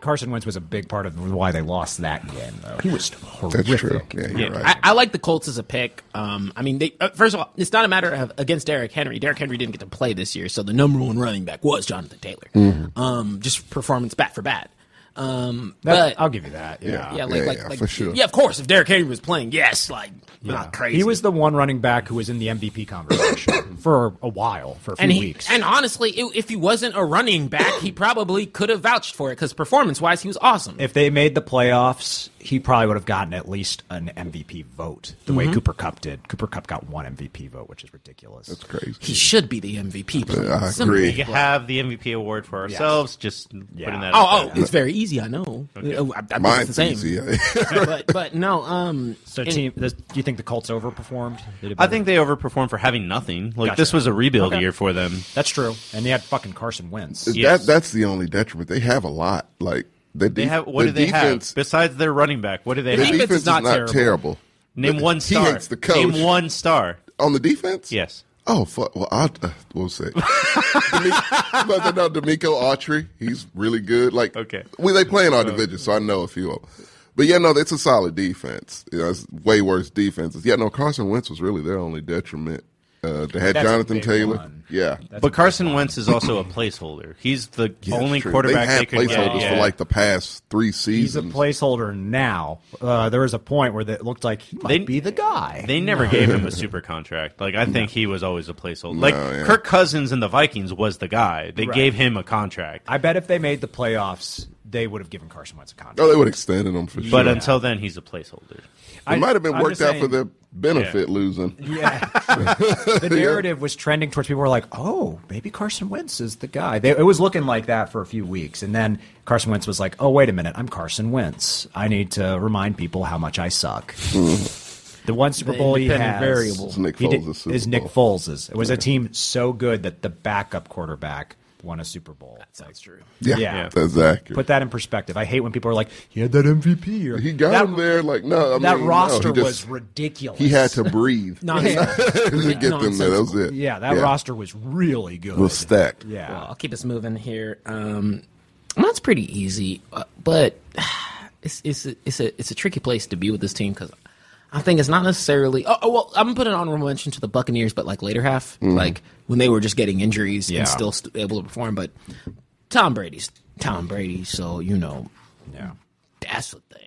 B: Carson Wentz was a big part of why they lost that game, though. He was horrific.
C: That's true. Yeah, you're right.
D: I, I like the Colts as a pick. Um, I mean, they uh, first of all, it's not a matter of against Derrick Henry. Derrick Henry didn't get to play this year, so the number one running back was Jonathan Taylor.
C: Mm-hmm.
D: Um, just performance bat for bat. Um,
B: That-
D: but
B: I'll give you that. Yeah.
D: yeah, like,
C: Yeah,
D: like,
C: yeah,
D: like-
C: for sure.
D: yeah, of course. If Derrick Henry was playing, yes, like not crazy.
B: He was the one running back who was in the MVP conversation
C: <coughs>
B: for a while, for a few
D: and he,
B: weeks.
D: and honestly, i if he wasn't a running back, he probably could have vouched for it because performance wise, he was awesome.
B: if they made the playoffs, he probably would have gotten at least an MVP vote, the
D: Mm-hmm.
B: way Cooper Cup did. Cooper Cup got one MVP vote, which is ridiculous.
C: That's crazy.
D: he should be the MVP.
C: Yeah, I
D: Some-
C: agree.
A: We have the MVP award for ourselves. Just putting that. out
D: Oh,
A: there.
D: oh, it's very easy. I know. Uh, I, I
C: Mine's
D: the same.
C: easy.
D: but but no. Um.
B: so,
D: and- <laughs>
B: team, this, do you think the Colts overperformed? Did it
A: I
B: better?
A: think they overperformed for having nothing. Like
B: Gotcha.
A: this was a rebuild
B: Okay.
A: year for them.
B: that's true. And they had fucking Carson Wentz.
A: Yes.
C: That that's the only detriment. They have a lot. Like the
A: They
C: def-
A: have what
C: the
A: do they
C: defense,
A: have besides their running back? What do they
C: The
A: have?
D: defense
C: defense,
D: is
C: is
D: not
C: not,
D: terrible.
C: terrible.
A: Name
C: The-
A: one star.
C: He hates the coach.
A: Name one star.
C: on the defense.
A: Yes.
C: Oh fuck! Well, I uh, we'll
B: <laughs>
C: see. Demi- but no, D'Amico Autry, he's really good. Like
A: Okay.
C: we they play in
B: Uh,
C: our division, so I know a few of them. But yeah, no, it's a solid defense. You know, it's way worse defenses. Yeah, no, Carson Wentz was really their only detriment. Uh, they had
B: That's a
C: Jonathan
B: big
C: Taylor.
B: one.
C: Yeah,
A: but Carson Wentz is
C: <clears throat>
A: also a placeholder. He's the
C: That's
A: only
C: true.
A: quarterback
C: They've
A: they
C: had
A: could get.
C: placeholders for
A: yeah.
C: like the past three
B: He's a
C: seasons.
B: placeholder now. Uh, there was a point where it looked like he might
A: They-
B: be the guy.
A: They never gave
C: <laughs>
A: him a super contract. Like I think he was always a placeholder. like
C: yeah.
A: Kirk Cousins and the Vikings was the guy. They gave him a contract.
B: I bet if they made the playoffs, they would have given Carson Wentz a contract.
C: oh, they would extend them for sure.
A: But until then he's a placeholder.
B: I-
C: Oh, it might have been
B: I'm
C: worked
B: just
C: out
B: saying-
C: for their benefit losing.
B: Yeah. the narrative was trending towards people were like, oh, maybe Carson Wentz is the guy. They, it was looking like that for a few weeks. And then Carson Wentz was like, oh, wait a minute. I'm Carson Wentz. I need to remind people how much I suck. the one Super Bowl he
D: independent
B: has
D: variable.
C: It's Nick
B: he did-
C: Foles' Super
B: is Nick
C: Bowl.
B: Foles's. It was a team so good that the backup quarterback won a Super Bowl. That's like, true.
C: Yeah,
B: Yeah.
C: <laughs> that's accurate.
B: Put that in perspective. I hate when people are like, he had that MVP. Or,
C: he got
B: that,
C: him there. Like no, I mean,
B: That
C: no, he
B: roster
C: just-
B: was ridiculous.
C: He had
B: <laughs>
C: to breathe <laughs>
D: Non-
C: to get them there. That was it.
B: Yeah, that roster was really good.
C: was stacked.
B: Yeah.
D: Well, I'll keep us moving here. Um, well, that's pretty easy, uh, but <sighs> it's it's a, it's a it's a tricky place to be with this team because I think it's not necessarily. Oh, oh, well, I'm gonna put an honorable mention to the Buccaneers, but like later half, like when they were just getting injuries
B: Yeah.
D: and still st- able to perform. But Tom Brady's Tom Brady, so you know
B: Yeah.
D: that's the thing.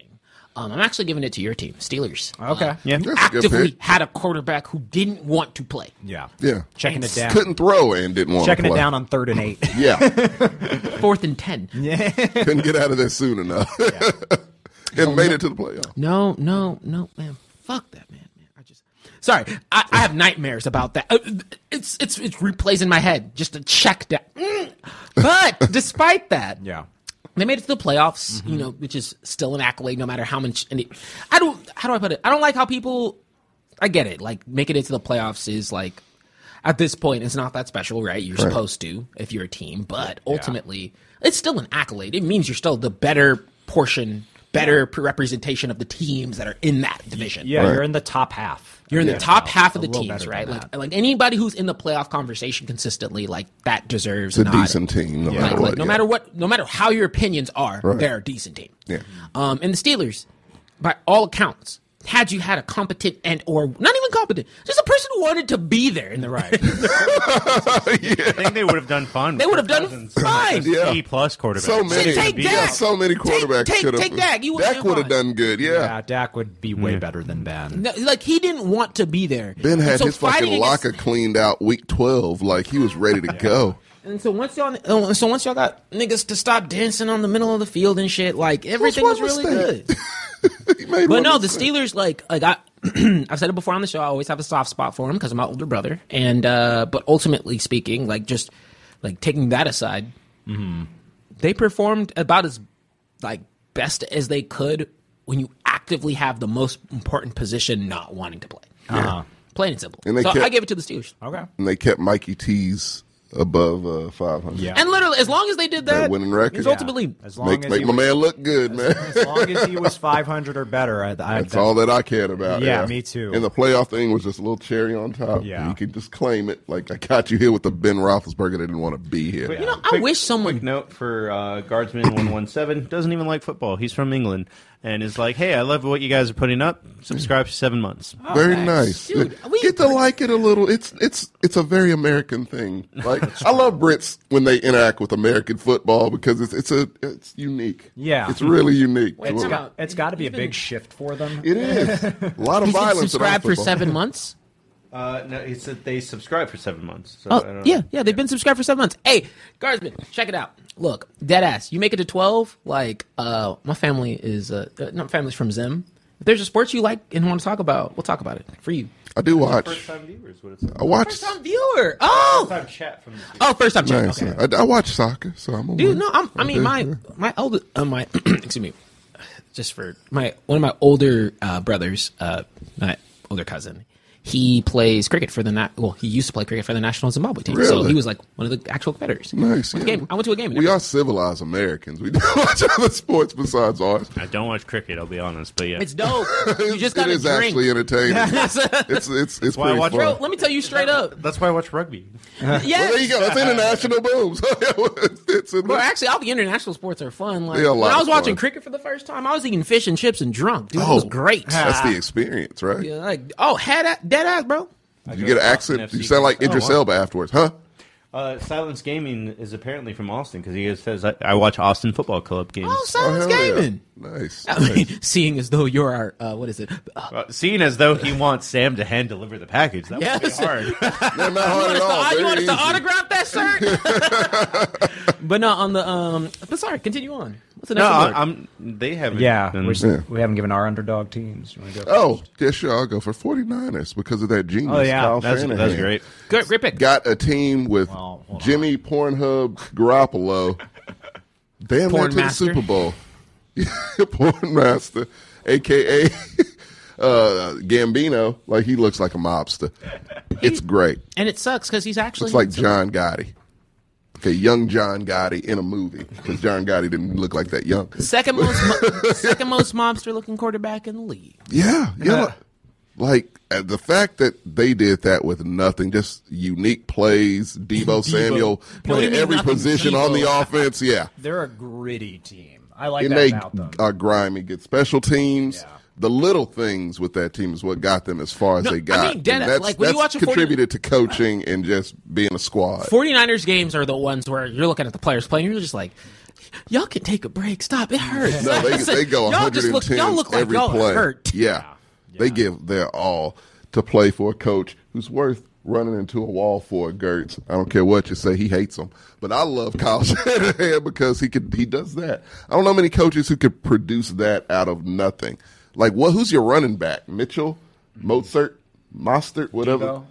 D: Um, I'm actually giving it to your team, Steelers. Uh,
B: Okay.
A: Yeah.
C: That's a good
D: Actively
C: pick.
D: had a quarterback who didn't want to play.
B: Yeah.
C: Yeah.
B: Checking it down.
C: Couldn't throw and didn't want
B: Checking
C: to
B: it
C: play.
B: down on third and eight. <laughs>
C: Yeah,
D: Fourth and ten.
C: couldn't get out of there soon enough. <laughs> and made it to the playoff.
D: No, no, no, man. Fuck that, man. man. I just sorry. I, I have nightmares about that. Uh, It's it's it's replays in my head just to check that. Mm.
C: <laughs>
D: But despite that,
B: yeah.
D: they made it to the playoffs. You know, which is still an accolade, no matter how much. And it, I don't. How do I put it? I don't like how people. I get it. Like making it to the playoffs is like at this point it's not that special, right? You're supposed to if you're a team, but ultimately it's still an accolade. It means you're still the better portion, better pre- representation of the teams that are in that division.
B: Yeah, you're in the top half.
D: You're in the top half of the
B: little
D: teams,
B: better
D: right?
B: than
D: Like, like anybody who's in the playoff conversation consistently, like that deserves
C: It's a
D: an nod.
C: decent team, no
D: Like,
C: matter
D: like,
C: what.
D: no
C: yeah.
D: matter what, no matter how your opinions are,
C: Right.
D: they're a decent team.
C: Yeah.
D: Um, and the Steelers, by all accounts, had you had a competent and or not even competent, just a person who wanted to be there in the right,
C: <laughs>
A: I think they would have done fine.
D: they
A: with
D: would have
A: Kirk
D: done
A: Cousins.
D: fine.
C: Yeah.
A: E plus quarterback.
C: So many,
D: take
C: yeah,
D: Dak.
C: so many quarterbacks
D: take-
C: could have.
D: take Dak. You would've
C: Dak
D: been
C: would
D: fine.
C: have done good.
B: Yeah,
C: Yeah,
B: Dak would be way better than Ben.
D: No, Like he didn't want to be there.
C: Ben
D: And
C: had
D: so
C: his fucking
D: fighting against-
C: locker cleaned out week twelve. Like he
B: <laughs>
C: was ready to go.
D: And so once y'all, uh, so once y'all got niggas to stop dancing on the middle of the field and shit, like everything
C: wrong
D: was really
C: with that?
D: good.
C: He made
D: But
C: one
D: no, the
C: mistake.
D: Steelers, like, like I, <clears throat> I've said it before on the show. I always have a soft spot for him because I'm my older brother. And uh, but ultimately speaking, like just like taking that aside, they performed about as like best as they could when you actively have the most important position not wanting to play.
B: Uh-huh.
D: Plain and simple.
C: And they
D: so
C: kept-
D: I gave it to the Steelers.
B: Okay.
C: and they kept Mikey T's above uh, 500.
B: Yeah.
D: And literally, as long as they did that,
C: That winning record.
D: it's ultimately
B: As long
C: Make,
B: as
C: make
B: he
C: my
B: was,
C: man look good, man.
B: As long as he was 500 or better, I, I,
C: That's all that I cared about.
B: Yeah, me too.
C: And the playoff thing was just a little cherry on top.
B: Yeah.
C: you could just claim it. Like I got you here with the Ben Roethlisberger. They didn't want to be here.
D: You know, I wish someone.
A: Note for uh, Guardsman 117 doesn't even like football. He's from England and is like, hey, I love what you guys are putting up. Subscribe for seven months.
C: very nice.
D: nice. Dude, we-
C: Get to like it a little. It's it's it's a very American
B: <laughs>
C: thing. Like I love Brits when they interact with American football because it's it's a it's unique.
B: Yeah.
C: it's really unique. to
D: It's
C: them.
D: got-
B: it's got to be a big shift for them.
C: It is a lot of
D: He said <laughs>
C: violence.
D: subscribe
C: around
D: for
C: football. <laughs>
D: seven months.
A: Uh, no, he said they subscribe for seven months. So I
D: Oh
A: don't
D: yeah,
A: know.
D: yeah. They've been subscribed for seven months. Hey, guardsman, check it out. Look, dead ass. You make it to twelve. Like, uh, my family is uh, uh, not family's from Zim. If there's a sport you like and want to talk about, we'll talk about it for you.
C: I do watch.
A: First-time viewers, what it's like.
C: I watch.
D: First time viewer. Oh,
A: First-time chat from this week.
D: oh, first time. check.
C: Nice.
D: Okay.
C: I, I watch soccer, so I'm.
D: Dude, no, I'm, I mean my my elder uh, my <clears throat> excuse me, just for my one of my older uh, brothers, uh, my older cousin, he plays cricket for the na- well he used to play cricket for the national Zimbabwe team, so
C: Really?
D: he was like one of the actual competitors.
C: Nice.
D: Went to
C: yeah.
D: game. I went to a game. and
C: We
D: everything.
C: are civilized Americans. We <laughs> do watch other sports besides ours.
A: I don't watch cricket, I'll be honest, but yeah.
D: It's dope. You
C: <laughs>
D: just
C: it
D: gotta
C: is
D: drink.
C: actually
D: <laughs>
C: entertaining. it's it's it's
A: why I
C: pretty
A: watch-
C: fun.
D: Bro, let me tell you
C: <laughs>
D: straight up.
A: That's why I watch rugby.
C: Well, there you
D: Yes.
C: go. That's international boom. So <laughs> it fits in
D: Bro,
C: there.
D: actually, all the international sports are fun. Like
C: They are a lot
D: when I
C: of
D: was watching
C: fun. Oh,
D: cricket for the first time, I was eating fish and chips and drunk. Dude, it was great.
C: That's the experience, right?
D: Yeah, like, oh, head at, dead ass, bro.
C: Did you get an accent?
A: Austin
C: You
A: FC.
C: sound like
A: Oh,
C: Idris
A: wow.
C: Elba afterwards, huh?
A: Uh, Silence Gaming is apparently from Austin because he says, I, I watch Austin Football Club games.
D: Oh,
C: Oh,
D: silence
C: hell yeah.
D: gaming.
C: Nice.
D: <laughs> I mean, seeing as though you're our uh, what is it? Uh,
A: Uh, seeing as though he wants Sam to hand deliver the package, that <laughs>
D: Yes.
A: would be hard.
C: They're not hard at
D: you want, us
C: all.
D: to, you want
C: Very
D: us to
C: easy.
D: autograph that shirt?
C: <laughs>
D: but no, on the um. But sorry, continue on. What's the next
A: no,
D: one?
A: I, am They haven't.
B: Yeah,
A: been-
B: we're,
C: Yeah.
B: we haven't given our underdog teams. You wanna go
C: Oh,
B: first?
C: yeah, sure. I'll go for 49ers because of that genius.
B: Oh, yeah.
C: Kyle
A: that's, that's
C: Shanahan.
A: great.
D: Good, great pick.
C: Got a team with
B: Well, hold
C: Jimmy Pornhub Garoppolo. Damn
D: Porn
C: near to the
D: master.
C: Super Bowl. <laughs> Porn master, a.k.a. Uh, Gambino. Like, he looks like a mobster. It's great.
D: and it sucks because he's actually
C: It's like John Gotti. Okay, young John Gotti in a movie because John Gotti didn't look like that young.
D: second most
C: <laughs>
D: mo- second most mobster looking quarterback in the league.
C: Yeah, yeah. like uh, the fact that they did that with nothing, just unique plays.
D: <laughs>
C: Debo, Samuel
D: you
C: playing
D: mean
C: every
D: nothing,
C: position on the
D: Deebo.
C: offense.
D: <laughs>
C: Yeah,
B: They're a gritty team. I like
C: and
B: that
C: they
B: about them.
C: are grimy. Good special teams.
B: Yeah.
C: The little things with that team is what got them as far as
D: No, I
C: they got.
D: mean, dead
C: And
D: ass,
C: that's
D: like, when you
C: that's
D: watch a 40
C: contributed to coaching and just being a squad.
D: 49ers games are the ones where you're looking at the players playing, you're just like, y'all can take a break. Stop. It hurts.
C: No,
D: <laughs>
C: they, they go
D: y'all
C: 110
D: just look, y'all look like
C: every
D: y'all
C: play.
D: are hurt.
C: Yeah. They give their all to play for a coach who's worth running into a wall for a Gertz. I don't care what you say, he hates him. But I love Kyle <laughs> Shanahan because he could he does that. I don't know many coaches who could produce that out of nothing. Like what who's your running back? Mitchell? Mozart? Mostert? Whatever?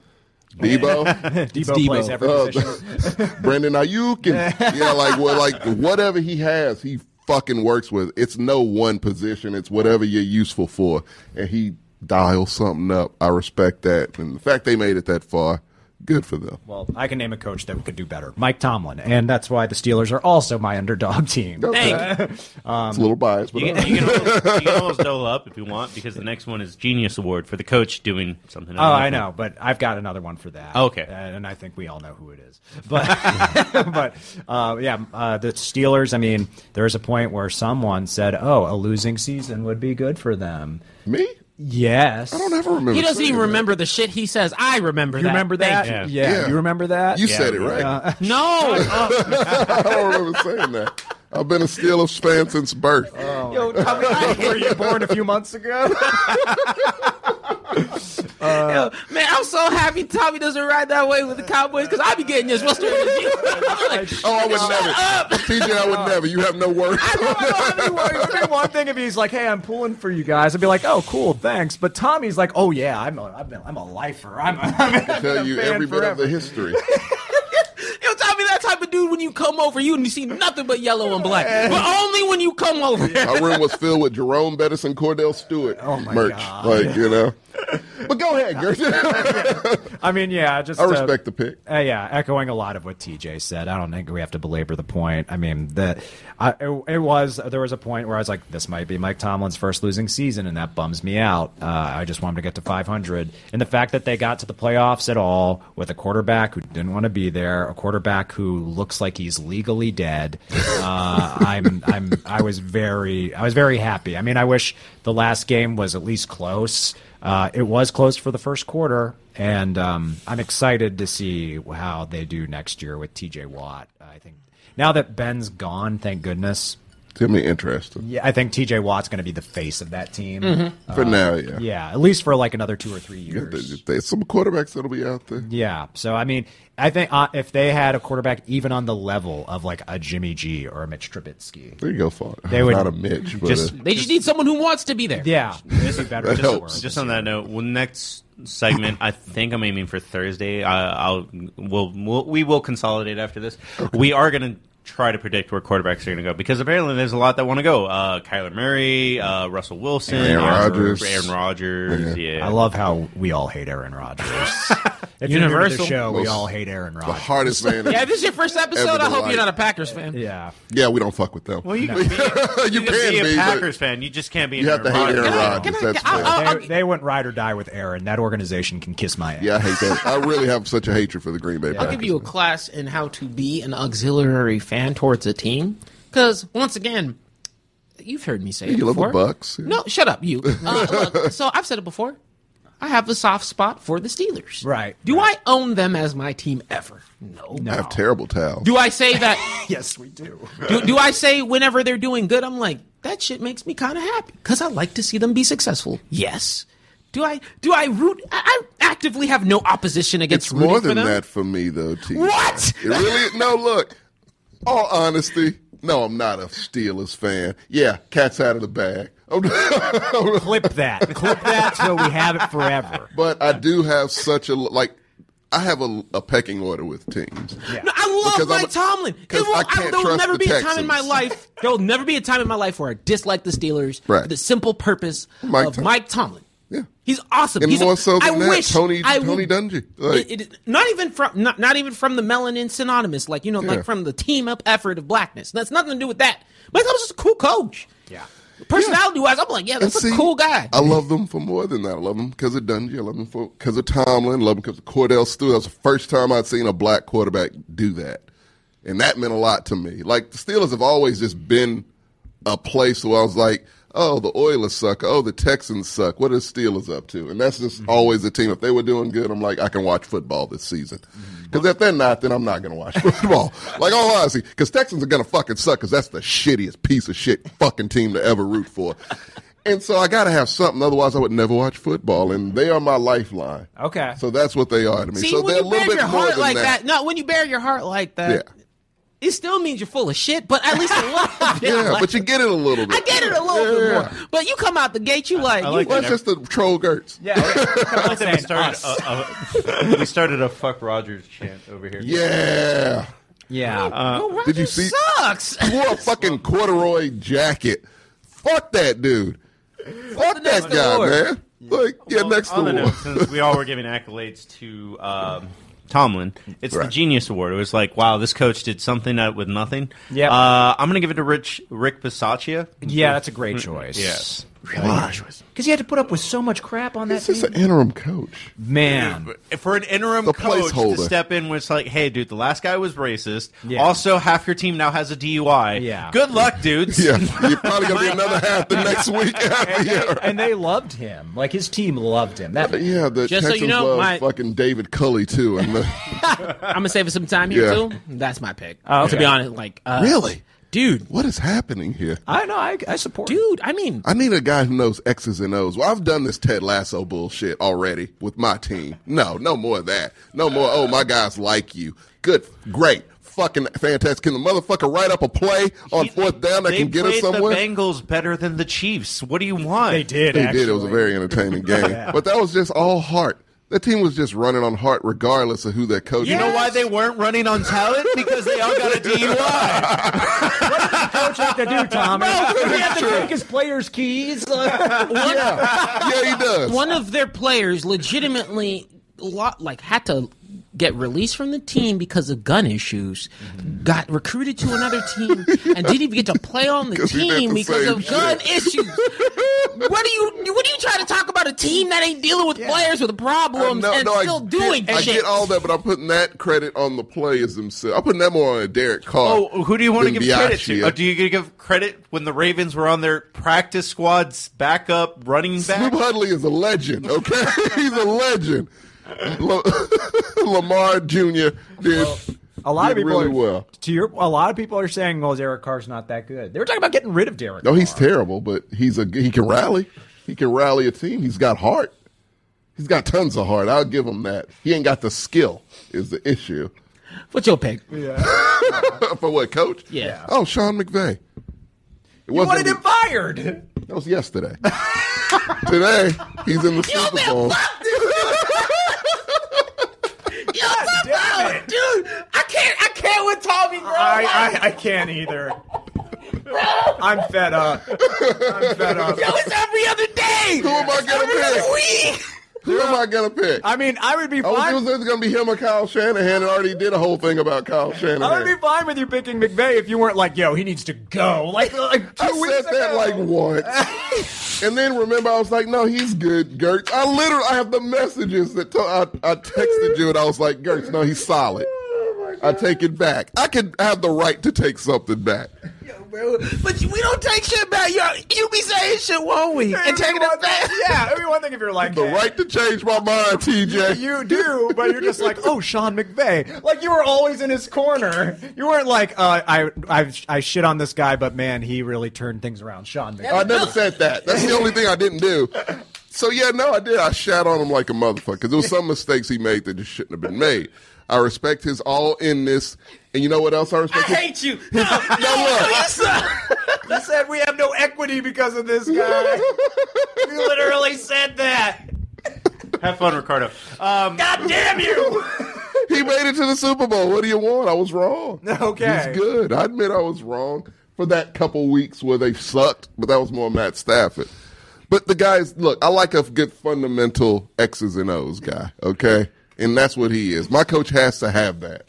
C: Debo?
B: Debo, plays every
C: Uh,
B: position.
C: <laughs> Brandon Ayuk and yeah, like well, like whatever he has, he fucking works with. It's no one position. It's whatever you're useful for, and he dials something up. I respect that, and the fact they made it that far, good for them.
B: Well, I can name a coach that could do better, Mike Tomlin, and that's why the Steelers are also my underdog <laughs> team.
D: Dang.
C: it's a little biased, but
A: You
C: uh,
A: can, you, <laughs> can almost, you can almost double up if you want because the next one is Genius Award for the coach doing something.
B: Oh, I know, but I've got another one for that.
A: Okay.
B: Uh, and I think we all know who it is. But, <laughs> but uh, yeah, uh, the Steelers. I mean, there was a point where someone said, "Oh, a losing season would be good for them."
C: me,
B: Yes,
C: I don't ever remember.
D: He doesn't
C: saying
D: even
C: that.
D: remember the shit he says. I remember
B: You
D: that.
B: remember that?
D: Thank
B: Yeah.
A: you.
C: Yeah.
B: you remember that?
C: You said it right.
B: Uh, <laughs>
D: you. No.
C: <laughs> I don't remember saying that. I've been a Steelers fan since birth.
B: Yo, how many- <laughs> were you born a few months ago? <laughs>
D: <laughs> Man, I'm so happy Tommy doesn't ride that way with the Cowboys because I be getting this
B: <laughs>
D: frustrated. I'm like,
C: oh, I would never. TJ, I would never. You have no words. <laughs>
B: I don't have any worries. It'd be one thing if he's like, "Hey, I'm pulling for you guys," I'd be like, "Oh, cool, thanks." But Tommy's like, "Oh yeah, I'm a, I'm a, I'm a lifer. I'm a, I'm a, <laughs> I've been
C: tell
B: a
C: you
B: fan
C: every bit of
B: forever."
C: the history.
B: oh.
D: Yo, Tommy, that type of dude when you come over, you see nothing but yellow and black. But only when you come over.
C: My room was filled with Jerome Bettis and Cordell Stewart
B: Oh, my
C: merch.
B: God.
D: <laughs>
C: Like, you know. But go ahead, Gerson.
B: I mean, yeah, just
C: I
B: uh,
C: respect the pick.
B: Uh, yeah, echoing a lot of what TJ said. I don't think we have to belabor the point. I mean, the I, it, it was there was a point where I was like, this might be Mike Tomlin's first losing season, and that bums me out. Uh, I just want him to get to 500, and the fact that they got to the playoffs at all with a quarterback who didn't want to be there, a quarterback who looks like he's legally dead. Uh, <laughs> I'm I'm I was very I was very happy. I mean, I wish the last game was at least close. Uh, it was close for the first quarter, and um, I'm excited to see how they do next year with TJ Watt. I think now that Ben's gone, thank goodness.
C: Timmy interested.
B: Yeah, I think TJ Watt's going to be the face of that team.
C: For
D: Uh,
C: now, yeah.
B: Yeah, at least for like another two or three
C: Yeah,
B: years.
C: there- there's some quarterbacks that'll be out there.
B: Yeah. So I mean, I think uh, if they had a quarterback even on the level of like a Jimmy G or a Mitch Trubisky,
C: There you go, Fart.
B: They would-
C: Not a Mitch, but
A: Just-
C: uh,
D: They just need someone who wants to be there.
B: yeah, this would be better.
C: <laughs> That
B: this would
C: helps.
B: work.
A: Just on that note, well, next segment, I think I'm aiming for Thursday. I, I'll we'll, we'll we will consolidate after this. We are going to try to predict where quarterbacks are going to go because apparently there's a lot that want to go. Uh, Kyler Murray, uh, Russell Wilson,
C: Aaron Rodgers.
A: Aaron Rodgers. Yeah,
B: I love how we all hate Aaron Rodgers. if you're new to the
D: Universal.
B: show, we
C: Most-
B: all hate Aaron
C: the
B: Rodgers.
C: hardest man.
D: Yeah, if this is your first episode,
C: Ever
D: I hope
C: delight.
D: you're not a Packers fan.
B: Yeah.
C: yeah, we don't fuck with them.
A: Well, you
C: <laughs>
A: can
C: you
A: be, you
C: can
A: can be a
C: be,
A: Packers
C: but
A: fan. You just can't be.
C: you
A: an
C: have to hate
A: Aaron
C: Aaron
A: Rodgers.
C: Rodgers. That's
D: I- I-
C: fair.
B: They, they went ride or die with Aaron. That organization can kiss my ass.
C: Yeah, I hate that. I really have such a hatred for the Green Bay
D: I'll
C: Packers.
D: give you a class in how to be an auxiliary fan towards a team. Because, once again, you've heard me say it
C: You love the
D: before.
C: Bucks.
D: No, shut up, you. Uh, look, so I've said it before. I have a soft spot for the Steelers.
B: Right,
D: Do
B: right.
D: I own them as my team ever? No.
C: I have terrible towels.
D: Do I say that?
B: Yes, we do.
D: do, do I say whenever they're doing good, I'm like that shit makes me kind of happy because I like to see them be successful. Yes. Do I do I root? I, I actively have no opposition against
C: It's
D: rooting
C: more
D: for
C: than
D: them.
C: that for me, though. T.
D: What?
C: It really? No, look. All honesty, no, I'm not a Steelers fan. Yeah, cat's out of the bag. <laughs>
B: Clip <laughs> that. Clip that so we have it forever.
C: but I do have such a like. I have a, a pecking order with teams.
D: No, I love
C: Because
D: Mike
C: I'm a-
D: Tomlin. It
C: 'cause
D: will,
C: I
D: I
C: can't
D: there will
C: trust
D: never
C: the
D: be a time in my
C: Texans.
D: life. There will never be a time in my life where I dislike the Steelers
C: Right.
D: for the simple purpose
C: Mike
D: of
C: Tom-
D: Mike Tomlin.
C: Yeah.
D: He's awesome.
C: And
D: He's a-
C: more so than
D: I
C: that,
D: wish
C: Tony-
D: I
C: Tony
D: would-
C: Dungy. Like-
D: It- it- not even from not, not even from the melanin synonymous, like you know,
C: Yeah.
D: like from the team up effort of blackness. That's nothing to do with that. Mike Tomlin's just a cool coach.
B: Yeah.
D: Personality wise, I'm like, yeah, that's
C: And
D: a
C: see,
D: cool guy.
C: I love them for more than that. I love them because of Dungy. I love them because of Tomlin. I love them because of Cordell Stewart. That was the first time I'd seen a black quarterback do that. And that meant a lot to me. Like, the Steelers have always just been a place where I was like, oh, the Oilers suck. Oh, the Texans suck. What are the Steelers up to? And that's just
D: Mm-hmm.
C: always the team. If they were doing good, I'm like, I can watch football this season.
D: Mm-hmm.
C: Because if they're not, then I'm not going to watch <laughs> football. like, all honesty, because Texans are going to fucking suck because that's the shittiest piece of shit fucking team to ever root for. And so I got to have something, otherwise I would never watch football. And they are my lifeline.
B: Okay.
C: So that's what they are to me.
D: See,
C: so
D: when
C: they're a
D: you
C: little
D: bear
C: bit
D: your
C: more
D: heart
C: than
D: like
C: that.
D: that. no, when you bear your heart like that,
C: Yeah.
D: it still means you're full of shit. But at least I love it.
C: <laughs> Yeah,
D: Like,
C: but you get it a little bit.
D: I get it a little bit more. But you come out the gate, you like,
A: like
D: you,
C: Well, it's just the troll Gertz.
B: Yeah. I'm not
A: We
B: saying
A: started,
B: us. <laughs>
A: a, a, we started a fuck Rogers chant over here.
C: Yeah.
B: yeah.
D: oh,
C: Uh, Did you
D: Roger
C: see-
D: <laughs> Sucks.
C: Wore a fucking corduroy jacket. Fuck that dude. Fuck
D: next
C: that guy,
D: award?
C: man. Like, yeah,
A: Well,
C: next
A: on the
C: award.
A: note, since we all were giving accolades to um, Tomlin, it's
C: Right.
A: the Genius Award. It was like, wow, this coach did something out with nothing.
B: Yep.
A: Uh, I'm going to give it to Rich Rick Bisaccia.
B: Yeah, that's a great choice.
A: Yes.
C: Why?
B: Because you had to put up with so much crap on that
C: This is
B: team.
C: an interim coach.
B: Man.
A: For an interim
C: The
A: coach
C: placeholder.
A: to step in was like, hey, dude, the last guy was racist.
B: Yeah.
A: Also, half your team now has a DUI.
B: Yeah.
A: Good luck, dudes.
C: <laughs> Yeah, you're probably
D: <laughs>
C: gonna be another half the next week. <laughs> yeah,
B: And they loved him. Like his team loved him. That
C: yeah. The
D: Just so
C: Texans
D: you know,
C: love
D: my-
C: fucking David Cully too. And the,
D: I'm gonna save us some time here
C: Yeah. Oh,
D: too. That's my pick.
B: okay.
D: To be honest, like uh,
C: really,
D: dude,
C: what is happening here?
B: I know. I, I support.
D: dude. I mean,
C: I need a guy who knows X's and O's. Well, I've done this Ted Lasso bullshit already with my team. No, no more of that. No more. Oh, my guys like you. Good, great, fucking fantastic. Can the motherfucker write up a play on
A: He-
C: fourth down that
A: they
C: can get us
A: played
C: somewhere?
A: The Bengals better than the Chiefs. What do you want?
B: They did.
C: they
A: <laughs>
B: actually.
C: did. It was a very entertaining game. But that was just all heart. That team was just running on heart, regardless of who their coach.
A: You know
C: was.
A: why they weren't running on talent? Because they all got a E DUI.
B: have <laughs> to do, Tom. we have to take his players' <laughs> keys.
D: One,
C: Yeah, he
A: <laughs>
C: does.
D: one of their players legitimately lo- like had to get released from the team because of gun issues got recruited to another
C: <laughs>
D: team and didn't even get to play on the
C: 'Cause he did
D: team
C: the
D: because
C: same
D: of gun
C: shit.
D: issues
C: <laughs>
D: what are you what are you trying to talk about a team that ain't dealing with players with problems and still
C: get,
D: doing
C: I
D: shit
C: get all that, but I'm putting that credit on the players themselves. I'm putting that more on Derek Carr.
A: <laughs> Oh, who do you want to
C: than
A: give credit
C: Biaggi.
A: to? Oh, do you give credit when the Ravens were on their practice squads, backup, running back?
C: Snoop Hudley is a legend, okay? <laughs> He's a legend. La- <laughs> Lamar Jr. did,
B: A lot of
C: did
B: people
C: really
B: are,
C: well.
B: To your, a lot of people are saying, "Well, Derek Carr's not that good." They were talking about getting rid of Derek.
C: No, he's
B: Carr.
C: terrible, but he's a he can rally. He can rally a team. He's got heart. He's got tons of heart. I'll give him that. He ain't got the skill is the issue. <laughs>
D: what's your pick
C: For what, coach?
D: Yeah.
C: Oh, Sean McVay. It
B: You
C: wasn't
B: wanted
C: even-
B: him fired.
C: That was yesterday. <laughs> Today, he's in the Super
D: man,
C: Bowl.
D: Yo, Bobo, dude i can't i can't with tommy bro
B: I, I, I can't either. I'm fed up. I'm fed up.
D: yo it's every other day
C: Who am I gonna
D: every other
C: pick?
D: week
C: Who am I gonna pick?
B: I mean, I would be
C: I was, it
B: fine.
C: was either gonna be him or Kyle Shanahan, and already did a whole thing about Kyle
B: I would
C: Shanahan.
B: be fine with you picking McVay if you weren't like, "Yo, he needs to go." Like, like two
C: I
B: weeks
C: said that
B: ago.
C: like once, and then remember I was like, "No, he's good, Gertz." I literally I have the messages that to- I, I texted you, and I was like, "Gertz, no, he's solid." I take it back. I could have the right to take something back.
D: bro. But we don't take shit back. You you be saying shit one week and taking
B: Everyone
D: it back.
B: think- Yeah, it'd be one thing if you're like
C: The
B: "Hey,
C: right to change my mind, TJ.
B: You do, but you're just like, oh, Sean McVay. Like you were always in his corner. You weren't like, uh, I, I, I shit on this guy, but man, he really turned things around. Sean McVay.
C: I never said that. That's the only thing I didn't do. So yeah, no, I did. I shat on him like a motherfucker because there was some mistakes he made that just shouldn't have been made. I respect his all in this, and you know what else I
D: I
C: respect? his-
D: hate you. No, no,
C: look.
D: you suck.
B: You said we have no equity because of this guy. you literally said that.
A: Have fun, Ricardo. Um,
B: God damn you.
C: He made it to the Super Bowl. What do you want? I was wrong.
B: Okay.
C: He's good. I admit I was wrong for that couple weeks where they sucked, but that was more Matt Stafford. But the guys, look, I like a good fundamental X's and O's guy, okay? And that's what he is. My coach has to have that.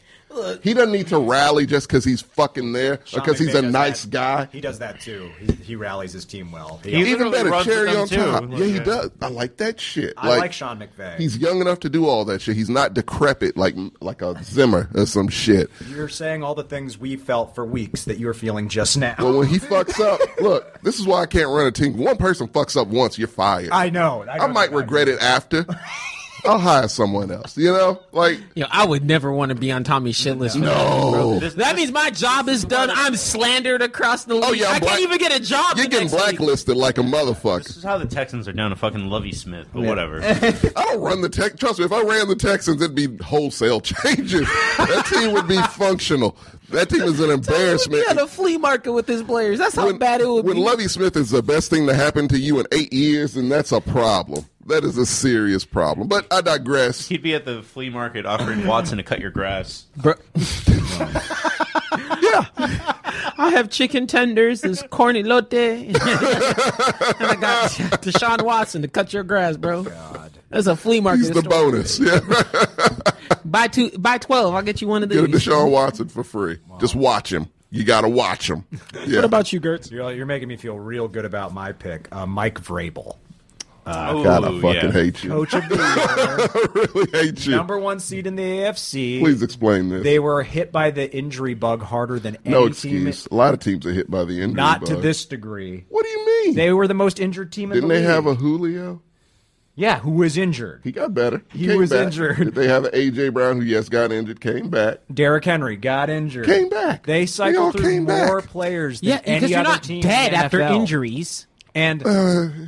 C: He doesn't need to rally just because he's fucking there, because he's a nice guy.
B: He does that too. He, he rallies his team well. He-
A: He-
C: Even
A: literally
C: better,
A: runs with
C: cherry
A: them
C: on
A: too.
C: top.
A: Like,
C: yeah, he
A: yeah.
C: does. I like that shit.
B: I like, Sean McVay.
C: He's young enough to do all that shit. He's not decrepit like like a Zimmer or some shit.
B: You're saying all the things we felt for weeks that you were feeling just now.
C: But when he fucks up, look, this is why I can't run a team. One person fucks up once, you're fired.
B: I know.
C: I might regret it after. I'll hire someone else. You know, like
D: Yo, I would never want to be on Tommy Shitless.
A: Oh.
C: no,
D: That means my job is done. I'm slandered across the league.
C: Oh, yeah,
D: I
C: black-
D: can't even get a job.
C: you're
D: the
C: getting
D: next week.
C: blacklisted like a
A: this
C: motherfucker.
A: is how the Texans are down to fucking Lovey Smith, but whatever.
C: <laughs> I don't run the tech. Trust me, if I ran the Texans, it'd be wholesale <laughs> changes. that team would be functional. That team is an
D: He
C: embarrassment.
D: had a flea market with his players. That's how bad it would
C: when
D: be.
C: Lovey Smith is the best thing to happen to you in eight years, then that's a problem. That is a serious problem. But I digress.
A: He'd be at the flea market offering Watson to cut your grass.
D: <laughs> Bro- I have chicken tenders, this corny lote, <laughs> and I got Deshaun Watson to cut your grass, bro. That's a flea market.
C: He's the
D: store.
C: bonus. <laughs> Yeah,
D: Buy two, buy twelve. I'll get you one of these.
C: get a Deshaun Watson for free. Just watch him. You gotta watch
B: <laughs>
C: him. Yeah.
D: What about you, Gertz?
B: You're, you're making me feel real good about my pick, uh, Mike Vrabel.
A: oh,
C: God, I fucking hate you.
B: Coach of the year,
C: <laughs> I really hate you.
B: number one seed in the AFC.
C: Please explain this.
B: They were hit by the injury bug harder than any
C: no
B: team.
C: excuse. A lot of teams are hit by the injury.
B: Not to
C: bug.
B: this degree.
C: What do you mean?
B: They were the most injured team in
C: Didn't
B: the
C: they
B: league.
C: have a Julio?
B: yeah, who was injured?
C: He got better.
B: He
C: came
B: was
C: back.
B: injured.
C: Did they have an AJ Brown who yes got injured, came back?
B: Derrick Henry got injured.
C: Came back. They
B: They cycled
C: all
B: through
C: came back.
B: more players than
D: Yeah,
B: any
D: because you're
B: other
D: not
B: team in
D: dead
B: the
D: after
B: NFL.
D: injuries.
C: Uh, <laughs>
B: And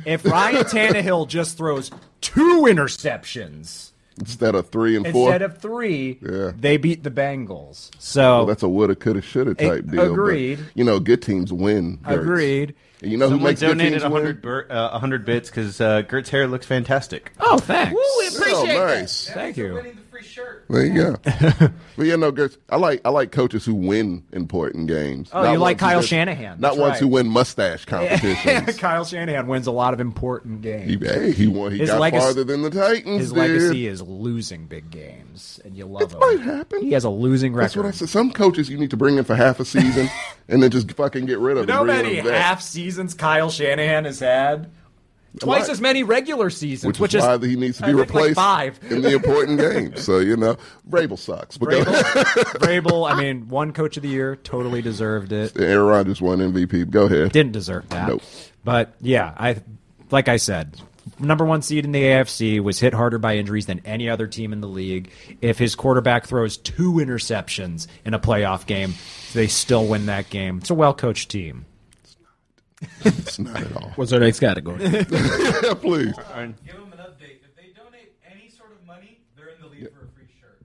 B: if Ryan Tannehill just throws two interceptions,
C: instead of three and four.
B: Instead of three,
C: Yeah.
B: they beat the Bengals. So
C: Well, oh, that's a woulda, coulda, shoulda
B: A-
C: type deal. but,
B: agreed.
C: you know, good teams win. Gertz.
B: agreed.
C: And you know who
A: Someone
C: makes good
A: donated
C: teams
A: 100,
C: win?
A: bir- uh, 100 bits because uh, Gert's hair looks fantastic.
B: Oh, thanks.
C: Oh, nice.
B: Thank you.
G: Winning the free shirt.
C: There you go. <laughs> but yeah, no, Gertz. I like I like coaches who win important games.
B: Oh, you like
C: ones who
B: Kyle
C: just-
B: Shanahan.
C: Not
B: That's
C: ones
B: right.
C: who
B: <laughs>
C: win mustache competitions.
B: Kyle Shanahan wins a lot of important games.
C: he, hey, he won. He
B: His
C: got
B: legacy-
C: farther than the Titans.
B: His
C: did.
B: legacy is losing big games, and you love
C: It
B: him.
C: might happen.
B: He has a losing record.
C: That's what I said. Some coaches you need to bring in for half
B: <laughs>
C: a season and then just fucking get rid of
B: You know how
C: it. bring
B: many
C: them back.
B: half seasons Kyle Shanahan has had? Twice
C: lot.
B: as many regular seasons,
C: which,
B: which,
C: is,
B: is
C: why he needs to
B: I
C: be
B: think, like,
C: replaced
B: five.
C: in the
B: <laughs>
C: important games. So you know, Rabel sucks. But
B: Vrabel, <laughs> Vrabel, I mean, one coach of the year, totally deserved it.
C: Aaron Rodgers won MVP. Go ahead.
B: Didn't deserve that.
C: Nope.
B: But yeah, I like I said, number one seed in the AFC was hit harder by injuries than any other team in the league. If his quarterback throws two interceptions in a playoff game, they still win that game. It's a well coached team.
C: It's not at all.
H: What's our next category?
C: <laughs> yeah, please.
G: Give them an update. If they donate any sort of money, they're in the lead for a free shirt.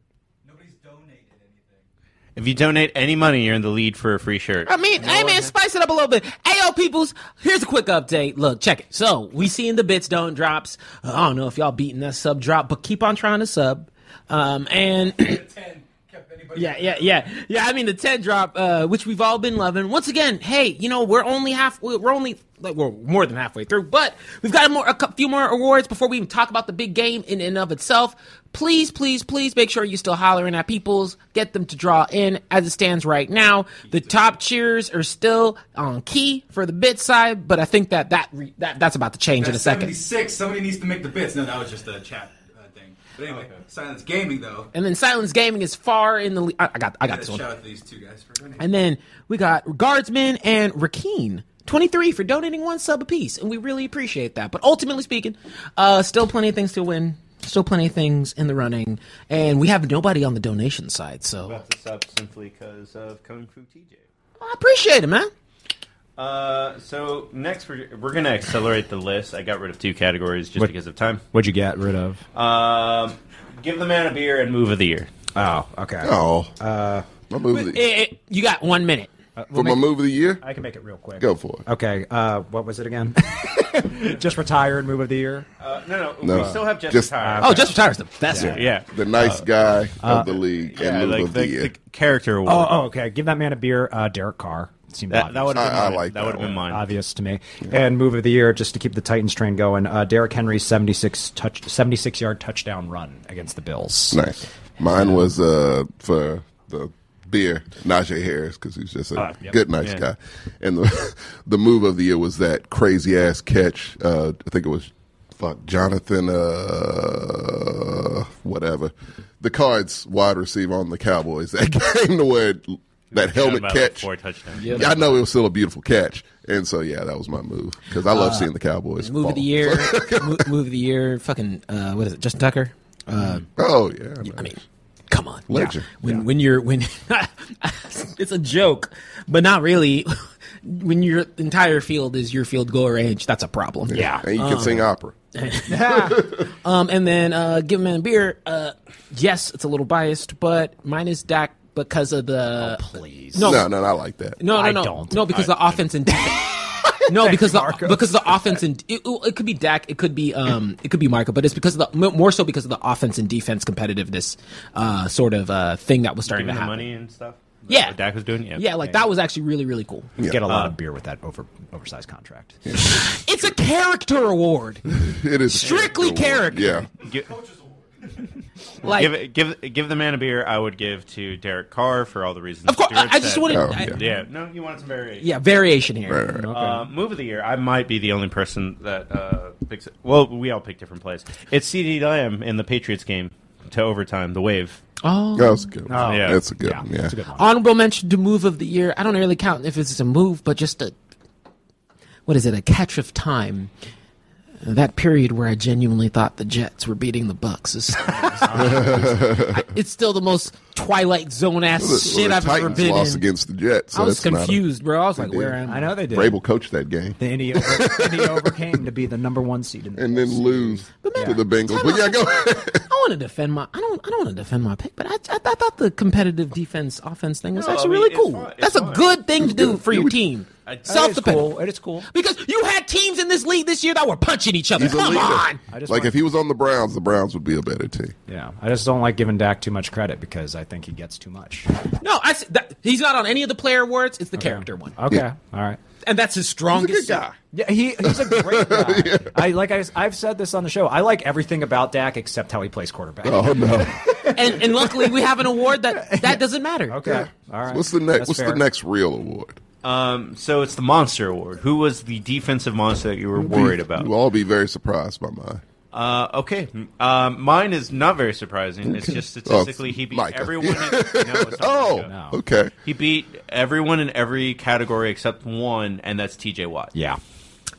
G: Nobody's donated anything.
A: If you donate any money, you're in the lead for a free shirt.
D: I mean, hey man, spice it up a little bit. Hey yo, peoples, here's a quick update. Look, check it. So we seeing the bits don't drops. Uh, I don't know if y'all beating that sub drop, but keep on trying to sub. Um, and <clears throat>
G: The ten kept anybody.
D: yeah, yeah, yeah, yeah. I mean the ten drop, uh, which we've all been loving. Once again, hey, you know we're only half, we're only like we're more than halfway through, but we've got a more a cou- few more awards before we even talk about the big game in and of itself. Please, please, please make sure you're still hollering at peoples. Get them to draw in. As it stands right now, the top cheers are still on key for the bit side, but I think that that re- that that's about to change in a
G: That's
D: second.
G: 76. Somebody needs to make the bits. No, that was just a chat uh, thing. But anyway, Silence Gaming though.
D: And then Silence Gaming is far in the. Le- I, I got, I got
G: Gotta
D: this one.
G: shout out to these two guys for winning.
D: And then we got Guardsman and Rakeen. 23 for donating one sub apiece, and we really appreciate that. But ultimately speaking, uh, still plenty of things to win, still plenty of things in the running, and we have nobody on the donation side, so
A: That's up simply because of Kung Fu TJ.
D: I appreciate it, man.
A: Uh, so next we're, we're gonna accelerate the list. I got rid of two categories just because of time.
B: What'd you get rid of?
A: Um, give the man a beer and move of the year.
B: Oh, okay.
C: Oh, my movie. Of the,
D: Eh, eh, you got one minute.
C: for my movie of the year,
B: I can make it real quick.
C: go for it.
B: Okay, uh, what was it again? <laughs> Just retire and move of the year.
A: Uh, no, no,
C: No.
A: we still have Jesse
C: Just-
A: Tyler.
D: Oh, just retires the best one.
A: yeah,
C: The nice guy of the league
A: Uh, yeah,
C: and move
A: like
C: of
A: the,
C: the year.
A: the character award.
B: Oh, oh, okay. Give that man a beer. Uh, Derek Carr seemed
A: that
B: obvious,
A: that would have been
C: I- I
A: mine.
C: like that
A: would have been mine.
B: obvious to me. And move of the year, just to keep the Titans train going. Uh, Derek Henry's seventy six touch seventy six yard touchdown run against the Bills.
C: <laughs> nice. Mine was uh for the beer, Najee Harris, because he's just
A: Uh,
C: a
B: yep.
C: good, nice guy. And the <laughs> the move of the year was that crazy ass catch. Uh, I think it was fuck Jonathan, uh, whatever. The Cards wide receiver on the Cowboys that <laughs> game the word that helmet
A: About
C: catch.
A: four touchdowns.
C: Yeah, I know it was still a beautiful catch, and so yeah, that was my move because I love seeing the Cowboys.
D: Move
C: fall.
D: Uh, of the year, mo- move of the year, fucking, uh, what is it, Justin Tucker? Uh,
C: Oh yeah, man.
D: I mean, come on.
C: Ledger.
D: When when you're when <laughs> it's a joke, but not really. <laughs> When your entire field is your field goal range, that's a problem.
B: Yeah.
C: and you
D: Uh,
C: can sing opera.
D: Um, and then uh, give man a beer. Uh, yes, it's a little biased, but mine is Dak because of the
B: Please.
D: no,
C: No, no, I like that.
D: no, no,
B: Oh, I
D: no,
B: don't.
D: no, because the offense and
B: <laughs>
D: no, because the because the offense and it, it could be Dak, it could be um, it could be Marco, but it's because of the more so because of the offense and defense competitiveness, uh, sort of uh thing that was starting
A: Giving
D: to
A: the
D: happen.
A: money and stuff. Is
D: Yeah.
A: that what Dak was doing. Yeah,
D: Yeah, like that was actually really really cool.
B: Get a lot of beer with that over oversized contract.
D: It's a character
C: <laughs>
D: award,
C: It is
D: strictly character.
C: Yeah,
A: Gi-
D: Like,
A: give it- give give the man a beer. I would give to Derek Carr for all the reasons.
D: of course, I,
A: Stuart
D: I just
A: said.
D: wanted,
C: Oh,
D: I-
C: yeah.
D: yeah.
A: Yeah, no, you wanted some variation.
D: variation here.
A: Uh, move of the year. I might be the only person that uh, picks. It. Well, we all pick different plays. It's C.D. Lamb in the Patriots game to overtime. The wave.
D: Oh.
C: that was a good. One.
A: yeah.
C: that's a good. one, yeah.
B: That's a good one.
D: Honorable mention to move of the year. I don't really count if it's a move, but just a what is it? A catch of time. Uh, That period where I genuinely thought the Jets were beating the
C: <laughs>
D: Bucks is it's still the most Twilight Zone ass
C: Well, the- well,
D: shit
C: the
D: I've
C: Titans
D: ever been
C: lost
D: in.
C: against the Jets. So
D: I was
C: that's not a-
D: confused, bro. I was like,
C: did.
D: where am
B: I know they did.
C: Vrabel coached that game
B: The Indy, over, Indy overcame to be the number one seed in the
C: and then
B: AFC.
D: <laughs>
C: <laughs> lose to the Bengals. But yeah, go.
D: I want to defend my. I don't. I don't want to defend my pick, but I, I, I thought the competitive defense offense thing was
A: No, I
D: actually
A: mean,
D: really
A: it's
D: cool.
A: fine. It's
D: That's a
A: fine.
D: good thing to do for
C: It
D: your
C: was-
D: team.
A: I- It is
D: Self defense.
B: It is cool.
D: Because you had teams in this league this year that were punching each other.
C: He's a
D: Come on.
C: leader. Like
B: just want-
C: if he was on the Browns, the Browns would be a better
D: <laughs>
C: team.
B: Yeah, I just don't like giving Dak too much credit because I think he gets too much.
D: No, I, s- that, he's not on any of the player awards. It's the character one,
B: Okay,
C: Yeah.
B: all right.
D: and that's his
C: He's a
D: strongest.
C: good guy.
B: Yeah, he, he's a
C: <laughs>
B: great guy. I like I, I've said this on the show. I like everything about Dak except how he plays quarterback.
C: Oh no.
D: And, and luckily, we have an
C: <laughs>
D: award that that doesn't matter.
B: Okay, all right.
C: What's the next?
B: That's
C: What's
B: fair.
C: the next real award?
A: Um, so it's the Monster Award. Who was the defensive monster that you were worried about?
C: You'll all be very surprised by mine.
A: Uh, okay. Um, mine is not very surprising. It's
C: <laughs>
A: just statistically he beat
C: Micah.
A: everyone.
C: <laughs>
A: In, no, it's not
C: Oh,
A: Micah.
C: okay.
A: He beat everyone in every category except one, and that's T.J. Watt.
B: Yeah,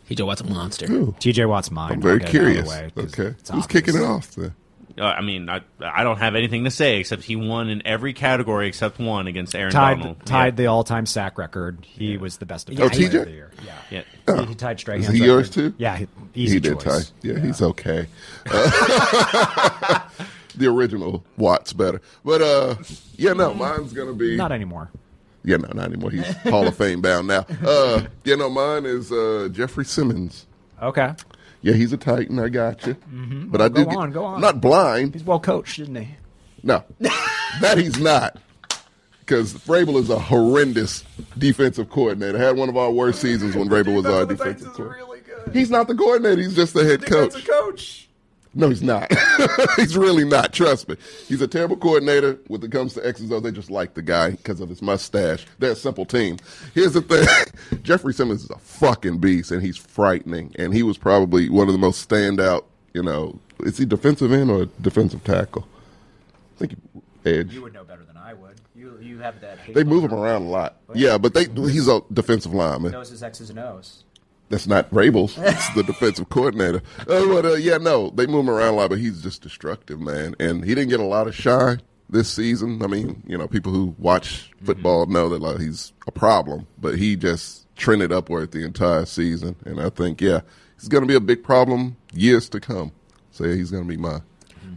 D: T.J. Watt's a monster.
B: T.J. Watt's mine.
C: I'm very
B: I'll get it out of
C: curious.
B: the way 'cause
C: okay,
B: it's
C: who's
B: obvious.
C: kicking it off then?
A: Uh, I mean, I I don't have anything to say except he won in every category except one against Aaron Donald.
B: Tied, tied the all-time sack record. He was the best defensive
C: Oh,
B: player
C: TJ?
B: of the year. Yeah,
A: Yeah.
B: he, he tied Strahan's
C: Is he
B: record.
C: yours too?
B: Yeah, he, easy
C: he
B: choice.
C: did tie. Yeah, he's okay. Uh, <laughs> the original Watt's better, but uh, yeah, no, mine's gonna be
B: Not anymore.
C: yeah, no, not anymore. He's Hall of Fame bound now. Uh, yeah, no, mine is uh, Jeffrey Simmons.
B: Okay,
C: Yeah, he's a Titan. I got you, but I
B: Mm-hmm.
C: do
B: go
C: get-
B: on, go on.
C: I'm not
B: <laughs>
C: blind.
B: he's well coached, isn't he?
C: No, that he's not. Because Vrabel is a horrendous defensive coordinator. Had one of our worst seasons when Vrabel was our defensive coordinator. He's not the coordinator. He's just the head coach.
I: coach.
C: No, he's not. <laughs> he's really not. Trust me. He's a terrible coordinator. When it comes to X's and O's, they just like the guy because of his mustache. They're a simple team. Here's the thing: <laughs> Jeffrey Simmons is a fucking beast, and he's frightening. And he was probably one of the most standout. You know, is he defensive end or defensive tackle? I think he- edge.
B: would know better than I would. You you have that.
C: They move him around a lot. Yeah, but they he's a defensive lineman.
B: Knows his X's and O's.
C: That's not
D: <laughs>
C: Rabel's. It's the defensive coordinator. Uh, but uh, yeah, no, they move him around a lot, but he's just destructive, man. And he didn't get a lot of shine this season. I mean, you know, people who watch
D: Mm-hmm.
C: football know that like, he's a problem, but he just trended upward the entire season. And I think, yeah, he's going to be a big problem years to come. So yeah, he's going to be mine.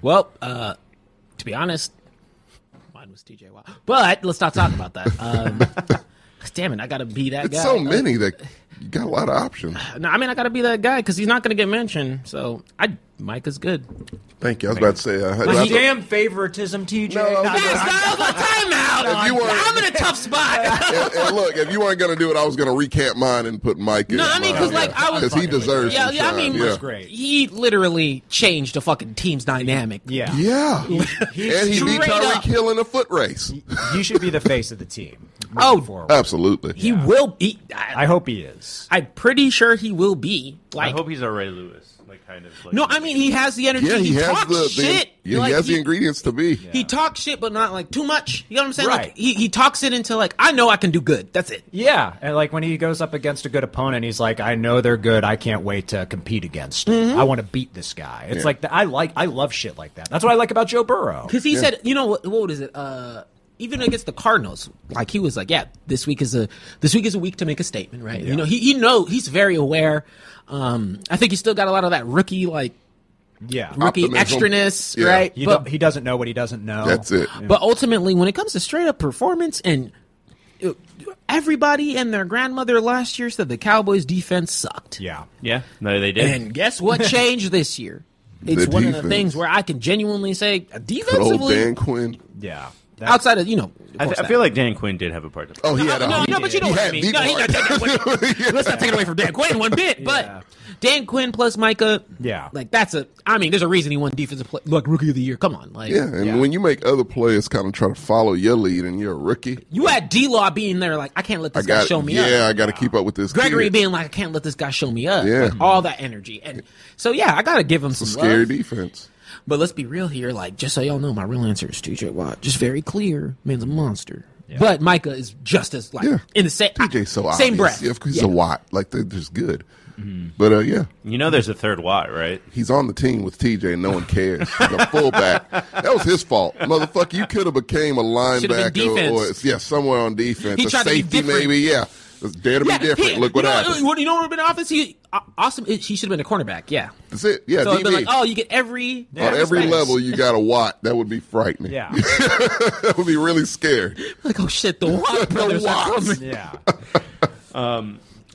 D: Well, uh, to be honest, mine was T.J. Watt. But let's not talk about that. Um, <laughs> damn it, I gotta be that
C: It's
D: guy.
C: so many that you got a lot of options.
D: No, I mean I gotta be that guy because he's not gonna get mentioned. So I, Micah's good.
C: Thank you. I was about to say, uh, I- I-
B: favoritism, TJ.
C: No, I'm
D: Guys,
C: gonna-
D: Styles, a timeout.
C: If you were-
D: I'm in a
C: <laughs>
D: tough spot.
C: and, and look, if you weren't gonna do it, I was gonna recant mine and put Mike in.
D: No, I mean, because like I was,
C: because he deserves.
D: Yeah,
C: some
D: yeah. I
C: shine,
D: mean,
C: yeah.
B: great.
D: He literally changed the fucking team's dynamic.
B: yeah.
C: Yeah, and he beat
D: straight
C: Tyreek
D: up.
C: Hill in a foot race.
B: you should be the face of the team. moving
D: Oh.
B: forward.
C: Absolutely.
D: He will be. I,
B: I hope he is.
D: I'm pretty sure he will be.
A: I
D: Like,
A: hope he's a Ray Lewis, like kind of. Like,
D: no, I mean he has the energy.
C: yeah, he, has
D: talks
C: the, the
D: shit.
C: yeah,
D: Like,
C: he has the ingredients to be.
D: He talks shit, but not like too much. You know what I'm saying?
B: Right.
D: Like he, he talks it into like I know I can do good. That's it.
B: Yeah, and like when he goes up against a good opponent, he's like, "I know they're good. I can't wait to compete against. them.
C: Mm-hmm.
B: I want to beat this guy." It's like the, I like I love shit like that. That's what I like about Joe Burrow.
D: Because he said, you know what? What is it? Uh, even against the Cardinals, like he was like, yeah, this week is a this week is a week to make a statement, right? You know, he you know he's very aware. Um, I think he's still got a lot of that rookie like
B: Yeah,
D: rookie
C: Optimism.
D: extraness,
C: Yeah.
D: right?
B: he,
D: but
B: do- he doesn't know what he doesn't know.
C: That's it.
D: but ultimately, when it comes to straight up performance and. uh, Everybody and their grandmother last year said the Cowboys' defense sucked.
B: Yeah,
A: yeah, no, they did.
D: And guess what changed this year? It's
C: The
D: one of the
C: defense.
D: things where I can genuinely say
C: But old
D: defensively,
C: Dan Quinn.
B: yeah. That-
D: outside of you know, of
A: I,
D: course
A: th- I
D: that.
A: feel like Dan Quinn did have a part to play.
C: Oh, he
D: No,
C: had a.
D: no, no, but you know
C: he
D: what I
C: had
D: mean.
C: the
D: No, he-
C: part.
D: no, take it
C: <laughs>
D: away. Let's not take it away from Dan Quinn one bit. But Dan Quinn plus Micah,
B: Yeah.
D: like that's a. I mean, there's a reason he won defensive play, like rookie of the year. Come on, like
C: Yeah, and
B: Yeah.
C: when you make other players kind of try to follow your lead, and you're a rookie,
D: you had D Law being there, like I can't let
C: I
D: this guy
C: got
D: show me up.
C: yeah, I got to keep up with this.
D: Gregory
C: kid.
D: being like I can't let this guy show me up.
C: Yeah.
D: Like, all that energy, and so yeah, I gotta give him
C: It's a
D: some
C: scary
D: love.
C: defense.
D: But let's be real here. Like, just so y'all know, my real answer is TJ Watt. Just very clear. Man's a monster. But Micah is just as like
C: Yeah.
D: in the same
C: TJ so obvious.
D: same breath.
C: Yeah, of course, he's
D: Yeah.
C: a Watt. Like they're just good.
B: Mm-hmm.
C: But uh, yeah,
A: You know, there's a third Watt, right?
C: He's on the team with TJ and no one cares. He's a fullback. That was his fault. Motherfucker, you could have became a
D: Should've been
C: linebacker or,
D: defense.
C: yeah, somewhere on defense.
D: He
C: a
D: tried to be
C: safety
D: different.
C: maybe, yeah. It's dare to be different.
D: he-
C: Loff. Look what
D: you know, uh,
C: happened.
D: what- You know what would have been offense? He Au- awesome. He should have been a cornerback. Yeah.
C: That's it. Yeah,
D: So it'd
C: DB.
D: been like, oh, you get every
C: On every
D: respect.
C: level, you got a watt. That would be frightening.
B: Yeah.
C: <laughs> that would be really scared.
D: <laughs> Like, oh
C: <laughs>
D: shit, the Watt brothers. are
C: Watts.
D: coming.
B: Yeah.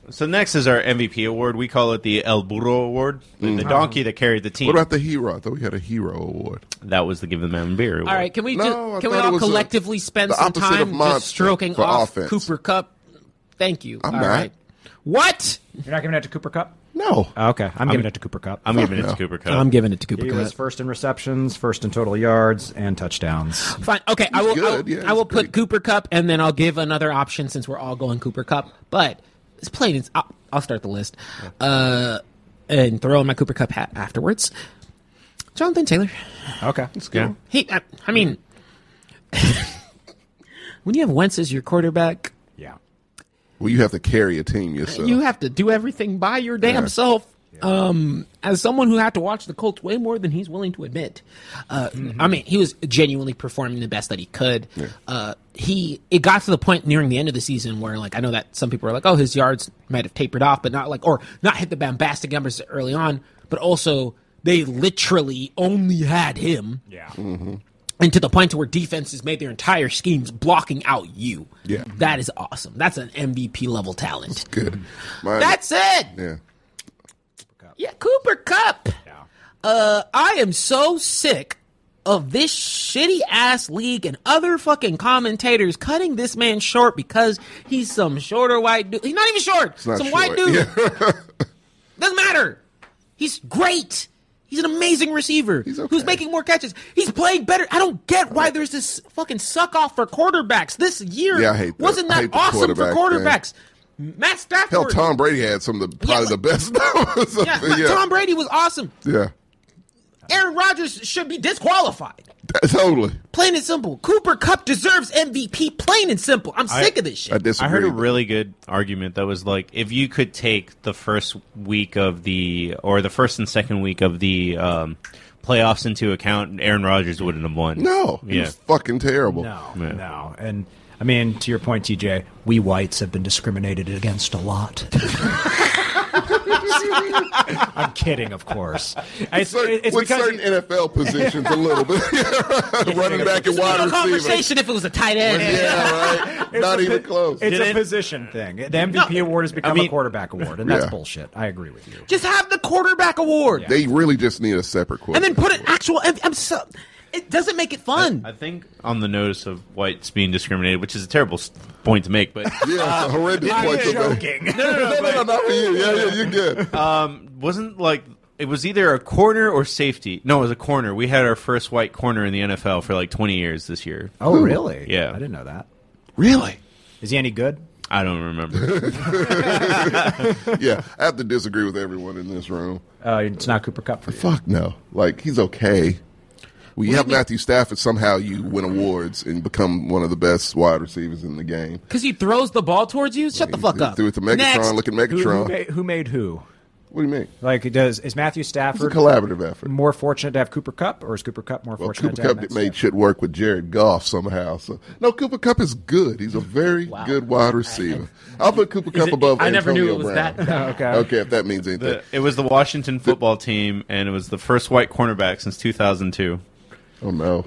A: So next is our MVP award. We call it the El Burro Award, the, the donkey that carried the team.
C: Mm-hmm. What about the hero? I thought we had a hero award.
A: that was the Give the Man Beer Award.
D: All right, can we
C: No, I
D: just, can we
C: thought it
D: all
C: was a-
D: collectively spend
C: the
D: some
C: opposite of
D: time
C: monster
D: just stroking
C: for
D: off
C: offense.
D: Cooper Cup? Thank you.
C: I'm
D: All
C: not.
D: right. What?
B: You're not giving it to Cooper Cup?
C: No.
B: Oh, okay. I'm, giving it to Cooper Cup.
A: I'm giving it
C: no.
A: to Cooper Cup.
D: giving it to Cooper
B: he was first in receptions, first in total yards, and touchdowns.
D: Fine. Okay, I will. I will,
C: good, yeah,
D: I will
C: he's
D: put
C: great.
D: Cooper Cup, and then I'll give another option since we're all going Cooper Cup. But it's plain. It's, I'll, I'll start the list, uh, and throw in my Cooper Cup hat afterwards. Jonathan Taylor.
B: Okay.
A: yeah.
D: He. I, I mean, <laughs> when you have Wentz as your quarterback,
B: Yeah.
C: Well, you have to carry a team yourself.
D: you have to do everything by your damn self. Um, as someone who had to watch the Colts way more than he's willing to admit, uh, I mean, he was genuinely performing the best that he could. Uh, he it got to the point nearing the end of the season where, like, I know that some people are like, "Oh, his yards might have tapered off," but not like or not hit the bombastic numbers early on, but also they literally only had him
B: Yeah.
D: and to the point to where defenses made their entire schemes blocking out you.
C: Yeah.
D: that is awesome. That's an MVP level talent.
C: Good. Mine-
D: That's it.
C: yeah.
D: Yeah, Cooper Cup. Uh, I am so sick of this shitty ass league and other fucking commentators cutting this man short because he's some shorter white dude. He's not even short.
C: not
D: some white
C: short.
D: dude.
C: Yeah.
D: Doesn't matter. He's great. He's an amazing receiver
C: He's okay.
D: who's making more catches. He's playing better. I don't get why there's this fucking suck off for quarterbacks this year.
C: Yeah, I hate that.
D: Wasn't
C: I
D: that
C: hate the
D: awesome for
C: quarterback
D: quarterbacks? Matt
C: <laughs>
D: Stafford.
C: Hell, Tom Brady had some of the probably
D: Yeah,
C: the best <laughs> numbers. of
D: yeah,
C: the- yeah.
D: Tom Brady was awesome.
C: Yeah.
D: Aaron Rodgers should be disqualified.
C: That- totally.
D: Plain and simple. Cooper Cup deserves MVP. Plain and simple. I'm sick of this shit.
C: I disagree.
A: I heard a really good argument that was like, if you could take the first week of the, or the first and second week of the um, playoffs into account, Aaron Rodgers wouldn't have won.
C: no. He
A: Yeah.
C: was fucking terrible.
B: No,
A: Yeah.
B: no. And I mean, to your point, TJ, we whites have been discriminated against a lot. <laughs> I'm kidding, of course. It's,
C: Certain-
B: it's
C: with
B: because
C: certain NFL positions, a little
D: <laughs>
C: bit. <laughs> Running back and wide
D: What a
C: receiver.
D: conversation if it was a tight end.
C: Yeah,
D: <laughs>
C: right. Not
B: a
C: even
B: po-
C: close.
B: it's a
A: Didn't-
B: position thing. The MVP award has become
A: mean-
B: a quarterback award, and that's
C: Yeah.
B: bullshit. I agree with you.
D: Just have the quarterback award
C: They really just need a separate
D: and
C: quarterback.
D: then put an actual. M- I'm so. It doesn't make it fun.
A: I think on the notice of whites being discriminated, which is a terrible s- point to make, but
C: yeah,
D: <laughs>
C: it's a horrendous point to make. No, <laughs> no, no, not for you. Yeah, yeah,
D: <laughs>
C: you're good.
A: wasn't like it was either a corner or safety. No, it was a corner. We had our first white corner in the NFL for like 20 years this year.
B: Oh, really?
A: Yeah.
B: I didn't know that.
C: really?
B: Is he any good?
A: I don't remember.
C: Yeah, I have to disagree with everyone in this room.
B: Uh, it's not Cooper Cup for you.
C: Fuck no. Like he's okay. Well, you have Matthew Stafford. Somehow you win awards and become one of the best wide receivers in the game.
D: Because he throws the ball towards you? Shut the fuck up.
C: Threw it to Megatron.
D: Next.
C: Look at
B: Who, who,
C: Megatron.
B: made, who made who?
C: what do you mean?
B: Like, does is Matthew
C: It's a
B: Stafford
C: collaborative effort.
B: more fortunate to have Cooper Cup, or is Cooper Cup more
C: Well,
B: fortunate
C: Cooper
B: to have
C: Cup
B: Matt
C: made shit work with Jared Goff somehow. So no, Cooper Cup is good. He's a very good wide receiver. I'll put Cooper Cup above.
D: I never
C: Antonio
D: knew it was
C: Brown.
D: that.
B: Stafford? Okay.
C: Okay, if that means anything.
A: The- it was the Washington football team, and it was the first white cornerback since 2002.
C: oh no.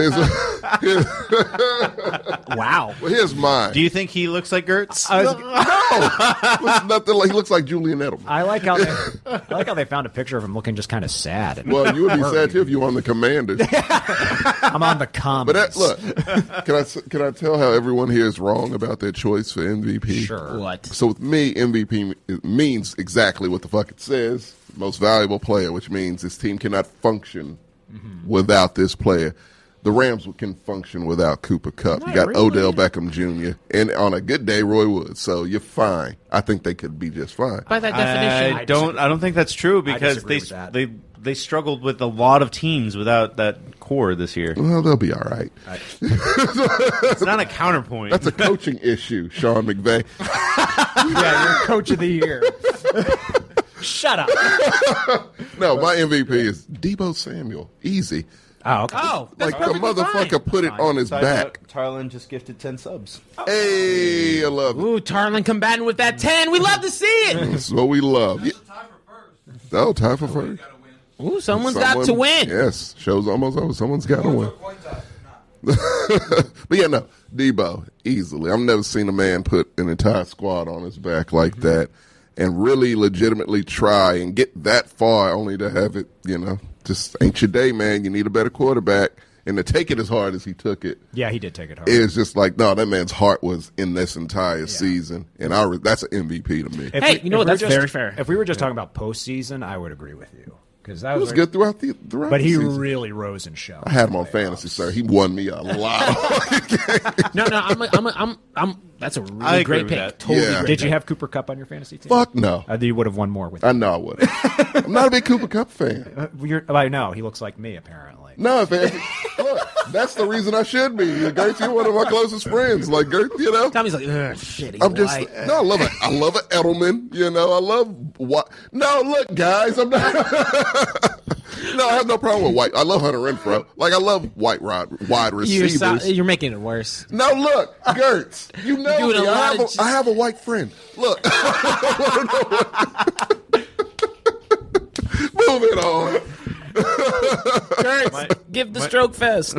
C: Here's, <laughs>
D: Wow.
C: here's mine.
A: Do you think he looks like Gertz?
B: I, was-
C: Looks nothing like- he looks like Julian Edelman.
B: I like how
C: <laughs>
B: they, I like how they found a picture of him looking just kind of sad. And
C: Well, you would be sad too if you were on the Commanders.
B: <laughs> I'm on the
C: But
B: comments.
C: that, look, can I s- can I tell how everyone here is wrong about their choice for MVP?
B: sure.
D: What?
C: So with me, MVP m- means exactly what the fuck it says: most valuable player, which means this team cannot function
D: Mm-hmm.
C: without this player. The Rams can function without Cooper Cup. you got Odell Beckham Jr. and on a good day, Roy Wood. So you're fine. I think they could be just fine.
D: By that definition.
A: I don't. I don't think that's true because
B: disagree
A: they
B: with that.
A: they they struggled with a lot of teams without that core this year.
C: well, they'll be all right.
A: It's not a counterpoint.
C: That's a
D: <laughs>
C: coaching issue, Sean McVay.
B: Yeah, you're coach of the year. <laughs> Shut up.
C: No, my MVP is Debo Samuel. Easy.
B: Oh, okay.
D: Oh, that's
C: Like the motherfucker put it on his back.
A: Tarlin just gifted ten subs.
C: Hey, I love it.
D: Ooh, Tarlin combating with that 10. We love to see
C: <laughs>
D: it.
C: That's what we love. Yeah.
G: Time for first.
C: Oh, time for first.
G: Gotta win.
D: Ooh, someone's got
C: Someone-
D: to win.
C: Yes, show's almost over. Someone's got to win.
G: So coin toss. Not.
C: But yeah, no, Debo easily. I've never seen a man put an entire squad on his back like that, and really legitimately try and get that far, only to have it. You know, just ain't your day, man. You need a better quarterback, and to take it as hard as he took it.
B: Yeah, he did take it hard.
C: It's just like no, that man's heart was in this entire season, and I re- that's an MVP to me.
B: If
D: Hey, you know
B: if
D: what? That's
B: were just-
D: very fair.
B: If we were just talking about postseason, I would agree with you because that
C: He
B: was,
C: was good throughout the throughout.
B: But
C: the
B: he
C: season.
B: really rose and shone.
C: I had him on fantasy, sir. He won me a lot. <laughs>
D: No, no, I'm, a, I'm, a, I'm, I'm, that's a really
A: I agree
D: great
A: with
D: pick.
A: that.
D: Totally
C: Yeah.
D: great.
B: Did you have Cooper Cup on your fantasy team?
C: Fuck no,
B: I think you would have won more with.
C: I know I would. I'm not a big Cooper Cup fan.
B: You're, I know he looks like me apparently.
C: No, if, if look, that's the reason I should be. Gertz, you're one of my closest friends. Like Gertz, you know.
D: Tommy's like, Ugh, shit. he's
C: I'm just uh,
D: white.
C: no. I love it. I love it. Edelman. You know. I love what. No, look, guys. I'm not. <laughs> no, I have no problem with white. I love Hunter Renfro. Like I love white rod wide
D: You're,
C: receivers.
D: so, you're making
C: <laughs>
D: it worse.
C: No, look, Gertz. You know
D: You're doing
C: me.
D: a
C: I
D: lot
C: have a,
D: of-
C: I have a white friend. Look. <laughs> Moving on.
D: Gertz, give the stroke fest.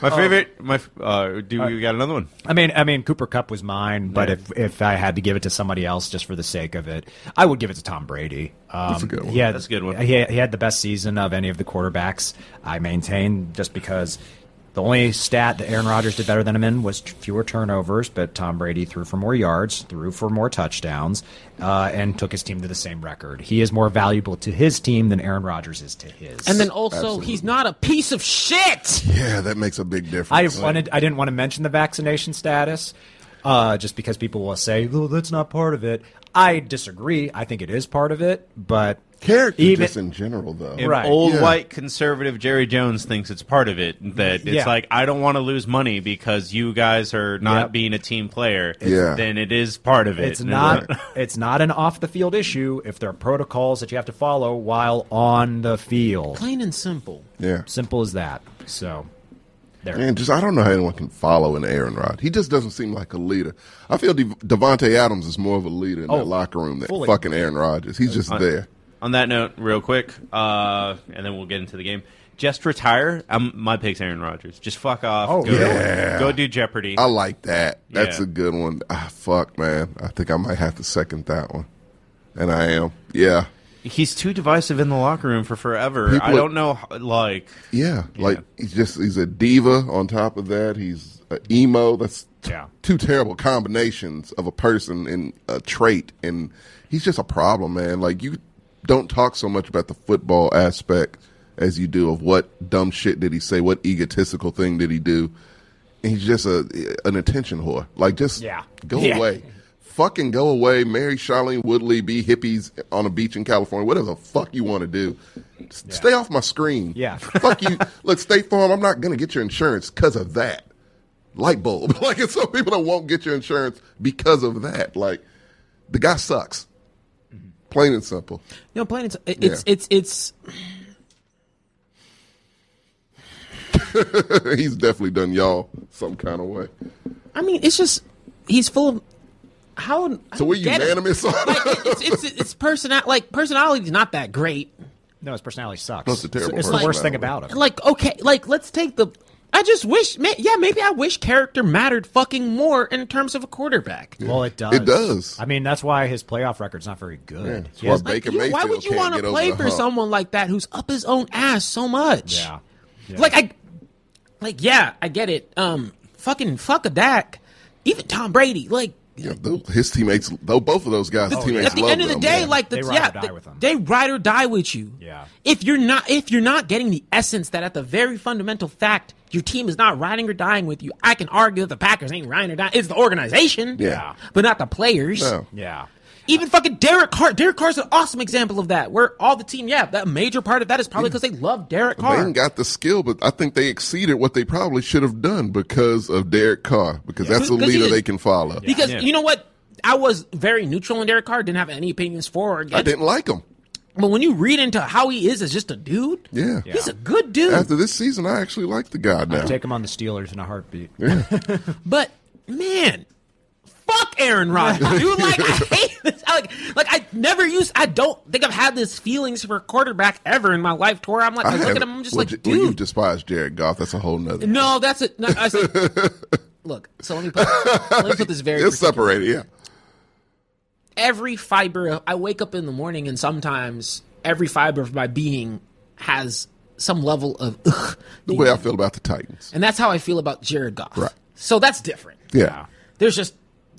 A: My
B: Um,
A: favorite. My f- uh, do we got another one?
B: I mean, I mean, Cooper Cup was mine, but if if I had to give it to somebody else just for the sake of it, I would give it to Tom Brady. Um,
C: a good one.
B: He had,
A: That's a good one.
B: He had, he had the best season of any of the quarterbacks. I maintain just because the only stat that Aaron Rodgers did better than him in was t- fewer turnovers, but Tom Brady threw for more yards, threw for more touchdowns, uh, and took his team to the same record. He is more valuable to his team than Aaron Rodgers is to his.
D: And then also, he's not a piece of shit.
C: Yeah, that makes a big difference.
B: I wanted. I didn't want to mention the vaccination status, uh, just because people will say, "Well, that's not part of it." I disagree. I think it is part of it, but
C: character
B: even-
C: just in general though.
A: An
B: Right.
A: old
C: Yeah.
A: white conservative Jerry Jones thinks it's part of it. That it's
B: Yeah.
A: like I don't want to lose money because you guys are not
B: Yep.
A: being a team player.
C: Yeah.
A: Then it is part of it.
B: it's
A: And uh,
B: not.
C: <laughs>
B: It's not an off the field issue if there are protocols that you have to follow while on the field.
D: Plain and simple.
C: Yeah.
B: Simple as that. So, there.
C: Man, just I don't know how anyone can follow an Aaron Rod. He just doesn't seem like a leader. I feel De- Devonte Adams is more of a leader in that locker room than
B: Oh, fully.
C: fucking Aaron Rodgers. He's just there.
A: On that note, real quick, uh, and then we'll get into the game. Just retire. Um my pick's Aaron Rodgers. Just fuck off.
B: Oh,
A: go,
C: yeah.
A: go do Jeopardy.
C: I like that. That's
A: Yeah.
C: a good one. Ah, fuck, man. I think I might have to second that one. And I am. Yeah.
A: He's too divisive in the locker room for forever.
C: People
A: I
C: are-
A: don't know. how- Like
C: Yeah. Like he's just he's a diva on top of that. He's a emo. That's t-
B: Yeah.
C: two terrible combinations of a person and a trait and he's just a problem, man. Like you don't talk so much about the football aspect as you do of what dumb shit did he say, what egotistical thing did he do. And he's just a an attention whore. Like just
B: Yeah. <laughs>
C: go
B: Yeah.
C: away. Fucking go away, marry Charlene Woodley, be hippies on a beach in California, whatever the fuck you want to do. S- Stay off my screen.
B: Yeah.
C: <laughs> Fuck you. Look, State Farm, I'm not going to get your insurance because of that. Light bulb. <laughs> Like, it's some people that won't get your insurance because of that. Like, the guy sucks. Plain and simple. <laughs>
D: You know, plain and simple. It's,
C: Yeah.
D: it's, it's,
C: He's definitely done y'all some kind of way.
D: I mean, it's just, he's full of, how, I
C: So we're
D: don't get it.
C: unanimous on <laughs>
D: Like, <laughs> it's, it's, it's, it's personal, like, personality's not that great.
B: No, his personality sucks.
C: That's a terrible
B: it's
C: person,
B: the worst
C: by
B: thing
C: the way.
B: about him.
D: like okay like let's take the i just wish ma- yeah maybe i wish character mattered fucking more in terms of a quarterback
B: Well, it does.
C: It does.
B: I mean, that's why his playoff record's not very good.
C: That's
B: He
C: why
B: has-
C: Baker
D: You- why
C: Mayfield
D: would you
C: can't
D: want
C: get
D: to
C: over
D: play
C: the
D: for
C: hump.
D: someone like that who's up his own ass so much
B: yeah. Yeah.
D: like i like yeah i get it um fucking fuck a Dak even Tom Brady like
C: Yeah, th- his teammates, though, both of those guys' teammates
D: at the
C: love
D: end of the
C: them,
D: day,
C: man.
D: like the
B: They ride
D: yeah,
B: or die
D: th-
B: with 'em.
D: they ride or die with you.
B: Yeah.
D: If you're not if you're not getting the essence that at the very fundamental fact your team is not riding or dying with you, I can argue that the Packers ain't riding or dying. It's the organization,
C: Yeah.
D: but not the players.
C: No.
B: yeah.
D: Even fucking Derek Carr. Derek Carr's an awesome example of that. Where all the team, yeah, that major part of that is probably because they love Derek
C: They
D: Carr.
C: ain't got the skill, but I think they exceeded what they probably should have done because of Derek Carr, because that's a
D: Because he
C: leader
D: is-
C: they can follow.
D: because
A: Yeah.
D: you know what, I was very neutral on Derek Carr. Didn't have any opinions for or
C: I
D: against.
C: didn't like him.
D: But when you read into how he is as just a dude,
C: Yeah.
D: he's a good dude.
C: After this season, I actually like the guy now.
B: Take him on the Steelers in a heartbeat.
D: But man, fuck Aaron Rodgers, dude. Like I hate this. I, like, like I never used. I don't think I've had this feelings for a quarterback ever in my life. To where I'm like, I, look at
C: haven't-
D: him, I'm just
C: when
D: like,
C: you-
D: dude.
C: when you despise Jared Goff, that's a whole nother.
D: no, that's it. No, I said, look. So let me put let me put this very
C: it's
D: particular-
C: separated. Yeah,
D: every fiber of, I wake up in the morning and sometimes every fiber of my being has some level of ugh.
C: the way I feel about the Titans.
D: And that's how I feel about Jared Goff.
C: Right.
D: So that's different.
C: Yeah,
D: There's just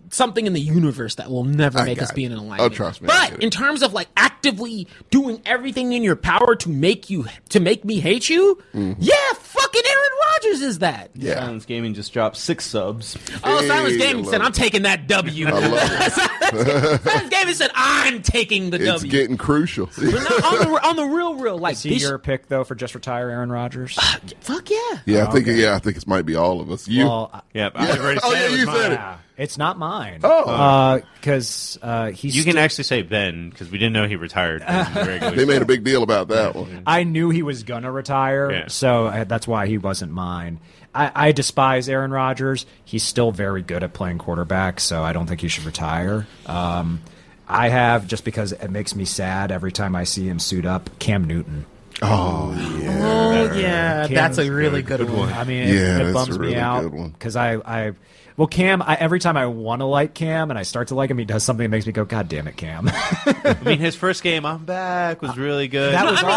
D: something in the universe that will never
C: I
D: make
C: got
D: us
C: it.
D: be in an
C: Oh,
D: alignment.
C: trust me, I get
D: But
C: it.
D: in terms of like actively doing everything in your power to make you to make me hate you, yeah, fucking Aaron Rodgers is that.
C: Mm-hmm. yeah.
A: Silence Gaming just dropped six
C: <laughs>
A: subs.
D: Oh,
C: Hey,
D: Silence
C: I
D: Gaming
C: love
D: said, "I'm
C: it.
D: taking
C: <laughs>
D: that W." <laughs> Silence Gaming said, "I'm taking the
C: it's
D: W."
C: getting crucial. <laughs>
D: But no, on the on the real real like
B: <laughs> See
D: this,
B: your pick though for just retire Aaron Rodgers.
D: fuck yeah.
C: yeah, I think. Yeah, I think it might be all of us. You.
B: Well, I-
A: Yep. I've already
C: oh
A: said
C: yeah,
A: it was
C: you
A: mine.
C: said it.
B: it's not mine.
C: Oh.
B: because uh, he's.
A: You can
B: sti-
A: actually say Ben because we didn't know he retired.
D: <laughs>
A: during the regular
C: They made a
A: season.
C: big deal about that one.
B: I knew he was gonna retire,
A: Yeah.
B: so uh, that's why he wasn't mine. I, I despise Aaron Rodgers. He's still very good at playing quarterback, so I don't think he should retire. Um, I have just because it makes me sad every time I see him suit up. Cam Newton.
C: Oh yeah.
D: Oh yeah,
B: Cam
D: that's a
B: is
D: really good, one.
B: I mean, it,
C: Yeah,
B: it
C: that's a
B: bums
C: really
B: me
C: good
B: out
C: one.
B: because I, I, well, Cam. I, every time I want to like Cam and I start to like him, he does something that makes me go, "God damn it, Cam!" <laughs>
A: I mean, his first game, I'm back, was really good.
B: That was
A: Heartwarming.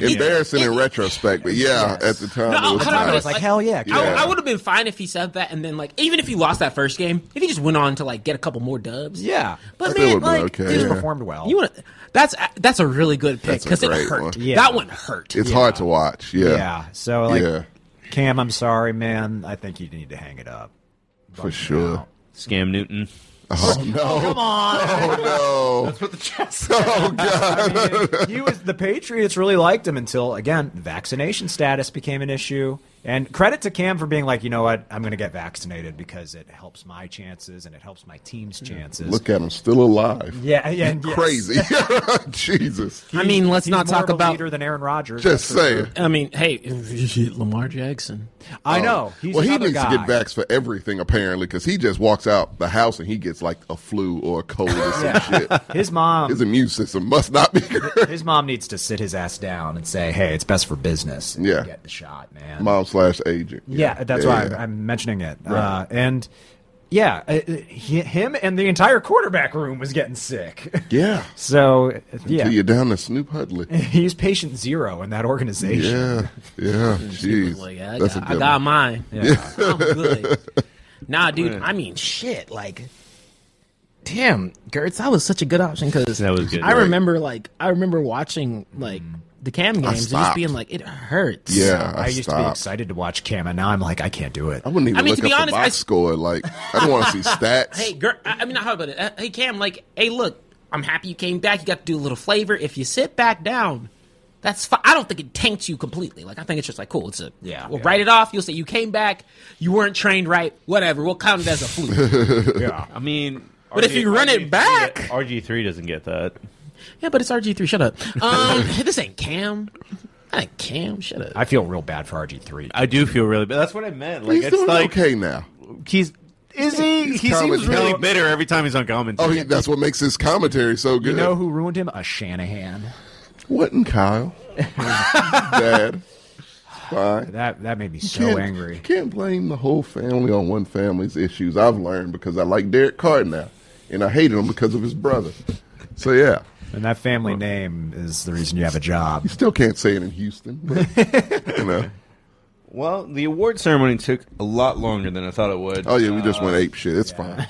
B: awesome.
C: Embarrassing in retrospect, but yeah, at the time
D: No,
C: it was
D: hold on,
B: I
C: nice.
B: was like, "Hell yeah!" Cam."
D: I,
C: Yeah.
D: would have been fine if he said that, and then like even if he lost that first game, if he just went on to like get a couple more dubs,
B: Yeah.
D: But
C: That
D: man,
C: would've been
D: like
C: okay,
B: He just
C: yeah.
B: performed well.
D: you want to that's that's a really good pick
C: That's a
D: because it
C: great
D: hurt.
C: one.
B: Yeah.
D: That one hurt.
C: it's hard to watch. Yeah.
B: yeah. So like,
C: Yeah.
B: Cam, I'm sorry, man. I think you need to hang it
C: <laughs>
B: up.
C: For sure.
A: Scam Newton.
C: Oh no! Come on! <laughs> Oh no! That's what the chest. Oh god!
B: he was the Patriots really liked him until again vaccination status became an issue. And credit to Cam for being like, you know what, I'm going to get vaccinated because it helps my chances and it helps my team's chances.
C: Look at him, still alive.
B: yeah, yeah, and yes.
C: Crazy. Jesus.
D: I mean, let's
B: He's
D: not
B: more
D: talk
B: of a
D: about.
B: leader than Aaron Rodgers.
C: Just
B: that's for sure.
C: saying.
D: I mean, hey,
B: <laughs>
D: <laughs> Lamar Jackson.
B: I know. He's
C: Oh. well, he
B: another
C: needs
B: guy.
C: to get vax for everything apparently, because he just walks out the house and he gets like a flu or a cold
B: <laughs>
C: or some shit.
B: His mom,
C: His immune system must not be <laughs> correct.
B: his mom needs to sit his ass down and say, "Hey, it's best for business. and
C: Yeah.
B: get the shot, man."
C: Mom slash agent.
B: Yeah, that's why I'm,
C: Yeah.
B: I'm mentioning it. Uh, and yeah, uh, uh, he, him and the entire quarterback room was getting sick. <laughs>
C: Yeah.
B: so uh,
C: Till
B: yeah,
C: you're down to Snoop Hudley.
B: <laughs> he's patient zero in that organization.
C: Yeah. Yeah. Jeez.
D: Well, yeah, I
C: That's a
D: got,
C: good
D: I got
C: one.
D: mine.
C: <laughs>
D: I'm good. Nah, dude. I mean, shit. Like, damn, Gertz, that was such a good option because
A: That was good.
D: I remember, like, I remember watching like
B: Mm.
D: the Cam games and just
C: stopped.
D: being like, it hurts.
C: Yeah. I,
B: I used to be
C: stopped.
B: excited to watch Cam, and now I'm like, I can't do it.
C: I wouldn't even
D: I mean,
C: look
D: to be
C: up
D: honest,
C: the
D: I
C: box
D: s-
C: score. Like, I don't want to see stats.
D: Hey, Gert. I I mean, how about it? Uh, Hey, Cam. Like, hey, look. I'm happy you came back. You got to do a little flavor. If you sit back down. That's fine. I don't think it taints you completely. Like I think it's just like cool. It's a
B: Yeah.
D: We'll write it off. You'll say you came back. You weren't trained right. Whatever. We'll count it as a
C: <laughs>
D: fluke.
B: yeah.
A: I mean,
D: But if you run it back-
A: RG3 doesn't get that.
D: Yeah, but it's RG three. Shut up. Um, <laughs> this ain't Cam. I ain't Cam. Shut up.
B: I feel real bad for RG3.
A: I do feel really bad. That's what I meant. Like
C: he's
A: it's
C: doing
A: like
C: okay now.
A: he's is he? He seems
C: commentary.
A: really bitter every time he's on commentary.
C: Oh, he, that's what makes his commentary so good.
B: You know who ruined him? A Shanahan.
C: What in Kyle? Dad. Fine.
B: That that made me so
C: Can't-
B: angry.
C: Can't blame the whole family on one family's issues. I've learned because I like Derek Carr now, and I hated him because of his brother. So yeah,
B: And that family name is the reason you have a job.
C: still can't say it in Houston, but you know.
A: Well, the award ceremony took a lot longer than I thought it would.
C: Oh yeah, we just went ape shit. It's fine.
B: <laughs>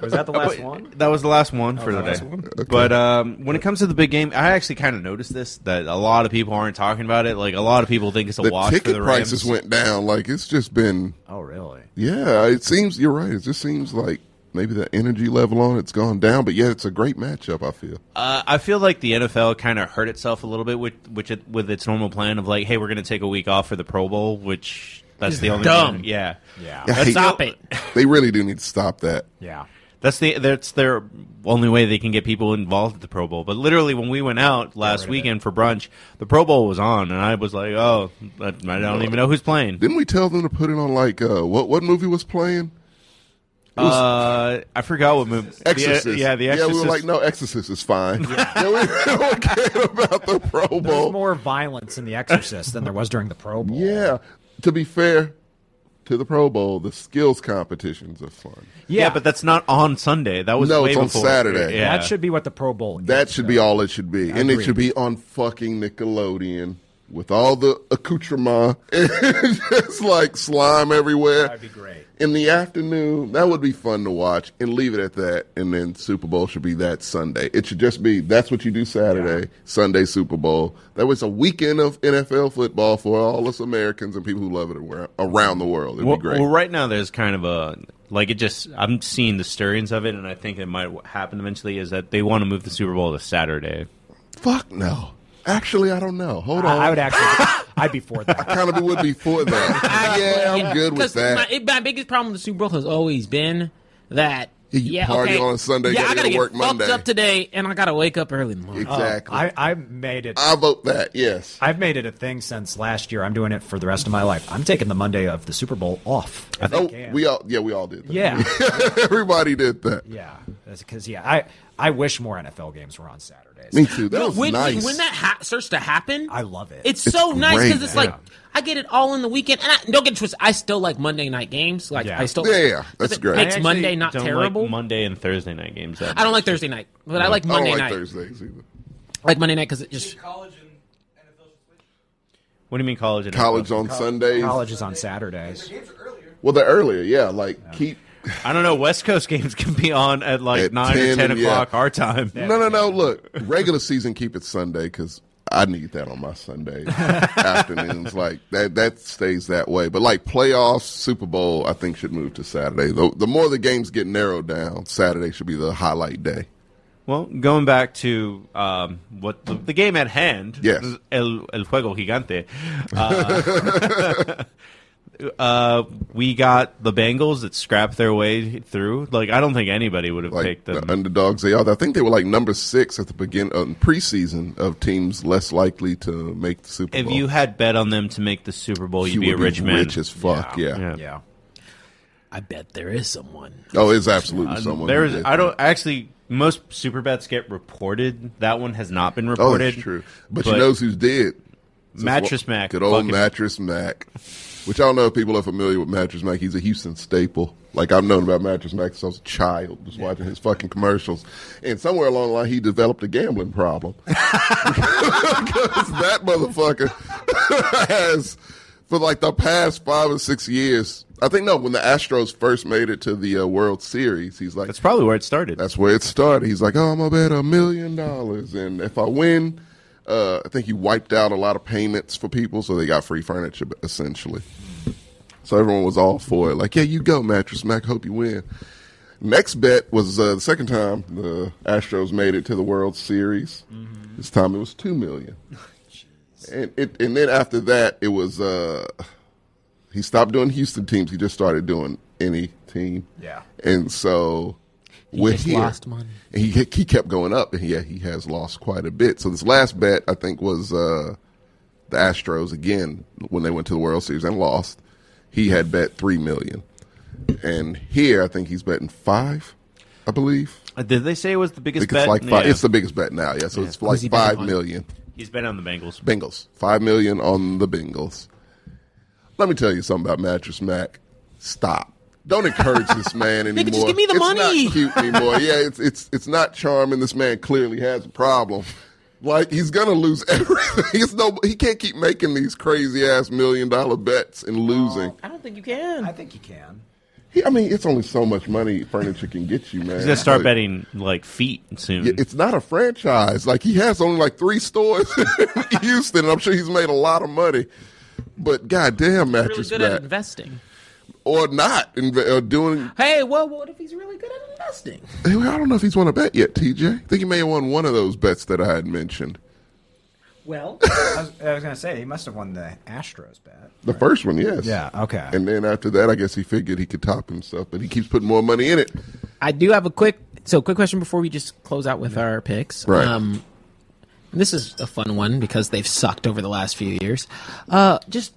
B: Was that the last
C: Oh,
B: one?
A: That was the last one for the day. But um, when it comes to the big game, I actually kind of noticed this that a lot of people aren't talking about it. Like a lot of people think it's a
C: the
A: wash for
C: ticket
A: the Rams.
C: prices went down. Like it's just been.
B: Oh, really?
C: Yeah, it seems you're right. It just seems like maybe the energy level on it's gone down, but yeah, it's a great matchup. I feel.
A: Uh, I feel like the NFL kind of hurt itself a little bit with which it, with its normal plan of like, hey, we're going to take a week off for the Pro Bowl, which that's the only
D: Dumb.
A: one- Yeah,
B: Yeah.
C: I hate-
D: Stop it.
C: They really do need to stop that.
B: Yeah.
A: That's the that's their only way they can get people involved at the Pro Bowl. But literally, when we went out last weekend for brunch, the Pro Bowl was on, and I was like, "Oh, I, I don't even know who's playing."
C: Didn't we tell them to put it on like uh, what what movie was playing?
A: Uh, I forgot what movie. The- E-,
C: Exorcist.
A: yeah, the Exorcist.
C: Yeah, we were like, no, Exorcist is fine. <laughs> Yeah, we don't care about the Pro Bowl.
B: There's more violence in The Exorcist than there was during the Pro Bowl.
C: yeah. To be fair to the Pro Bowl, the skills competitions are fun.
A: yeah. but that's not on Sunday. That was
C: No,
A: way
C: it's on
A: before.
C: Saturday.
A: Yeah.
B: That should be what the Pro Bowl. Is.
C: That should be all it should be, and it should be on fucking Nickelodeon with all the accoutrement, <laughs> and just like slime everywhere. That'd be
B: great.
C: In the afternoon, that would be fun to watch, and leave it at that. And then Super Bowl should be that Sunday. It should just be that's what you do Saturday, Sunday Super Bowl. That was a weekend of NFL football for all us Americans and people who love it awar- around the world. It'd
A: Well,
C: be great.
A: well, right now there's kind of a like it just I'm seeing the stirrings of it, and I think it might happen eventually. Is that they want to move the Super Bowl to Saturday?
C: Fuck no. Actually, I don't know. Hold
B: <laughs>
C: on.
B: I, I would
C: <laughs>
B: actually. I'd be for that.
C: kind of would be for that. yeah, I'm good with
J: 'Cause
C: that.
J: My, it- my biggest problem with the Super Bowl has always been that.
C: You
J: yeah,
C: party
J: okay,
C: on Sunday,
J: Yeah,
C: gotta
J: I gotta
C: go
J: get
C: work
J: fucked
C: Monday.
J: up today, and I gotta wake up early in the morning.
C: Exactly.
B: Oh, I, I made it.
C: I vote that, yes.
B: I've made it a thing since last year. I'm doing it for the rest of my life. I'm taking the Monday of the Super Bowl
C: <laughs>
B: off.
C: oh, we all yeah, we all did that.
B: Yeah,
C: <laughs> Everybody did that.
B: yeah. Because yeah, I I wish more NFL games were on Saturdays.
C: Me too. That
J: No,
C: was
J: when,
C: nice.
J: when that ha- starts to happen,
B: I love it.
J: It's, so nice
C: great,
J: because it's like I get it all in the weekend. And I, don't get it twisted. I still like Monday night games. Like
B: Yeah.
J: I still
C: Yeah, yeah, that's
J: it
C: great. I
J: Makes
A: actually
J: Monday not
A: don't
J: terrible.
A: Like Monday and Thursday night games. That
J: I don't like Thursday night, but I like
C: I don't
J: Monday
C: Oh, like
J: night.
C: Thursdays either.
J: I like Monday night because it just
F: College and NFL should switch.
A: What do you mean college? And
C: College on Sundays.
B: College is on Saturdays.
F: Games are earlier.
C: Well, the earlier, yeah, like keep.
A: I don't know. West Coast <laughs> games can be on at like
C: At
A: nine or
C: 10,
A: ten
C: yeah.
A: o'clock our time.
C: No, no, no. Look, regular season, keep it Sunday because I need that on my <laughs> Sunday afternoons. Like that, that stays that way. But like playoffs, Super Bowl, I think should move to Saturday. The, the more the games get narrowed down, Saturday should be the highlight day.
A: Well, going back to um, what the, the game at hand,
C: Yes.
A: El, El Juego Gigante.
C: <laughs>
A: Uh, uh, we got the Bengals that scrapped their way through. Like, I don't think anybody would have
C: like uh,
A: picked
C: the
A: them.
C: underdogs they are. I think they were like number six at the begin uh, preseason of teams less likely to make the Super
A: if
C: Bowl.
A: you had bet on them to make the Super Bowl,
C: You
A: you'd be a
C: would
A: rich man.
C: rich as fuck. Yeah.
B: Yeah.
J: I bet there is someone.
C: Oh, it's absolutely
A: Uh,
C: someone.
A: there
C: who
A: is.
C: did
A: I
C: that.
A: don't actually. Most super bets get reported. That one has not been
C: Oh,
A: reported.
C: that's true. But, you knows who's did? Since
A: Mattress
C: wa-
A: Mac,
C: Good old
A: fucking-
C: mattress Mac. Which I don't know if people are familiar with mattress Mac. He's a Houston staple. Like I've known about mattress Mac since I was a child, just watching his fucking commercials. And somewhere along the line, he developed a gambling problem. <laughs> because that motherfucker <laughs> has for like the past five or six years. I think no, when the Astros first made it to the uh, World Series, he's like,
A: That's probably where it started.
C: that's where it started. He's like, oh, I'm gonna bet a million dollars, and if I win, uh, I think he wiped out a lot of payments for people, so they got free furniture essentially. So everyone was all for it. Like, yeah, you go, mattress Mac. Hope you win. Next bet was uh, the second time the Astros made it to the World Series. This time it was two million. and it, and then after that, it was uh, he stopped doing Houston teams. He just started doing any team.
B: Yeah.
C: And so we're
J: just
C: here.
J: lost money.
C: And he he kept going up, and yeah, he has lost quite a bit. So this last bet, I think, was uh, the Astros again when they went to the World Series and lost. He had bet three million, and here I think he's betting five, I believe.
A: Uh, Did they say it was the
C: I
A: biggest
C: think
A: bet?
C: it's like five.
A: Yeah.
C: It's the biggest bet now, yeah. So it's like
J: he betting
C: five
J: on?
C: million.
A: He's been on the Bengals.
C: Bengals. Five million on the Bengals. Let me tell you something about Mattress Mac. Stop. Don't encourage
J: <laughs>
C: this man anymore.
J: just give me the
C: it's
J: money.
C: Not cute anymore. Yeah, it's it's it's not charming. This man clearly has a problem. Like he's gonna lose <laughs> everything. He's no, he can't keep making these crazy ass million dollar bets and losing.
A: Oh.
J: I don't think you can.
B: I think you can.
C: He, I mean, it's only so much money furniture can get you, man.
A: He's gonna start
C: Like,
A: betting like feet soon.
C: yeah, it's not a franchise. Like he has only like three stores <laughs> in Houston. and I'm sure he's made a lot of money, but goddamn,
J: really
C: mattress
J: good
C: Mac.
J: at investing.
C: or not and or doing.
J: Hey, well, what if he's really good at investing?
C: I don't know if he's won a bet yet, TJ. I think he may have won one of those bets that I had mentioned.
J: Well,
B: I was, I was gonna say he must have won the Astros bet.
C: The first one, yes.
B: Yeah. Okay.
C: And then after that, I guess he figured he could top himself, but he keeps putting more money in it.
D: I do have a quick so quick question before we just close out with our picks.
C: Right.
D: Um, this is a fun one because they've sucked over the last few years. Uh, just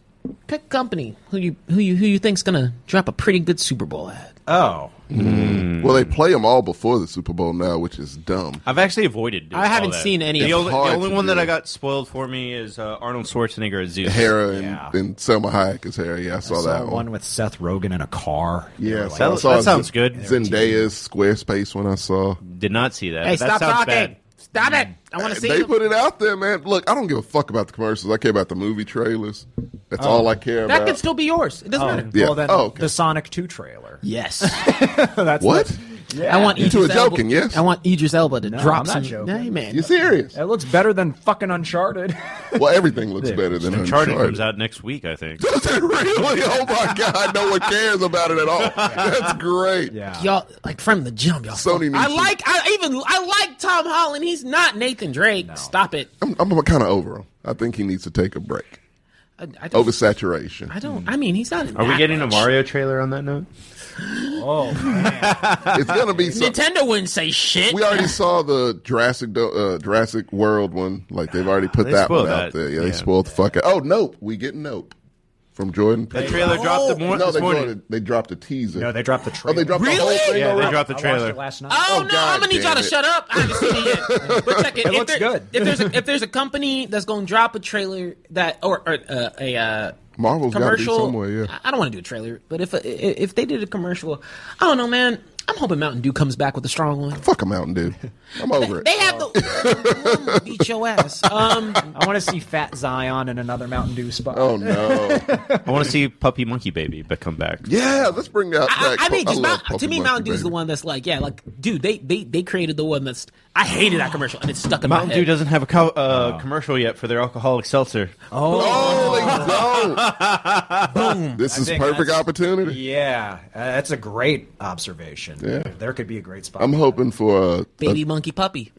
D: pick company who you who you who you think's gonna drop a pretty good Super Bowl ad.
B: Oh,
J: Mm-hmm.
C: Well, they play them all before the Super Bowl now, which is dumb.
A: I've actually avoided. Doing
D: I haven't
A: all that.
D: seen any
A: The
D: of
A: only,
C: them.
A: the
C: Hard
A: only
C: to
A: one that
C: do.
A: I got spoiled for me is uh, Arnold Schwarzenegger as Zeus.
C: Hera and, and Selma Hayek is Hera. Yeah, I saw,
B: saw
C: that one.
B: one with Seth Rogen in a car.
C: Yeah, so
A: That-
C: I saw
A: that sounds good.
C: Zendaya's Squarespace when I saw.
A: Did not see that.
D: Hey,
A: but that
D: stop
A: sounds
D: talking!
A: bad.
D: Stop it! I want to see.
C: They
D: them.
C: put it out there, man. Look, I don't give a fuck about the commercials. I care about the movie trailers.
A: Oh.
C: That's all I care
D: that
C: about.
D: <laughs> could still be yours. It doesn't matter.
C: Yeah.
B: Well, then
C: Oh, okay.
B: the Sonic Two trailer.
D: Yes,
C: <laughs> what?
D: I want
C: You
D: Idris
C: two are
D: Elba-
C: joking, yes?
D: I want Idris Elba to drop
B: I'm not
D: some.
B: joking.
D: Hey, man,
C: You serious?
B: It looks better than fucking Uncharted.
C: Well, everything looks better than
A: Uncharted
C: Uncharted.
A: comes out next week, I think.
C: Is it <laughs> really? Oh my God! No one cares about it at all. That's great.
D: y'all like from the jump, y'all.
C: Sony needs
D: I
C: to-
D: like. I even. I like Tom Holland. He's not Nathan Drake. Stop it.
C: I'm, I'm kind of over him. I think he needs to take a break.
D: I, I don't.
C: Oversaturation.
D: I don't. I mean, he's not. in
A: Are we
D: that
A: getting a
D: much.
A: Mario trailer on that note?
C: It's gonna
D: <laughs>
C: be. Some,
D: Nintendo wouldn't say shit.
C: we already saw the Jurassic Do- uh, Jurassic World one. Like they've already put
A: They
C: that one
A: spoiled
C: out
A: that.
C: there. Yeah,
A: Yeah.
C: they spoiled the fuck out. Oh, Nope. We get Nope from Jordan.
A: That
C: Peele.
A: trailer dropped the mor-
C: no,
A: this
C: they
A: morning.
C: dropped, a, they dropped a teaser.
B: no, they dropped the
C: oh,
B: trailer.
C: they dropped the whole
D: Really?
C: thing.
A: Yeah, they
C: already?
A: dropped the
B: <laughs> I watched
A: trailer.
B: it last night.
D: Oh,
C: Oh,
D: no!
C: God
D: I'm gonna need
C: damn
D: y'all to
C: it.
D: shut up. I haven't seen it
C: <laughs>
D: yet. But check it. if
B: looks
D: there-
B: good.
D: If there's a, if there's a company that's gonna drop a trailer that or, or uh, a uh,
C: Marvel's got to be
D: commercial.
C: somewhere. Yeah.
D: I- I don't want to do a trailer, but if a, i- if they did a commercial, I don't know, man. I'm hoping Mountain Dew comes back with a strong one.
C: Fuck a Mountain Dew.
D: <laughs>
C: I'm over it.
D: They have <laughs> the I'ma beat your ass. Um,
B: I want to see Fat Zion in another Mountain Dew spot.
C: Oh no!
D: <laughs>
A: I want to see Puppy Monkey Baby but come back.
C: Yeah, let's bring out.
D: I,
C: back.
D: I mean, just
C: love
D: Mount, to
C: Puffy
D: me,
C: Monkey,
D: Mountain Dew is
C: baby.
D: the one that's like, yeah, like, dude, they they they created the one that's I hated that commercial and it's stuck in my
A: Mountain Dew
D: head.
A: doesn't have a co- uh, commercial yet for their alcoholic seltzer.
C: Oh, they Oh, don't. this is
B: think
C: perfect
B: that's-
C: opportunity.
B: Yeah, uh, that's a great observation.
C: Yeah.
B: There could be a great spot.
C: I'm hoping for uh, uh,
D: Baby monkey puppy,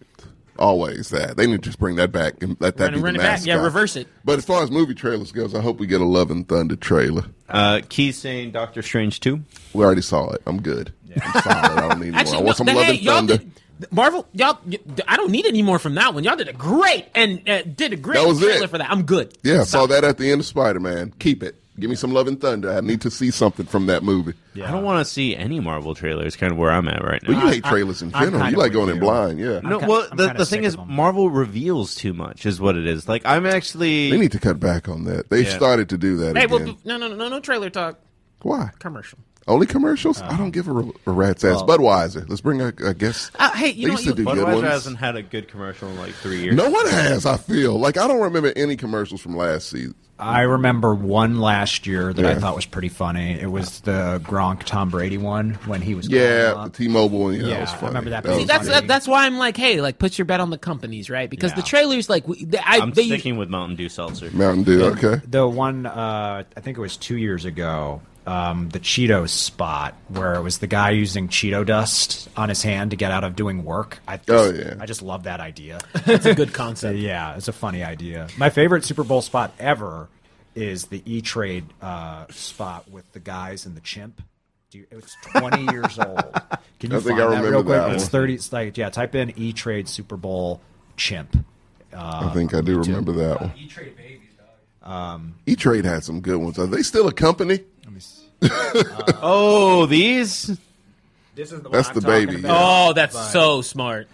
C: always that they need to just bring that back and let that
D: run
C: be
D: it,
C: the
D: run it back.
C: mascot.
D: Yeah, reverse it.
C: But as far as movie trailers goes, I hope we get a Love and Thunder trailer.
A: Uh, Keith's saying Doctor Strange 2.
C: We already saw it. I'm good. I'm solid. I don't need
D: <laughs> Actually,
C: more. I
D: no,
C: want some
D: the-
C: Love
D: hey,
C: and
D: y'all
C: Thunder.
D: did, Marvel, y'all, y- I don't need any more from that one. Y'all did a great and uh, did a great
C: That was
D: trailer
C: it.
D: for that. I'm good.
C: yeah, I saw that at the end of Spider Man. Keep it. Give me some Love and Thunder. I need to see something from that movie.
A: I don't want to see any Marvel trailers, kind of where I'm at right now.
C: But you hate trailers in
B: I'm
C: general. You
B: kinda
C: like going
B: with
C: in
B: you.
C: blind. Yeah.
A: no,
B: ki-
A: well,
B: I'm
A: the,
B: kinda
A: the thing
B: sick
A: is,
B: of 'em.
A: Marvel reveals too much, is what it is. Like, I'm actually.
C: They need to cut back on that. They've
A: Yeah.
C: started to do that
D: Hey, well,
C: again.
D: no, no, no, no trailer talk.
C: Why?
D: Commercial.
C: Only commercials? I don't give a, r- a rat's ass. Budweiser. Let's bring a, a guest.
D: Uh, hey,
C: They
D: you know
C: used to
D: you,
C: do good
A: Budweiser
C: ones.
A: hasn't had a good commercial in like three years.
C: No one has. I feel like I don't remember any commercials from last season.
B: I remember one last year that I
C: Yeah.
B: thought was pretty funny. It was the Gronk Tom Brady one when he was growing
C: Yeah,
B: up.
C: T-Mobile. Yeah,
B: Uh-huh. Yeah,
C: that was
B: I
C: funny.
B: remember that
C: was
B: being
D: that's
C: funny.
D: that, that's why I'm like, hey, like put your bet on the companies, right? Because the
B: Yeah.
D: trailers, like, we, they, I,
A: I'm
D: they,
A: sticking with Mountain Dew seltzer.
C: Mountain Dew. Okay.
B: the one uh, I think it was two years ago. Um, the Cheetos spot where it was the guy using Cheeto dust on his hand to get out of doing work. I just,
C: Oh, yeah.
B: I just love that idea.
D: that's a <laughs> good concept.
B: yeah, it's a funny idea. My favorite Super Bowl spot ever is the E Trade uh, spot with the guys and the chimp. Dude, it was 20
C: <laughs>
B: years old. Can you
C: I think
B: find that
C: I remember
B: real quick?
C: that
B: It's
C: one.
B: 30. It's like yeah. Type in E Trade Super Bowl chimp.
C: I think I do remember that one.
K: E Trade babies, dog.
C: E-Trade had some good ones. Are they still a company?
A: Oh, these?
B: This is the
C: That's the baby. yeah.
D: Oh, that's so smart.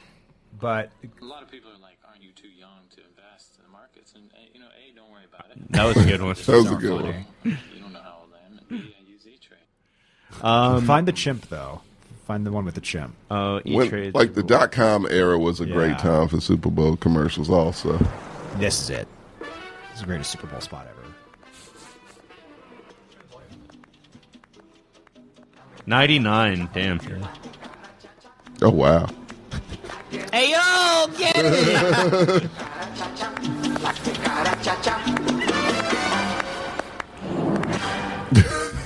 B: But
L: A lot of people are like, aren't you too young to invest in the markets? And, uh, you know, A, don't worry about it.
A: That was a
C: <laughs>
A: good one.
C: That was a good one.
L: You don't know how old I am. And B, I use E E-Trade.
D: Um,
B: find the chimp though. Find the one with the chimp.
A: Oh,
C: When-
A: E-Trade.
C: like the dot com era was a
B: Yeah.
C: great time for Super Bowl commercials. Also,
B: This is it. This is the greatest Super Bowl spot ever.
A: 99, damn.
C: oh wow,
D: Hey yo, get it.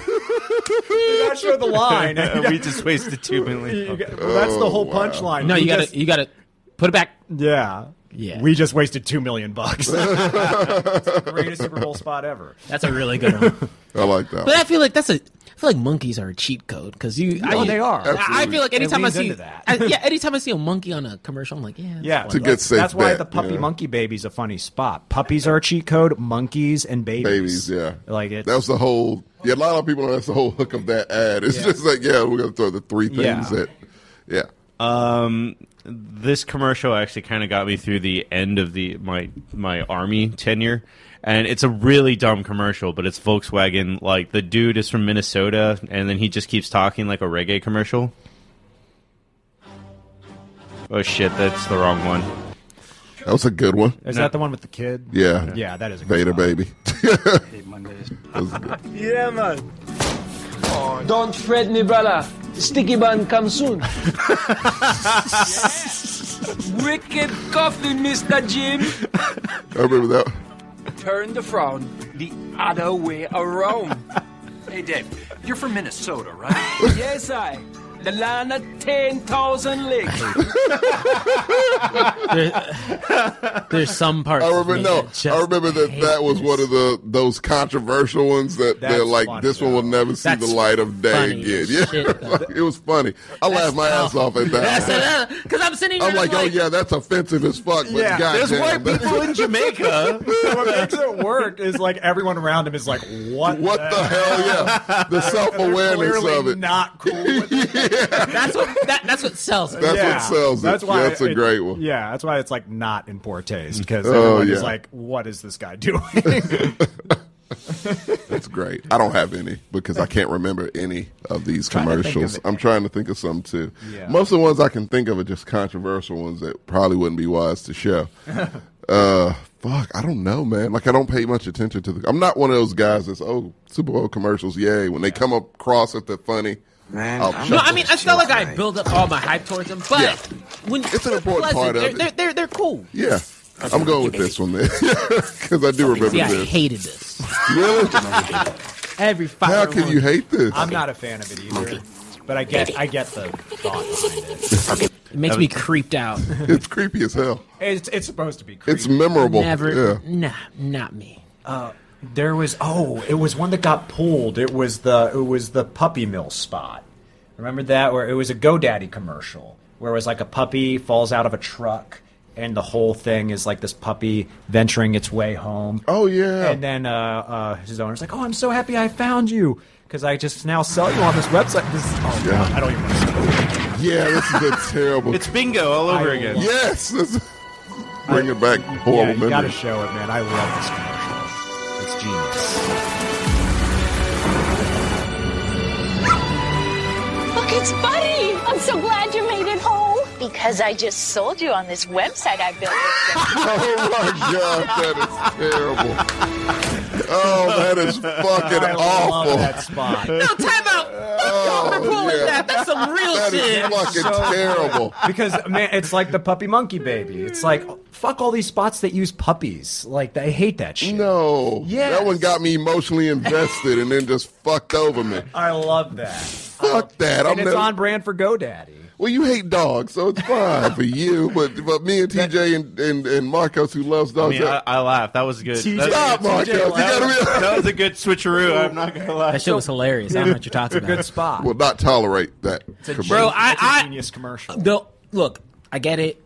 B: Not sure <laughs> the line.
A: we just wasted two million.
B: that's the whole
C: Oh, wow.
B: punchline.
D: no,
B: We
D: you gotta
B: just-
D: you gotta put it back.
B: Yeah.
D: Yeah.
B: We just wasted two million bucks. <laughs> it's the greatest Super Bowl spot ever.
D: That's a really good one.
C: I like that.
D: But
C: one.
D: I feel like that's a feel like monkeys are a cheat code because you.
B: Oh,
D: I,
B: they are.
D: I- I
C: Absolutely.
D: feel like anytime I
B: leans
D: see
B: into that.
D: I- yeah, anytime I see a monkey on a commercial, I'm like, yeah, that's
B: Yeah,
D: one.
C: a good
B: that's,
C: safe
B: that's why
C: bet,
B: the puppy
C: yeah.
B: monkey baby's a funny spot. Puppies are a cheat code. Monkeys and babies.
C: Babies, yeah.
B: Like it's
C: That was the whole. Yeah, a lot of people. That's the whole hook of that ad. It's just like, yeah, we're gonna throw the three things
B: Yeah.
C: that. Yeah.
A: this commercial actually kind of got me through the end of the my my army tenure and it's a really dumb commercial but it's Volkswagen like the dude is from Minnesota and then he just keeps talking like a reggae commercial Oh shit that's the wrong one
C: That was a good one.
B: is that the one with the kid?
C: Yeah.
B: yeah, that is a good
C: Vader
B: spot.
C: baby. <laughs>
M: Don't fret, me brother. Sticky bun come soon. Wicked coffee, Mr. Jim.
C: I remember that.
M: Turn the frown the other way around.
N: Hey, Dave, you're from Minnesota, right?
M: yes, I. The land of 10,000 lakes.
D: There's some parts.
C: I
D: of
C: remember
D: me
C: no.
D: that just
C: I remember that
D: hate
C: that was
D: this.
C: one of the those controversial ones that they're
B: That's
C: like
B: funny,
C: this one will never see
D: That's
C: the light of day
D: funny
C: again. <laughs>
D: as
C: Yeah,
D: shit,
C: Like, it was funny. I laughed my ass off at that.
D: Because uh, I'm sitting here
C: I'm like, oh yeah, that's offensive as fuck. But yeah,
A: There's white people in Jamaica
B: <laughs> what makes it work is like everyone around him is like, what?
C: <laughs> What the hell? Yeah, the self
B: They're
C: awareness
B: clearly
C: of it.
B: Not cool. with it.
C: <laughs>
D: That's what that, that's what sells. It.
C: That's
B: Yeah.
C: what sells it.
B: That's why
C: yeah, that's a
B: it-
C: great one.
B: Yeah, that's why it's like not in poor taste because
C: Oh,
B: everyone is
C: yeah.
B: like, what is this guy doing? <laughs>
C: That's great. I don't have any because I can't remember any of these
B: to think of
C: commercials.
B: it.
C: I'm trying to think of some too.
B: Yeah.
C: Most of the ones I can think of are just controversial ones that probably wouldn't be wise to show. uh, fuck, I don't know, man. Like I don't pay much attention to the. I'm not one of those guys that's oh Super Bowl commercials, yay! When they come across if they're funny,
O: Man,
C: I'll
O: I'm
C: shut
D: No,
C: the-
D: I mean, I feel like I build up all my hype towards them, but
C: Yeah.
D: when
C: It's an important part of
D: they're,
C: it.
D: They're, they're they're cool.
C: yeah. I'm going with this <laughs> one then because I do remember
D: See, I
C: this.
D: hated this.
C: <laughs> Really?
D: Every five.
C: How can you hate this?
B: I'm not a fan of it either. But I get, I get the thought behind it.
D: It makes me
C: <laughs>
D: creeped out.
C: It's creepy as hell.
B: It's, it's supposed to be. Creepy.
C: It's memorable.
D: Never.
C: Oh, Yeah.
D: Nah,
C: <laughs>
D: not me.
B: There was oh, it was one that got pulled. It was the it was the puppy mill spot. Remember that where it was a GoDaddy commercial where it was like a puppy falls out of a truck and the whole thing is like this puppy venturing its way home.
C: Oh yeah.
B: And then uh, uh, his owner's like, "Oh, I'm so happy I found you because I just now sell you on this website." This is, oh,
C: Yeah.
B: God, I don't even. Want to
C: yeah, this is
B: <laughs>
C: a terrible.
A: It's bingo all over
B: I
A: again
B: love-
C: Yes, this- bring it back. Horrible
B: yeah, you got to
C: memories.
B: show it, man. I love this commercial. It's genius.
P: Look, it's Buddy! I'm so glad you made it home. Because I just sold you on this website I built.
C: <laughs> Oh my god, that is terrible. Oh, that is
B: <laughs>
C: fucking
B: I
C: awful. Oh,
B: love that spot.
D: No, time out. Fuck y'all for pulling
C: yeah.
D: that. That's some real
C: That is <laughs>
D: shit.
C: fucking terrible.
B: because man, it's like the puppy monkey baby. It's like fuck all these spots that use puppies. Like I hate that shit.
C: No,
B: Yes.
C: that one got me emotionally invested and then just fucked over me.
B: I love that.
C: Fuck that. I'm
B: and it's
C: never,
B: on brand for GoDaddy.
C: well, you hate dogs, so it's fine
B: <laughs>
C: for you. But but me and TJ and, and, and Marcos, who loves
A: I
C: dogs, uh,
A: mean I, I laughed that was good
B: TJ
A: that,
C: stop, Marcos. You gotta be.
A: that was a good switcheroo I'm not gonna lie
D: That shit was hilarious. I don't know what you're talking about.
B: Good spot.
C: Will not tolerate that. commercial.
D: Bro, I,
B: It's a
D: I,
B: genius commercial.
D: No, look, I get it.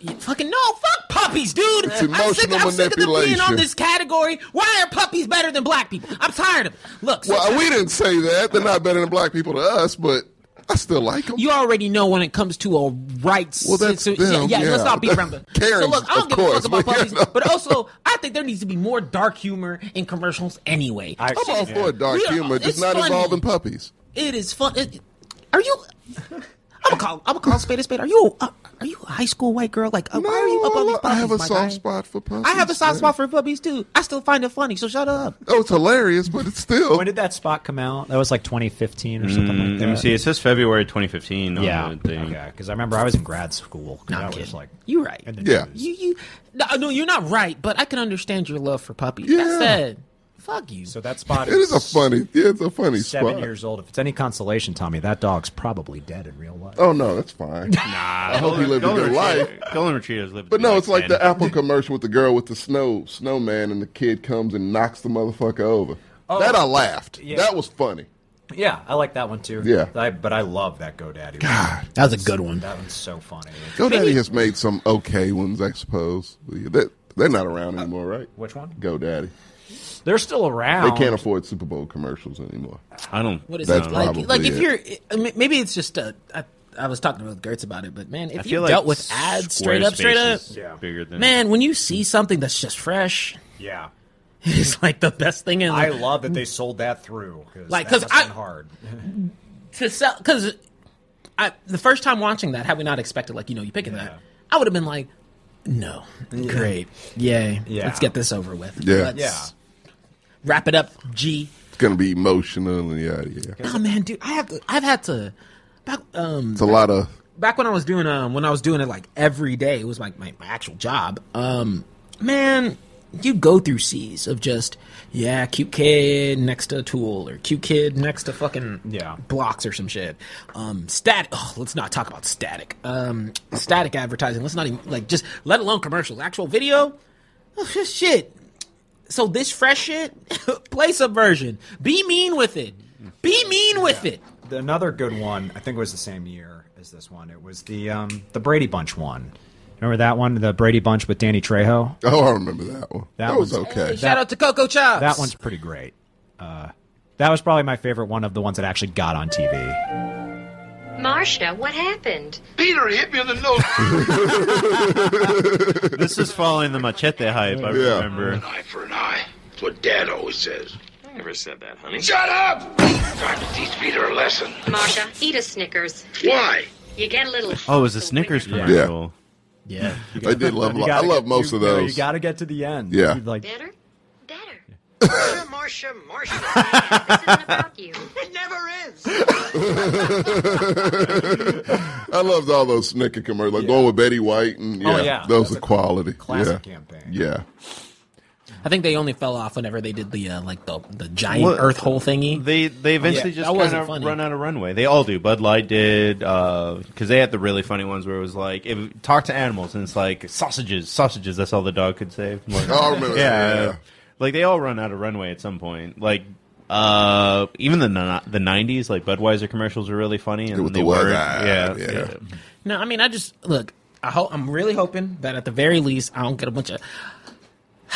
D: You fucking no, fuck puppies, dude. I'm sick,
C: emotional
D: I'm sick of them being
C: manipulation.
D: on this category. Why are puppies better than black people? I'm tired of it. Look, so
C: Well, uh, we didn't say that. They're not better than black people to us, but I still like them.
D: you already know when it comes to a rights.
C: Well, that's
D: situ-
C: them,
D: yeah,
C: yeah.
D: let's not be around
C: <laughs>
D: the.
C: Karens,
D: so look, I
C: of
D: don't give
C: course, <laughs>
D: a fuck about
C: but,
D: puppies,
C: you know.
D: but also I think there needs to be more dark humor in commercials anyway.
B: I-
C: I'm all for dark
D: We are-
C: humor, just
D: it's
C: not
D: funny.
C: involving puppies.
D: It is fun. It, are you? I'm gonna call. I'm gonna call a spade a spade. Are you? Uh, are you a high school white girl? Like, uh, why are you up
C: I
D: on these
C: lo- I
D: puppies,
C: have a
D: my
C: soft
D: guy?
C: spot for puppies.
D: I have a soft
C: man.
D: spot for puppies too. I still find it funny, so shut up.
C: Oh, it's hilarious, but it's still.
B: When did that spot come out? That was like 2015 or something like that.
A: Mm, let me see it says February 2015 on
B: Yeah.
A: the thing.
B: Okay. Because I remember I was in grad school.
D: No, I'm
B: that was
D: kidding.
B: like
D: You right.
B: in the
C: Yeah.
B: news.
D: You you. No, no, you're not right. But I can understand your love for puppies.
C: Yeah.
D: That said, fuck you.
B: So that spot
C: It is a funny. Yeah, it's a funny
B: seven
C: spot.
B: years old. If it's any consolation, Tommy, that dog's probably dead in real life.
C: Oh no,
B: <laughs>
C: that's fine. I hope he lived a good life.
A: Golden retrievers live. to
C: But
A: be
C: no, it's like
A: 10.
C: the Apple commercial with the girl with the snow
B: Oh.
C: snowman, and the kid comes and knocks the motherfucker over. that I laughed. That was funny.
B: Yeah, I like that one too.
C: Yeah.
B: I, but I love that GoDaddy. God,
D: that was a good one.
B: That one's so funny.
C: GoDaddy has made some okay ones, I suppose. They, they're not around anymore, right?
B: Which one?
C: GoDaddy.
B: They're still
C: They
B: around.
C: can't afford Super Bowl commercials anymore.
A: I don't.
D: What is
C: That's
D: it
C: probably
D: like? Like if
C: it.
D: you're, I mean, maybe it's just a. I, I was talking with Gertz about it, but man, if you
A: feel like
D: dealt with ads straight up, straight up,
A: Squarespace is Bigger than
D: man, when you see something that's just fresh,
B: Yeah.
D: <laughs> it's like the best thing in
B: I
D: life.
B: love that they sold that through. Cause
D: Like,
B: that
D: 'cause
B: must've
D: I-
B: been hard.
D: to sell because I the first time watching that, had we not expected like you know you picking that, I would have been like, no, great, yay,
B: Yeah.
D: let's get this over with,
C: Yeah.
D: Let's
B: Yeah.
D: wrap it up, G.
C: It's going to be emotional and yada, yada.
D: Oh man, dude, I have to, I've had to back um
C: It's a lot of.
D: back when I was doing um when I was doing it like every day, it was like my, my actual job. Um man, you go through seas of just yeah, cute kid next to a tool or cute kid next to fucking
B: Yeah.
D: blocks or some shit. Um static oh, let's not talk about static. Um static advertising. Let's not even like just let alone commercials. Actual video? Oh, shit. So this fresh shit, <laughs> play subversion. Be mean with it. Be mean with it.
B: Another good one, I think it was the same year as this one. It was the um, the Brady Bunch one. Remember that one, the Brady Bunch with Danny Trejo?
C: Oh, I remember that one.
B: That
C: That, was
B: one's-
C: okay.
D: Shout out to Coco Chops.
B: That one's pretty great. Uh, that was probably my favorite one of the ones that actually got on TV.
Q: Marcia, what happened?
R: Peter hit me in the nose.
A: <laughs> this is following the machete hype. I
C: Yeah.
A: remember.
R: eye for an eye. That's what Dad always says.
L: I never said that, honey.
R: Shut up! Time to teach Peter a lesson.
Q: Marcia, eat a Snickers.
R: Why?
Q: You get a little.
A: Oh, it was a Snickers commercial.
D: yeah.
C: I did love.
B: You
C: I
B: gotta
C: love
B: get-
C: most
B: you-
C: of
B: you know,
C: those.
B: You got to get to the end.
C: Yeah.
B: You'd Like,
Q: Better? Better.
R: Marcia, <laughs> Marcia, Marcia.
Q: This isn't about you.
R: It never is.
C: I loved all those Snicker commercials, like going with Betty White and yeah,
B: Oh, yeah.
C: those
B: That's
C: are
B: a
C: quality.
B: classic
C: yeah.
B: campaign.
C: Yeah,
D: I think they only fell off whenever they did the uh, like the the giant
A: Well,
D: earth hole thingy.
A: They they eventually
D: Yeah, that
A: just kind
D: wasn't
A: of
D: funny.
A: run out of runway. They all do. Bud Light did because they had the really funny ones where it was like if, talk to animals and it's like sausages, sausages. That's all the dog could say. I'm like,
C: <laughs> Oh, I remember that, yeah.
A: like they all run out of runway at some point. Like uh, even the ni- the nineties, like Budweiser commercials were really funny and
C: With
A: they
C: the
A: were
C: one eye,
A: yeah,
C: yeah.
D: no, I mean I just look. I hope I'm really hoping that at the very least I don't get a bunch of. <sighs>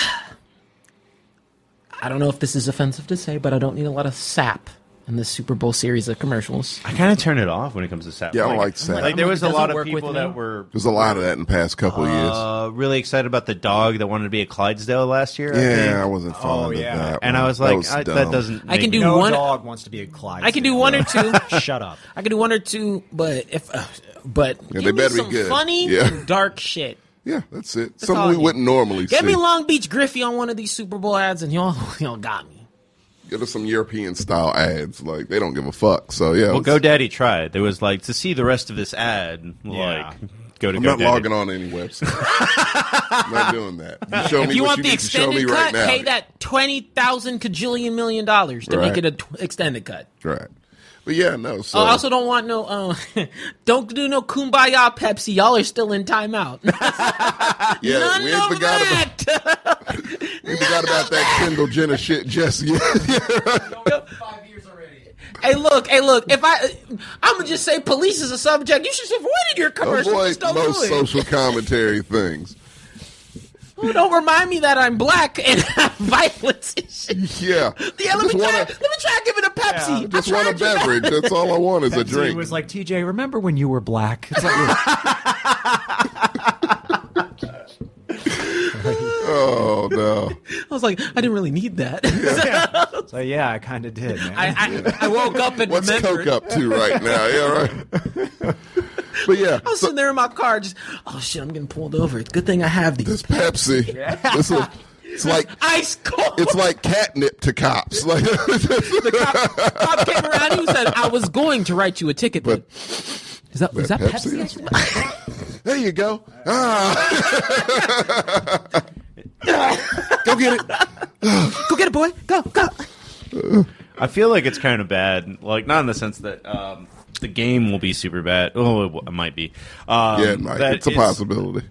D: I don't know if this is offensive to say, but I don't need a lot of sap in this Super Bowl series of commercials.
A: I kind of turn it off when it comes to sap.
C: Yeah, I don't like sap.
A: Like there
D: It
A: was a
D: doesn't
A: lot of
D: work with
A: people
D: me.
A: that were
C: there's a lot of that in the past couple
D: Oh,
C: years.
A: uh, really excited about the dog that wanted to be a Clydesdale last year. I think.
C: Yeah, I wasn't fond
B: Oh,
C: of
B: yeah.
C: that.
A: And
C: one.
A: I was like,
C: was
A: I- that
C: dumb.
A: doesn't.
D: I can
A: make
D: do
A: me-
B: no
D: one-
B: dog wants to be a Clyde.
D: I can do one or two.
B: <laughs> Shut up.
D: <laughs> I can do one or two, but if uh, but give me
C: better be
D: some
C: good.
D: funny
C: Yeah.
D: and dark shit.
C: Yeah, that's it.
D: all
C: Something
D: I
C: we
D: need.
C: wouldn't normally
D: Get
C: see.
D: me Long Beach Griffey on one of these Super Bowl ads, and y'all <laughs> y'all got me.
C: Yeah, there's some European style ads. Like they don't give a fuck. So yeah,
A: Well,
C: let's-
A: GoDaddy tried. There was like to see the rest of this ad.
B: Yeah.
A: Like, go to
C: I'm
A: GoDaddy.
C: not logging on any
D: <laughs>
C: website. I'm not doing that. You show me
D: If you
C: what
D: want
C: you
D: the
C: need to show me
D: extended cut,
C: right now.
D: pay that twenty thousand cajillion million dollars to
C: Right.
D: make it an t- extended cut.
C: Right. But yeah, no. So
D: I Oh, also don't want no, uh, <laughs> don't do no kumbaya Pepsi. Y'all are still in timeout.
C: yeah,
D: <laughs> None
C: we ain't
D: of
C: forgot about
D: that.
C: we forgot about that Kendall Jenner shit just
D: <laughs>
C: yet.
F: Five years already.
D: <laughs> hey, look, hey, look. If I, I'm gonna just say police is a subject. You should have avoided your commercial.
C: Avoid
D: Just don't
C: most
D: do it.
C: social commentary things.
D: Ooh, don't remind me that I'm black and <laughs> have violence. and
C: <laughs>
D: shit.
C: Yeah.
D: Yeah,
C: I
D: let me
C: just
D: try.
C: want
D: Let me try giving a Pepsi. I
C: a, just want a
D: tried you.
C: beverage. That's all I want is a
B: So he
C: <laughs> drink.
B: was like, TJ, remember when you were black? <laughs> It's like,
C: oh
A: <laughs>
C: no.
D: <laughs> I was like, I didn't really need that.
B: so yeah, I kind of did, man.
D: <laughs> I, I, I woke up and
C: What's
D: remembered.
C: Coke up to right now? Yeah, right.
A: <laughs>
C: but yeah,
D: I was
C: so
D: sitting there in my car, just oh shit, I'm getting pulled over. It's a good thing I have these
C: this Pepsi. This is, it's like
D: ice cold. <laughs>
C: it's like catnip to cops. Like <laughs>
D: the cop, cop came around. He said, "I was going to write you a ticket, but, is that was that Pepsi?"
C: Pepsi. There you go. Ah. <laughs> go get it.
D: <laughs> Go get it, boy. Go go.
A: I feel like it's kind of bad. Like not in the sense that um, the game will be super bad. Oh, it, w- it might be. Um,
C: yeah, Mike,
A: that
C: it's a possibility.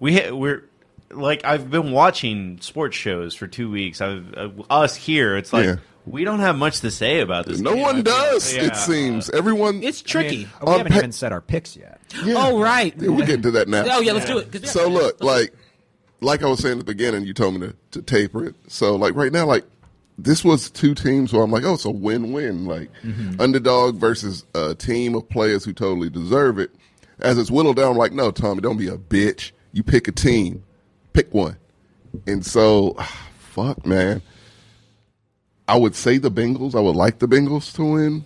A: We ha- we're like I've been watching sports shows for two weeks. I've uh, us here. It's like
C: Yeah.
A: We don't have much to say about this.
C: No
A: game, I
C: one
A: think.
C: does.
A: Yeah.
C: It seems everyone.
D: It's tricky.
C: we haven't even
B: set our picks yet.
D: Oh right.
C: Yeah, we get to that now.
D: Oh, yeah, let's do it, 'cause we
C: So look, like, like I was saying at the beginning, you told me to, to taper it. So like right now, like this was two teams where I'm like, oh, it's a win-win. Like
D: Mm-hmm.
C: underdog versus a team of players who totally deserve it. As it's whittled down, I'm like, no, Tommy, don't be a bitch. You pick a team, pick one. And so, ah, fuck, man. I would say the Bengals. I would like the Bengals to win.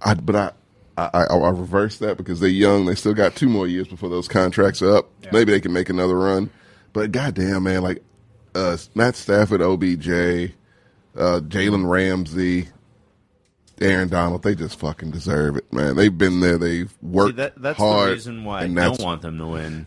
C: I, but I, I, I, I reverse that because they're young. They still got two more years before those contracts are up. Maybe they can make another run. But goddamn, man, like uh, Matt Stafford, OBJ, uh, Jalen Ramsey, Aaron Donald, they just fucking deserve it, man. They've been there. They've worked
A: See, that, that's
C: hard.
A: the reason why I
C: and
A: don't
C: that's-
A: want them to
C: <laughs>
A: win.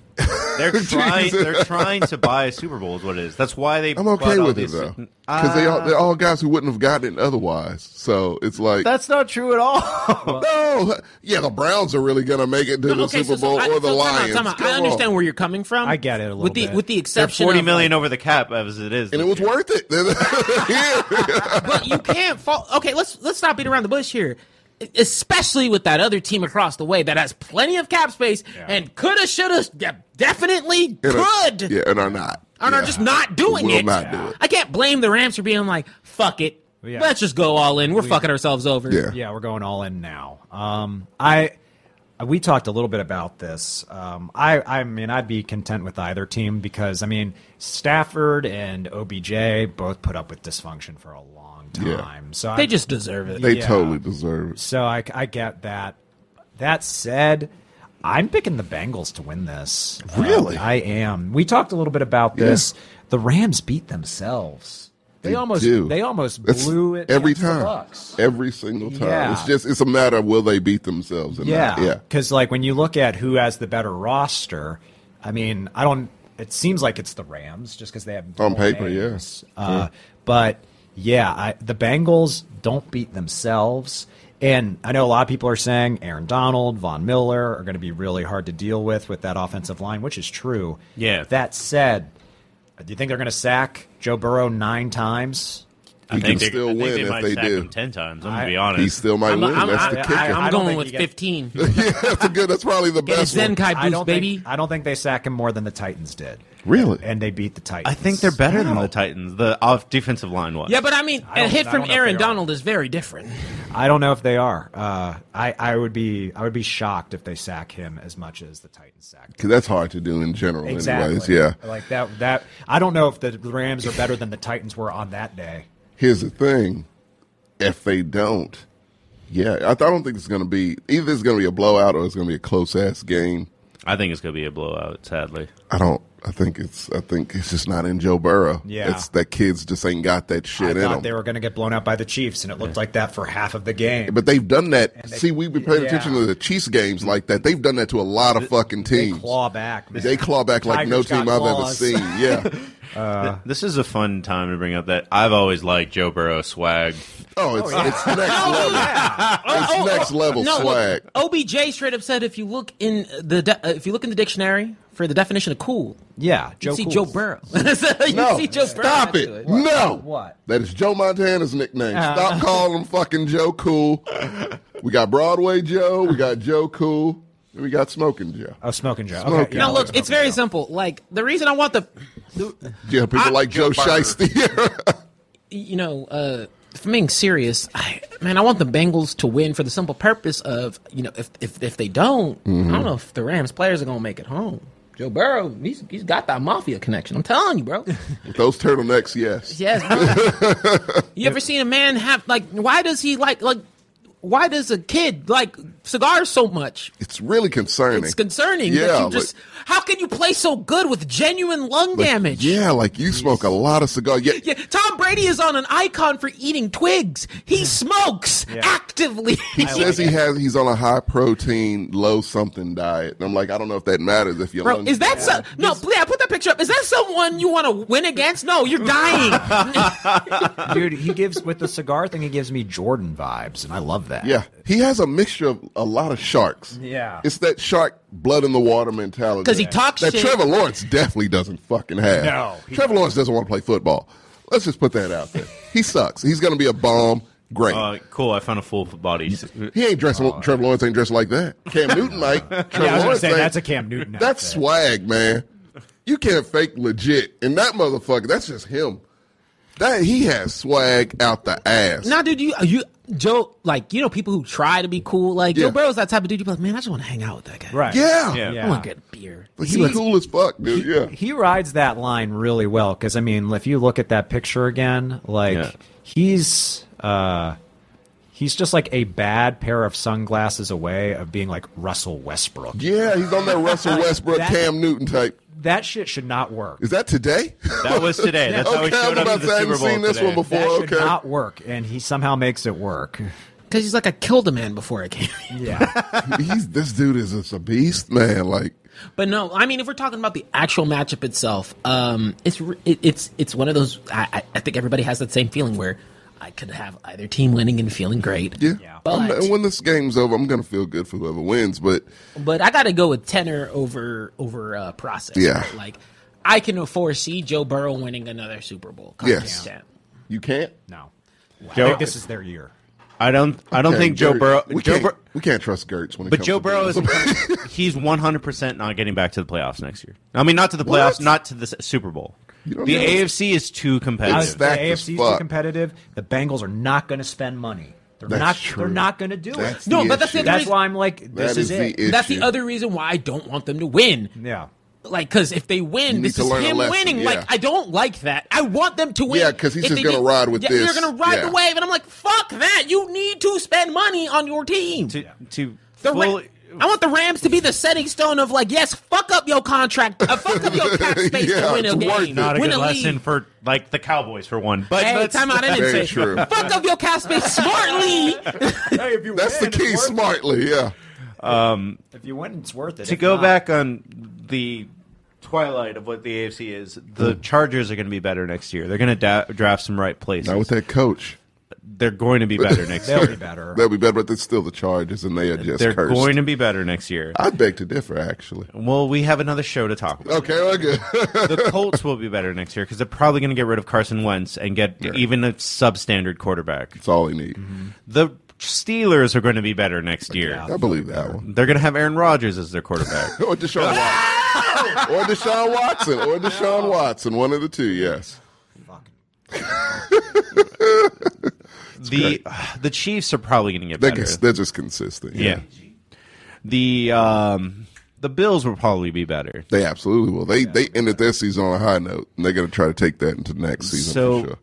A: They're trying. they're trying to buy a Super Bowl. Is what it is. That's why they.
C: I'm okay
A: bought all
C: with it
A: these-
C: though, because they all,
A: Ah,
C: they're all guys who wouldn't have gotten it otherwise. So it's like
A: that's not true at all.
C: no, yeah, the Browns are really gonna make it to the Super Bowl
D: I-
C: or the
D: so time out,
C: Lions.
D: time out.
C: Come
D: I
C: on.
D: understand where you're coming from.
B: I get it a little
D: with the
B: bit.
D: with
A: <laughs>
D: the
A: They're
D: exception
A: forty
D: of,
A: million over the cap as it is.
C: and it was worth it.
D: <laughs>
C: <laughs>
D: but you can't fall. Okay, let's let's not beat around the bush here. Especially with that other team across the way that has plenty of cap space and coulda, shoulda, de- definitely
C: And are-
D: could,
C: yeah, and are not.
D: and are
C: Yeah.
D: just not doing
C: Will
D: it.
C: not do it.
D: I can't blame the Rams for being like, "Fuck it,
B: Yeah.
D: let's just go all in. We're
B: We-
D: fucking ourselves over."
C: Yeah.
B: Yeah, we're going all in now. Um, I we talked a little bit about this. Um, I I mean I'd be content with either team because I mean Stafford and OBJ both put up with dysfunction for a long
C: Yeah.
B: time. So
D: They
B: I,
D: just deserve it.
C: They
B: Yeah.
C: totally deserve it.
B: So I, I get that. That said, I'm picking the Bengals to win this.
C: Really?
B: Um, I am. We talked a little bit about
C: Yeah.
B: this. The Rams beat themselves. They,
C: They
B: almost
C: do.
B: they almost
C: That's
B: blew it
C: every
B: against the
C: time,
B: Bucks.
C: every single time.
B: Yeah.
C: It's just it's a matter of will they beat themselves? Or
B: Yeah,
C: not. yeah.
B: Because like when you look at who has the better roster, I mean, I don't. It seems like it's the Rams just because they have
C: On
B: more
C: paper,
B: names.
C: yeah.
B: Uh, But yeah, I, the Bengals don't beat themselves. And I know a lot of people are saying Aaron Donald, Von Miller are going to be really hard to deal with with that offensive line, which is true.
A: Yeah.
B: That said, do you think they're going to sack Joe Burrow nine times?
A: I
C: He
A: think
C: can
A: they
C: still
A: I think
C: win
A: they
C: if
A: might
C: they
A: sack
C: do.
A: them ten times. I'm gonna be
C: He
A: honest.
C: still might
D: I'm,
C: win.
D: I'm-
C: That's
D: I-
C: the
D: I-
C: kicker.
D: I'm
B: I don't
D: going
B: think
D: with
B: you get-
D: 15.
C: <laughs> yeah, that's a good. That's probably the
D: Get a
C: best one.
D: Zenkai
B: I
D: boost,
B: don't
D: baby.
B: Think, I don't think they sack him more than the Titans did.
C: Really?
B: And they beat the
A: I
B: Titans.
A: think they're better than the Titans. The off defensive line was.
D: yeah, but I mean,
B: don't-
D: a hit
B: I
D: from
B: don't know if
D: Aaron
B: they are.
D: Donald is very different.
B: I don't know if they are. Uh, I I would be I would be shocked if they sack him as much as the Titans sacked. him.
C: 'Cause that's hard to do in general, anyways. Yeah.
B: Like that that I don't know if the Rams are better than the Titans were on that day.
C: Here's the thing: if they don't, yeah, I, I don't think it's going to be either. It's going to be a blowout or it's going to be a close ass game.
A: I think it's gonna be a blowout. Sadly,
C: I don't. I think it's. I think it's just not in Joe Burrow.
B: Yeah.
C: it's that kids just ain't got that shit
B: I
C: in
B: thought
C: them.
B: they were going to get blown out by the Chiefs, and it looked like that for half of the game.
C: but they've done that. See, we've been paying
B: yeah.
C: attention to the Chiefs games like that. They've done that to a lot of fucking
B: they
C: teams.
B: claw back. Man.
C: They claw back like no
B: Tigers got
C: team I've
B: claws.
C: ever
B: <laughs>
C: seen. Yeah. Uh.
A: Th- this is a fun time to bring up that I've always liked Joe Burrow swag.
C: Oh, it's, it's next level.
B: Oh,
C: It's next level
D: No,
C: swag.
D: look, OBJ straight up said if you look in the de- uh, if you look in the dictionary for the definition of cool,
B: yeah, Joe
D: you see
B: Cool.
D: Joe Burrow. <laughs> So you
C: No,
D: see Joe Burrow
C: stop
D: next
C: it.
D: to
C: No,
B: What? Uh-huh.
C: That is Joe Montana's nickname. Stop calling him fucking Joe Cool. We got Broadway Joe. We got Joe Cool. And we got Smoking Joe.
B: Oh, smoking Joe.
C: Smoking
B: Okay,
D: Now
B: yeah.
D: look,
C: <laughs>
D: it's very simple. Like the reason I want the, the
C: Yeah, people like Joe <laughs> Shiesty.
D: you know, uh, if I'm being serious, I, man, I want the Bengals to win for the simple purpose of, you know, if if, if they don't, I
C: Mm-hmm.
D: don't know if the Rams players are gonna make it home. Joe Burrow, he's, he's got that mafia connection. I'm telling you, bro.
C: With those turtlenecks, yes.
D: <laughs> Yes. bro. <laughs> you ever seen a man have like? Why does he like like? Why does a kid like cigars so much?
C: It's really concerning.
D: It's concerning.
C: Yeah,
D: that you
C: like-
D: just how can you play so good with genuine lung
C: Like,
D: damage?
C: Yeah, like you smoke a lot of cigars. Yeah,
D: <laughs> Yeah, Tom Brady is on an icon for eating twigs. He smokes actively.
C: He says he has he's on a high protein, low something diet. And I'm like, I don't know if that matters if you're
D: <laughs> Bro, is that so? No, yeah, put that picture up. Is that someone you want to win against?
C: <laughs>
D: No, you're dying.
B: dude, he gives with the cigar thing. He gives me Jordan vibes, and I love that.
C: Yeah, he has a mixture of a lot of sharks.
B: Yeah.
C: it's that shark blood in the water mentality.
D: 'Cause he talks
C: that
D: shit.
C: Trevor Lawrence definitely doesn't fucking have.
B: No, he
C: Trevor Lawrence doesn't want to play football. Let's just put that out there. He sucks. He's going to be a bomb. Great.
A: Uh, cool. I found a full body. <laughs>
C: he ain't dressing. Trevor Lawrence ain't dressed like that. Cam Newton might. Trevor
A: I was gonna
C: Lawrence
A: say,
C: ain't.
A: that's a Cam Newton
C: That's swag, man. You can't fake legit, and that motherfucker. That's just him. That he has swag out the ass.
D: Nah, dude, you you Joe, like you know, people who try to be cool, like
C: Yeah.
D: Joe Burrow's that type of dude. You be like, man, I just want to hang out with that guy.
B: Right.
C: Yeah.
D: I want to get a beer.
C: But he's cool as fuck, dude. yeah.
B: He rides that line really well because I mean, if you look at that picture again, like
A: Yeah.
B: he's uh he's just like a bad pair of sunglasses away of being like Russell Westbrook.
C: Yeah, he's on
B: <laughs>
C: that Russell Westbrook,
B: That-
C: Cam Newton type.
B: That shit should not work.
C: Is that today?
A: That was today. That's how he
C: Okay, I was
A: showed up
C: about
A: to
C: to say,
A: the
C: I
A: Super
C: haven't
A: Bowl
C: seen this
A: today.
C: one before.
B: That should
C: okay.
B: not work, and he somehow makes it work.
D: Because he's like, I killed a man before I came.
B: Yeah.
C: <laughs> he's this dude is just a beast, man. Like
D: But no, I mean, if we're talking about the actual matchup itself, um, it's re- it, it's it's one of those. I, I- I think everybody has that same feeling where I could have either team winning and feeling great.
C: Yeah. I'm-
D: But
C: and when this game's over, I'm gonna feel good for whoever wins. But
D: but I got to go with tenor over over uh, process.
C: Yeah.
D: right? Like I can foresee Joe Burrow winning another Super Bowl.
C: Yes.
D: contest.
C: you can't.
B: <laughs> No. I
A: Joe-
B: think this is their year.
A: I don't. I don't
C: Okay,
A: think Joe
C: Gertz-
A: Burrow.
C: We
A: Joe
C: can't,
A: Bur-
C: we can't trust Gertz when it
A: but
C: comes
A: Joe
C: to
A: Burrow
C: games.
A: is. <laughs> he's one hundred percent not getting back to the playoffs next year. I mean, not to the playoffs,
C: What?
A: not to the S- Super Bowl.
C: don't
A: The
C: know.
A: AFC is too
B: I
A: competitive.
B: was- the
C: stacked as
B: AFC's too
C: fuck.
B: competitive. The Bengals are not going to spend money. They're
C: <laughs> That's
B: not.
C: true.
B: They're not going to do
C: That's
B: it.
D: No,
C: the
D: but that's the
C: issue.
D: other
B: That's
D: reason.
B: why I'm like, this
C: That
B: is,
C: is the
B: it.
C: issue.
D: That's the other reason why I don't want them to win.
B: Yeah.
D: Like, because if they win,
C: need
D: this
C: to
D: is
C: learn a
D: him
C: lesson,
D: winning.
C: yeah.
D: Like, I don't like that. I want them to win.
C: Yeah, 'cause he's
D: If
C: just
D: they
C: gonna
D: get-
C: ride with
D: yeah, They're
C: this.
D: going to ride
C: Yeah.
D: the wave, and I'm like, fuck that. You need to spend money on your team.
A: to, to
D: The Ra-
A: fully-
D: I want the Rams to be the setting stone of like, yes, fuck up your contract, uh, fuck up your
C: <laughs>
D: cap space
C: Yeah,
D: to win a
C: it's worth
D: game,
C: it.
A: not a
D: win
A: good
D: a
A: lesson
D: league.
A: for like the Cowboys for one. But
D: Hey,
A: let's-
D: time out! I
C: Very
D: didn't say.
C: true.
D: Fuck up your cap space
C: <laughs>
D: smartly.
C: That's the key, smartly. Yeah.
B: If you win, it's worth it.
A: to
B: If
A: go
B: not-
A: back on the twilight of what the AFC is,
C: Hmm.
A: the Chargers are going to be better next year. They're going to da- draft some right places.
C: Now with that coach,
A: They're going to be
C: <laughs>
A: better next
B: they'll
A: year.
B: be better.
C: they'll be better. But it's still the Chargers, and they are just
A: They're
C: cursed. Ah.
A: going to be better next year.
C: I beg to differ, actually.
A: Well, we have another show to talk about.
C: Okay, well, good. <laughs>
A: The Colts will be better next year because they're probably going to get rid of Carson Wentz and get even a substandard quarterback.
C: That's all they need.
A: The Steelers are going to be better next year.
C: I believe
A: <laughs>
C: that one.
A: They're going to have Aaron Rodgers as their
C: <laughs>
A: quarterback.
C: Or Deshaun Watson.
A: <laughs>
C: or Deshaun Watson. Or Deshaun Watson. One of the two, yes.
A: the <sighs> the Chiefs are probably going to get
C: They're,
A: better.
C: cons- they're just consistent. Yeah.
A: Yeah. The um the Bills will probably be better.
C: They absolutely will. They they ended their season on a high note, and they're going to try to take that into next season
A: So-
C: for sure.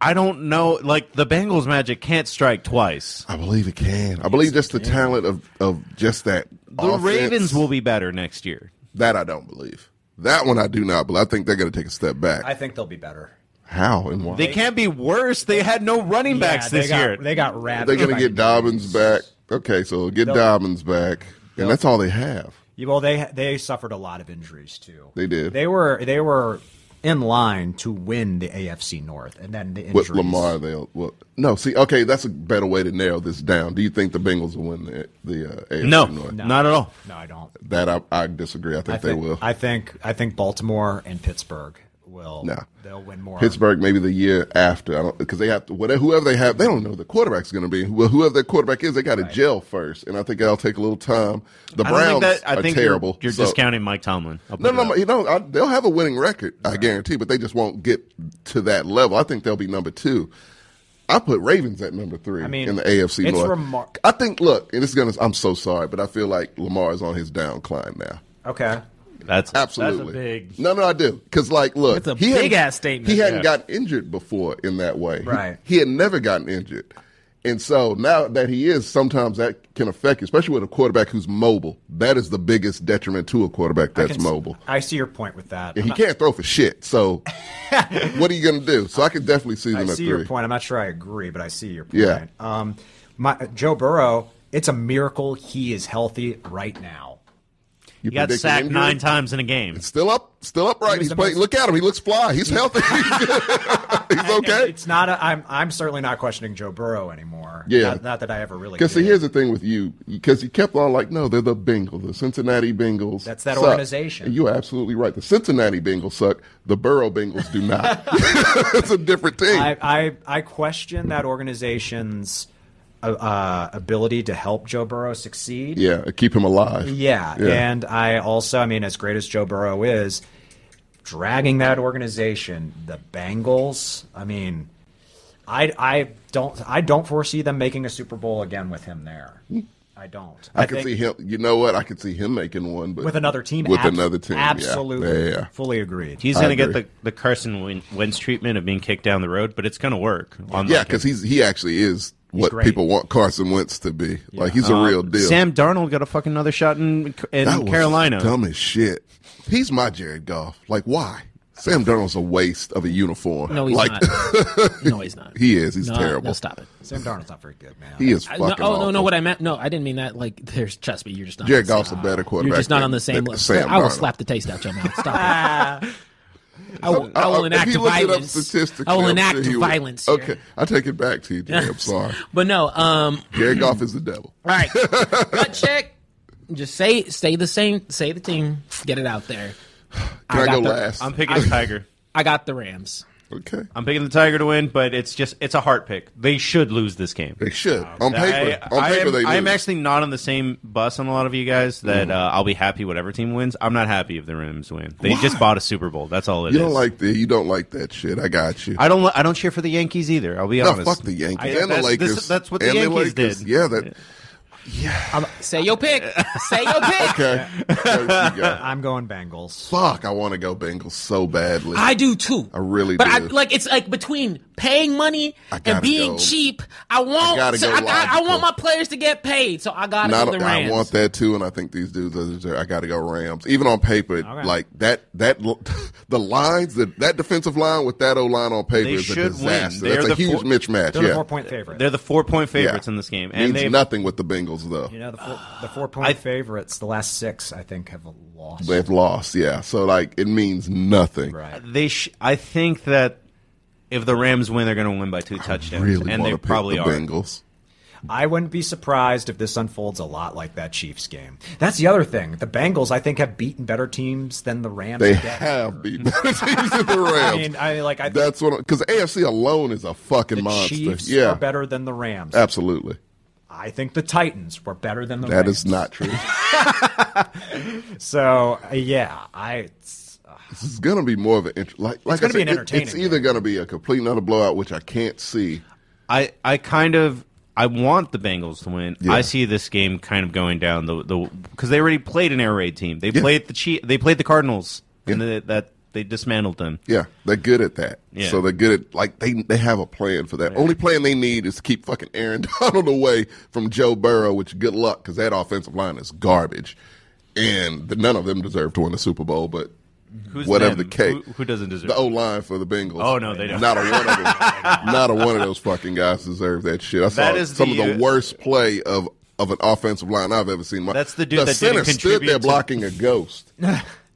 A: I don't know like the Bengals magic can't strike twice.
C: I believe it can. I believe just the talent of, of just that.
A: The Ravens will be better next year.
C: That I don't believe. That one I do not believe. I think they're going to take a step back.
B: I think they'll be better.
C: How and why?
A: They can't be worse. They had no running backs
B: Yeah, they
A: this
B: got,
A: year.
B: They got
C: They're
B: ravaged.
C: going to
B: by
C: get
B: the-
C: Dobbins back. Okay, so get Dobbins back, and that's all they have.
B: Yeah, Well, they they suffered a lot of injuries too.
C: They did.
B: They were they were in line to win the AFC North, and then the injuries.
C: With Lamar, they'll well, no. See, okay, that's a better way to narrow this down. Do you think the Bengals will win the the uh, AFC
A: no,
C: North?
A: not at all.
B: No, I don't.
C: That I, I disagree. I
B: I
C: think they
B: think,
C: will.
B: I think I think Baltimore and Pittsburgh will.
C: No.
B: They'll win more.
C: Pittsburgh maybe the year after. I don't because they have to whatever whoever they have. They don't know who the quarterback's going to be. Well, whoever their quarterback is, they got to gel first, and I think that'll take a little time. The
A: I
C: Browns
A: don't think that I
C: are
A: think you're-
C: terrible.
A: You're,
C: so-
A: discounting Mike Tomlin. I'll
C: No,
A: put
C: no,
A: it
C: no,
A: up.
C: you know I, they'll have a winning record, I guarantee, but they just won't get to that level. I think they'll be number two. I put Ravens at number three
B: I mean,
C: in the AFC
B: it's
C: North.
B: remar-
C: I think. Look, and it's gonna. I'm so sorry, but I feel like Lamar is on his decline now.
B: okay.
A: That's
C: Absolutely.
A: That's a big.
C: No, no, I do. Because, like, look,
D: That's a
C: he hadn't-
D: big-ass statement.
C: He hadn't
A: Yeah.
C: gotten injured before in that way. He-
B: Right.
C: He, had never gotten injured, and so now that he is, sometimes that can affect you, especially with a quarterback who's mobile. That is the biggest detriment to a quarterback
B: I
C: that's
B: can s-
C: mobile.
B: I see your point with that.
C: And he can't throw for
B: <laughs>
C: shit. So, what are you gonna do? So I could definitely see
B: I
C: them at
B: see
C: three.
B: your point. I'm not sure I agree, but I see your point.
C: Yeah.
B: Um, my Joe Burrow, it's a miracle he is healthy right now.
A: He got
C: predicted
A: sacked
C: injury.
A: nine times in a game.
C: Still up, still upright. He's playing. Look at him. He looks
B: <laughs>
C: fly. He's healthy. <laughs> He's okay.
B: It's not. A, I'm. I'm certainly not questioning Joe Burrow anymore.
C: Yeah.
B: Not, not that I ever really.
C: Because see,
B: did.
C: here's the thing with you, because he kept on like, no, they're the Bengals, the Cincinnati Bengals.
B: That's that
C: suck."
B: organization.
C: And you are absolutely right. The Cincinnati Bengals suck. The Burrow Bengals do not. it's a different team.
B: I, I I question that organization's uh, uh, ability to help Joe Burrow succeed.
C: yeah, keep him alive.
B: Yeah,
C: Yeah.
B: and I also, I mean, as great as Joe Burrow is, dragging that organization, the Bengals. I mean, I I don't I don't foresee them making a Super Bowl again with him there. I don't.
C: I, can
B: think
C: see him. You know what? I can see him making one, but
B: with another team.
C: With
B: abs-
C: another team, yeah.
B: absolutely,
C: Yeah, yeah.
B: fully agreed.
A: He's
C: I
A: going to get
C: agree.
A: the, the Carson Wen- Wentz treatment of being kicked down the road, but it's going to work. On
C: Yeah,
A: like,
C: because he's he actually is what
A: great.
C: people want Carson Wentz to be. Like he's a
A: uh,
C: real deal.
A: Sam Darnold got a fucking another shot in, in
C: That was
A: Carolina.
C: dumb as shit. He's my Jared Goff. Like why? Sam Darnold's a waste of a uniform.
D: No, he's
C: like,
D: not. No, he's
C: <laughs>
D: not.
C: He is. He's
D: No,
C: terrible.
D: no, stop it.
B: Sam Darnold's not very good, man.
C: He is
D: I-
C: fucking.
D: no, oh no,
C: awful.
D: no, what I meant. No, I didn't mean that. Like, there's trust me, you're just not.
C: Jared
D: on the
C: Goff's a
D: same-
C: better quarterback.
D: You're just not
C: than-
D: on the same
C: than
D: level.
C: Sam
D: I will
C: Darnold.
D: slap the taste out your mouth.
C: <laughs>
D: Stop it. I will,
C: I-
D: I will
C: I- Oh,
D: enact
C: Uh, if he looked it up
D: violence.
C: statistically,
D: I will
C: I'm
D: enact
C: sure he would.
D: violence. here.
C: Okay, I take it back to you, Jay.
D: <laughs>
C: I'm sorry.
D: But no, um,
C: Jared Goff is the devil. <laughs>
D: All right, gut check. Just say say the same. Say the team. Get it out there.
C: Can I,
D: got
C: go
D: the-
C: last?
A: I'm picking the Tiger.
D: I got the Rams.
C: okay,
A: I'm picking the Tiger to win, but it's just it's a heart pick. They should lose this game.
C: they should. on paper,
A: I,
C: on
A: I
C: paper
A: am,
C: they
A: I am
C: lose. Mm-hmm.
A: actually not on the same bus on a lot of you guys that uh, I'll be happy whatever team wins. I'm not happy if the Rams win. They just bought a Super Bowl. That's all it is.
C: You don't like the. You don't like that shit. I got you.
A: I don't. li- I don't cheer for the Yankees either. I'll be
C: no,
A: honest.
C: fuck the Yankees
A: I-
C: and the
A: that's- this-
C: Lakers.
A: that's what the
C: and
A: Yankees
C: Lakers.
A: did.
C: Yeah, that.
D: Say your pick. Say your pick.
C: <laughs> Okay. There you
D: <laughs>
C: go.
B: I'm going Bengals.
C: Fuck, I want to go Bengals so badly.
D: I do too.
C: I really
D: but
C: do.
D: I, like it's like between paying money
C: I
D: and
C: gotta
D: being
C: go.
D: cheap. I
C: I
D: want
C: gotta
D: so
C: go
D: I, I, I
C: logical.
D: want my players to get paid, so I got
C: Not,
D: go the Rams.
C: I want that too, and I think these dudes are deserve. I got to go Rams. Even on paper, like that, that l- <laughs> the lines that that defensive line with that O line on paper
A: They
C: is a
A: should win.
C: disaster.
A: They're
C: That's a
A: the four-
C: huge mismatch.
B: They're
C: yeah,
B: the four point favorite.
A: They're the four point favorites
C: Yeah.
A: in this game, and
C: means
A: they
C: nothing with the Bengals though.
B: you know, the four, the four point favorites. The last six, I think, have lost.
C: They've lost. Yeah, so like it means nothing.
B: right.
A: they. Sh- I think that if the Rams win, they're going to win by two touchdowns,
C: Really,
A: and
C: want
A: they
C: to pick
A: probably
C: the
A: are.
C: Bengals.
B: I wouldn't be surprised if this unfolds a lot like that Chiefs game. That's the other thing. The Bengals, I think, have beaten better teams than the Rams.
C: They
B: have
C: have beaten the <laughs> teams
A: <laughs>
C: in the Rams.
B: I mean, I like. I think
C: That's what because AFC alone is a fucking
B: the
C: monster.
B: Chiefs
C: yeah,
B: are better than the Rams.
C: absolutely.
B: I think the Titans were better than the
C: That
B: Rams.
C: is
A: <laughs>
C: not true.
B: So uh, yeah, I. it's- uh,
C: This is gonna be more of an int- like like
B: gonna
C: I
B: be an
C: said, it-
B: entertaining
C: It's either gonna be a complete another blowout, which I can't see.
A: I, I kind of I want the Bengals to win.
C: Yeah.
A: I see this game kind of going down the the because they already played an air raid team. They
C: Yeah.
A: played the Chief, they played the Cardinals and
C: Yeah.
A: the, that they dismantled them.
C: Yeah, they're good at that.
A: Yeah.
C: So they're good at like they they have a plan for that. Only plan they need is to keep fucking Aaron <laughs> Donald away from Joe Burrow. Which good luck because that offensive line is garbage, and the, none of them deserve to win the Super Bowl. But
A: Who's
C: whatever
A: them?
C: the case,
A: who, who doesn't deserve
C: the O line for the Bengals.
A: Oh, no, they don't.
C: Not a one
A: <laughs>
C: of them. not a one of those fucking guys deserve that shit. I saw
A: That is
C: some
A: the-
C: of the worst play of of an offensive line I've ever seen. My-
A: That's the dude
C: the
A: that
C: center
A: didn't
C: stood
A: contribute
C: there
A: to-
C: blocking
A: <laughs>
C: a ghost.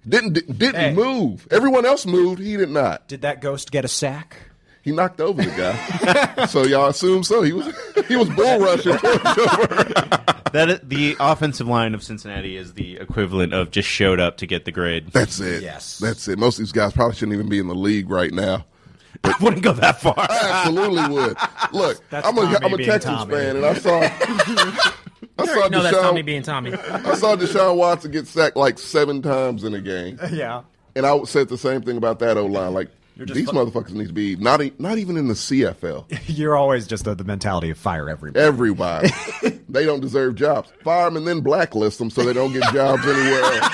C: didn't di- didn't
B: Hey.
C: move. Everyone else moved. He did not.
B: did that ghost get a sack?
C: He knocked over the
A: <laughs>
C: guy. so y'all assume so. He was he was bull rushing. towards
A: <laughs>
C: Joe Burrow.
A: that is- the offensive line of Cincinnati is the equivalent of just showed up to get the grade.
C: That's it.
B: Yes.
C: That's it. Most of these guys probably shouldn't even be in the league right now.
A: I <laughs> wouldn't go that far. <laughs>
C: I absolutely would. Look,
B: That's
C: I'm a
B: Tommy
C: I'm a
B: being
C: Texas
B: Tommy.
C: fan, and
B: <laughs>
C: I saw I saw
D: no, that's
C: Deshaun-
D: Tommy
C: <laughs>
D: being Tommy.
C: I saw Deshaun Watson get sacked like seven times in
B: <laughs>
C: a game,
B: Yeah.
C: and I said the same thing about that O line. Like
B: just
C: these
B: fu-
C: motherfuckers need to be not e- not even in the CFL.
B: You're always just of the mentality of fire everybody. <laughs>
C: Everybody, they don't deserve jobs. Fire them and then blacklist them so they don't get jobs anywhere else.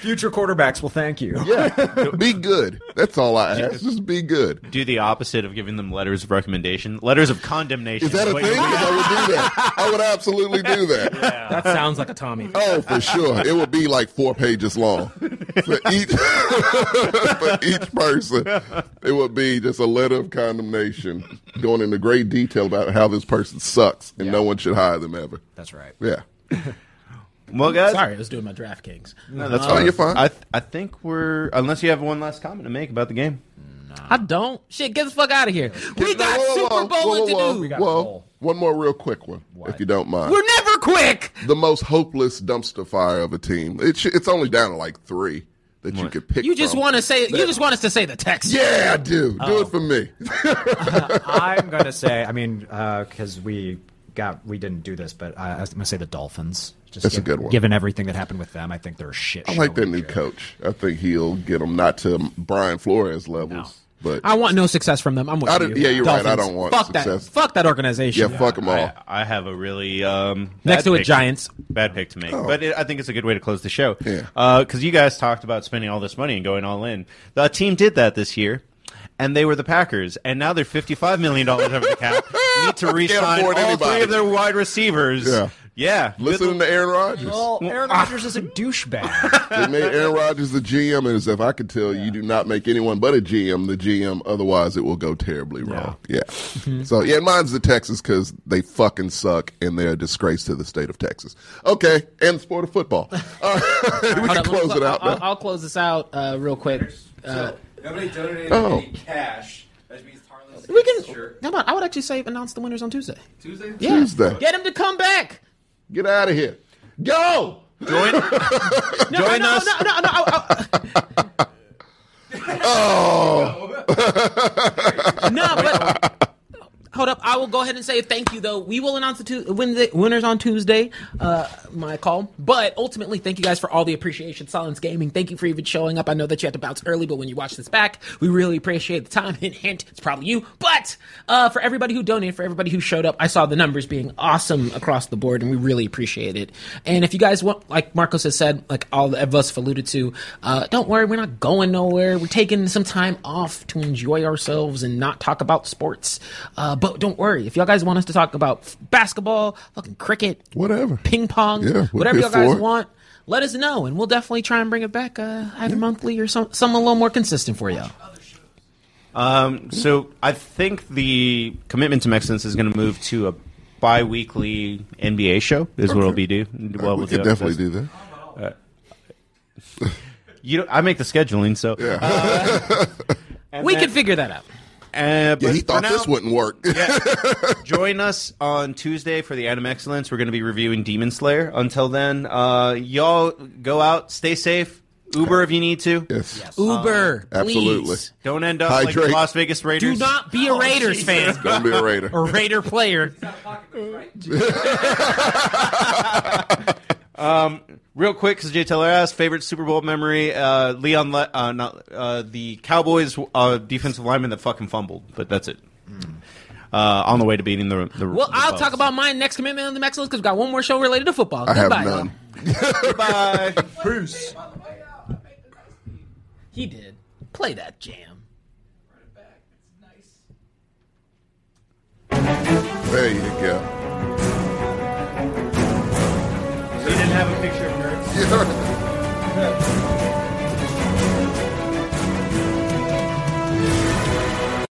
B: Future quarterbacks will thank you. <laughs>
C: Yeah, be good. That's all I ask. Just be good.
A: Do the opposite of giving them letters of recommendation, letters of condemnation.
C: Is that a
A: Wait,
C: thing? 'Cause I would do that. I would absolutely
A: <laughs>
C: do that.
D: That sounds like a Tommy.
C: Oh, for sure. It would be like four pages long for each <laughs> for each person. It would be just a letter of condemnation going into great detail about how this person sucks and no one should hire them ever.
B: That's right.
C: Yeah.
A: Well, guys.
S: Sorry, I was doing my DraftKings.
A: No, that's
S: Um,
A: fine. I, th- I think we're unless you have one last comment to make about the game.
D: I don't. Shit, get the fuck out of here. We got Super Bowl
C: whoa,
D: to
C: whoa,
D: do.
C: whoa. one more real quick one, if you don't mind.
D: We're never quick.
C: The most hopeless dumpster fire of a team. It sh- it's only down to like three that you could pick.
D: You just
C: from.
D: want to say you just want us to say the text.
C: Yeah, I do.
A: Oh.
C: Do it for me. <laughs>
B: I'm gonna say. I mean, because we got we didn't do this, but uh, I'm gonna say the Dolphins. Just
C: That's a
B: given-
C: good one.
B: Given everything that happened with them, I think they're a shit.
C: I
B: show.
C: like that new coach. I think he'll get them not to Brian Flores levels, but
D: I want no success from them. I'm with
C: I
D: you.
C: don't- yeah, you're right. I
D: Dolphins.
C: don't want
D: fuck
C: success.
D: that. Fuck that organization.
C: Yeah, fuck 'em all.
A: I have a really um, bad
D: Next to it,
A: pick-
D: Giants.
A: Bad pick to make,
D: Oh.
A: but it, I think it's a good way to close the show. Yeah, because you guys talked about spending all this money and going all in. The team did that this year, and they were the Packers, and now they're fifty-five million dollars over the
C: <laughs>
A: cap. Need to re-sign all
C: afford anybody.
A: three of their wide receivers.
C: Yeah.
A: yeah.
C: Listening to Aaron Rodgers.
A: Oh.
B: Well, Aaron Rodgers is a douchebag.
C: They made Aaron Rodgers the GM, and as if I could tell, you do not make anyone but a GM the GM. Otherwise, it will go terribly wrong. Yeah. so yeah, mine's the Texas because they fucking suck and they're a disgrace to the state of Texas. Okay, and the sport
A: <laughs>
C: of football. Uh, <laughs> we can
D: Hold up, let
C: <laughs>
D: me
C: close
D: clo-
C: it out.
D: I'll,
C: now.
D: I'll close this out uh, real quick. Uh,
T: Nobody donated
C: Oh.
T: any cash. That means Harlan's
D: we can.
T: shirt.
D: Come on, I would actually say announce the winners on Tuesday.
T: Tuesday?
D: Yeah.
C: Tuesday.
D: Get him to come back.
C: Get out of here. Go.
D: <laughs> No, no, no, no, no, no,
C: Oh.
D: no, <laughs> no, but hold up. I will go ahead and say thank you, though. We will announce the two win the winners on Tuesday. Uh, my call, but ultimately, thank you guys for all the appreciation. Silence Gaming, thank you for even showing up. I know that you had to bounce early, but when you watch this back, we really appreciate the time. <laughs> Hint, hint. It's probably you, but uh, for everybody who donated, for everybody who showed up, I saw the numbers being awesome across the board, and we really appreciate it. And if you guys want, like Marcos has said, like all of us have alluded to, uh, don't worry, we're not going nowhere. We're taking some time off to enjoy ourselves and not talk about sports. Uh, but don't worry, if y'all guys want us to talk about f- basketball, fucking cricket,
C: whatever,
D: ping pong,
C: Yeah, we're
D: whatever
C: here
D: y'all guys
C: for it.
D: want. Let us know, and we'll definitely try and bring it back uh, either monthly or some, some a little more consistent for y'all.
A: Um, so I think the commitment to excellence is going to move to a bi-weekly NBA show. Is what it'll be do. What
C: Uh, we
A: we'll
C: could
A: do after
C: definitely do
A: this.
C: that.
A: Uh, you, know, I make the scheduling, so uh, and
D: We
A: then-
D: can figure that out.
A: Uh, but
C: Yeah, he
A: for
C: thought
A: now-
C: this wouldn't work. <laughs>
A: yeah. Join us on Tuesday for the Adam Excellence. We're going to be reviewing Demon Slayer. Until then, uh, y'all go out, stay safe, Uber if you need to.
C: Yes.
D: Uber,
C: Absolutely.
D: please.
A: Don't end up like the
C: Hydrate.
A: Las Vegas
D: Do
A: Raiders.
D: not Oh, be a Raiders fan
C: Don't be a Raider.
D: or Raider player.
A: Real quick, because Jay Teller asked favorite Super Bowl memory. Uh, Leon, Le- uh, not uh, the Cowboys uh, defensive lineman that fucking fumbled, but that's it.
C: Mm.
A: Uh, on the way to beating the. the
D: Well,
A: the
D: I'll
A: Bucks.
D: talk about my next commitment on the excellence because we've got one more show related to football.
C: I have
D: Goodbye.
C: none.
A: Goodbye.
G: Bruce.
D: He did. Play that jam.
C: There you go. <laughs>
A: You didn't have a picture of her.
C: Yeah.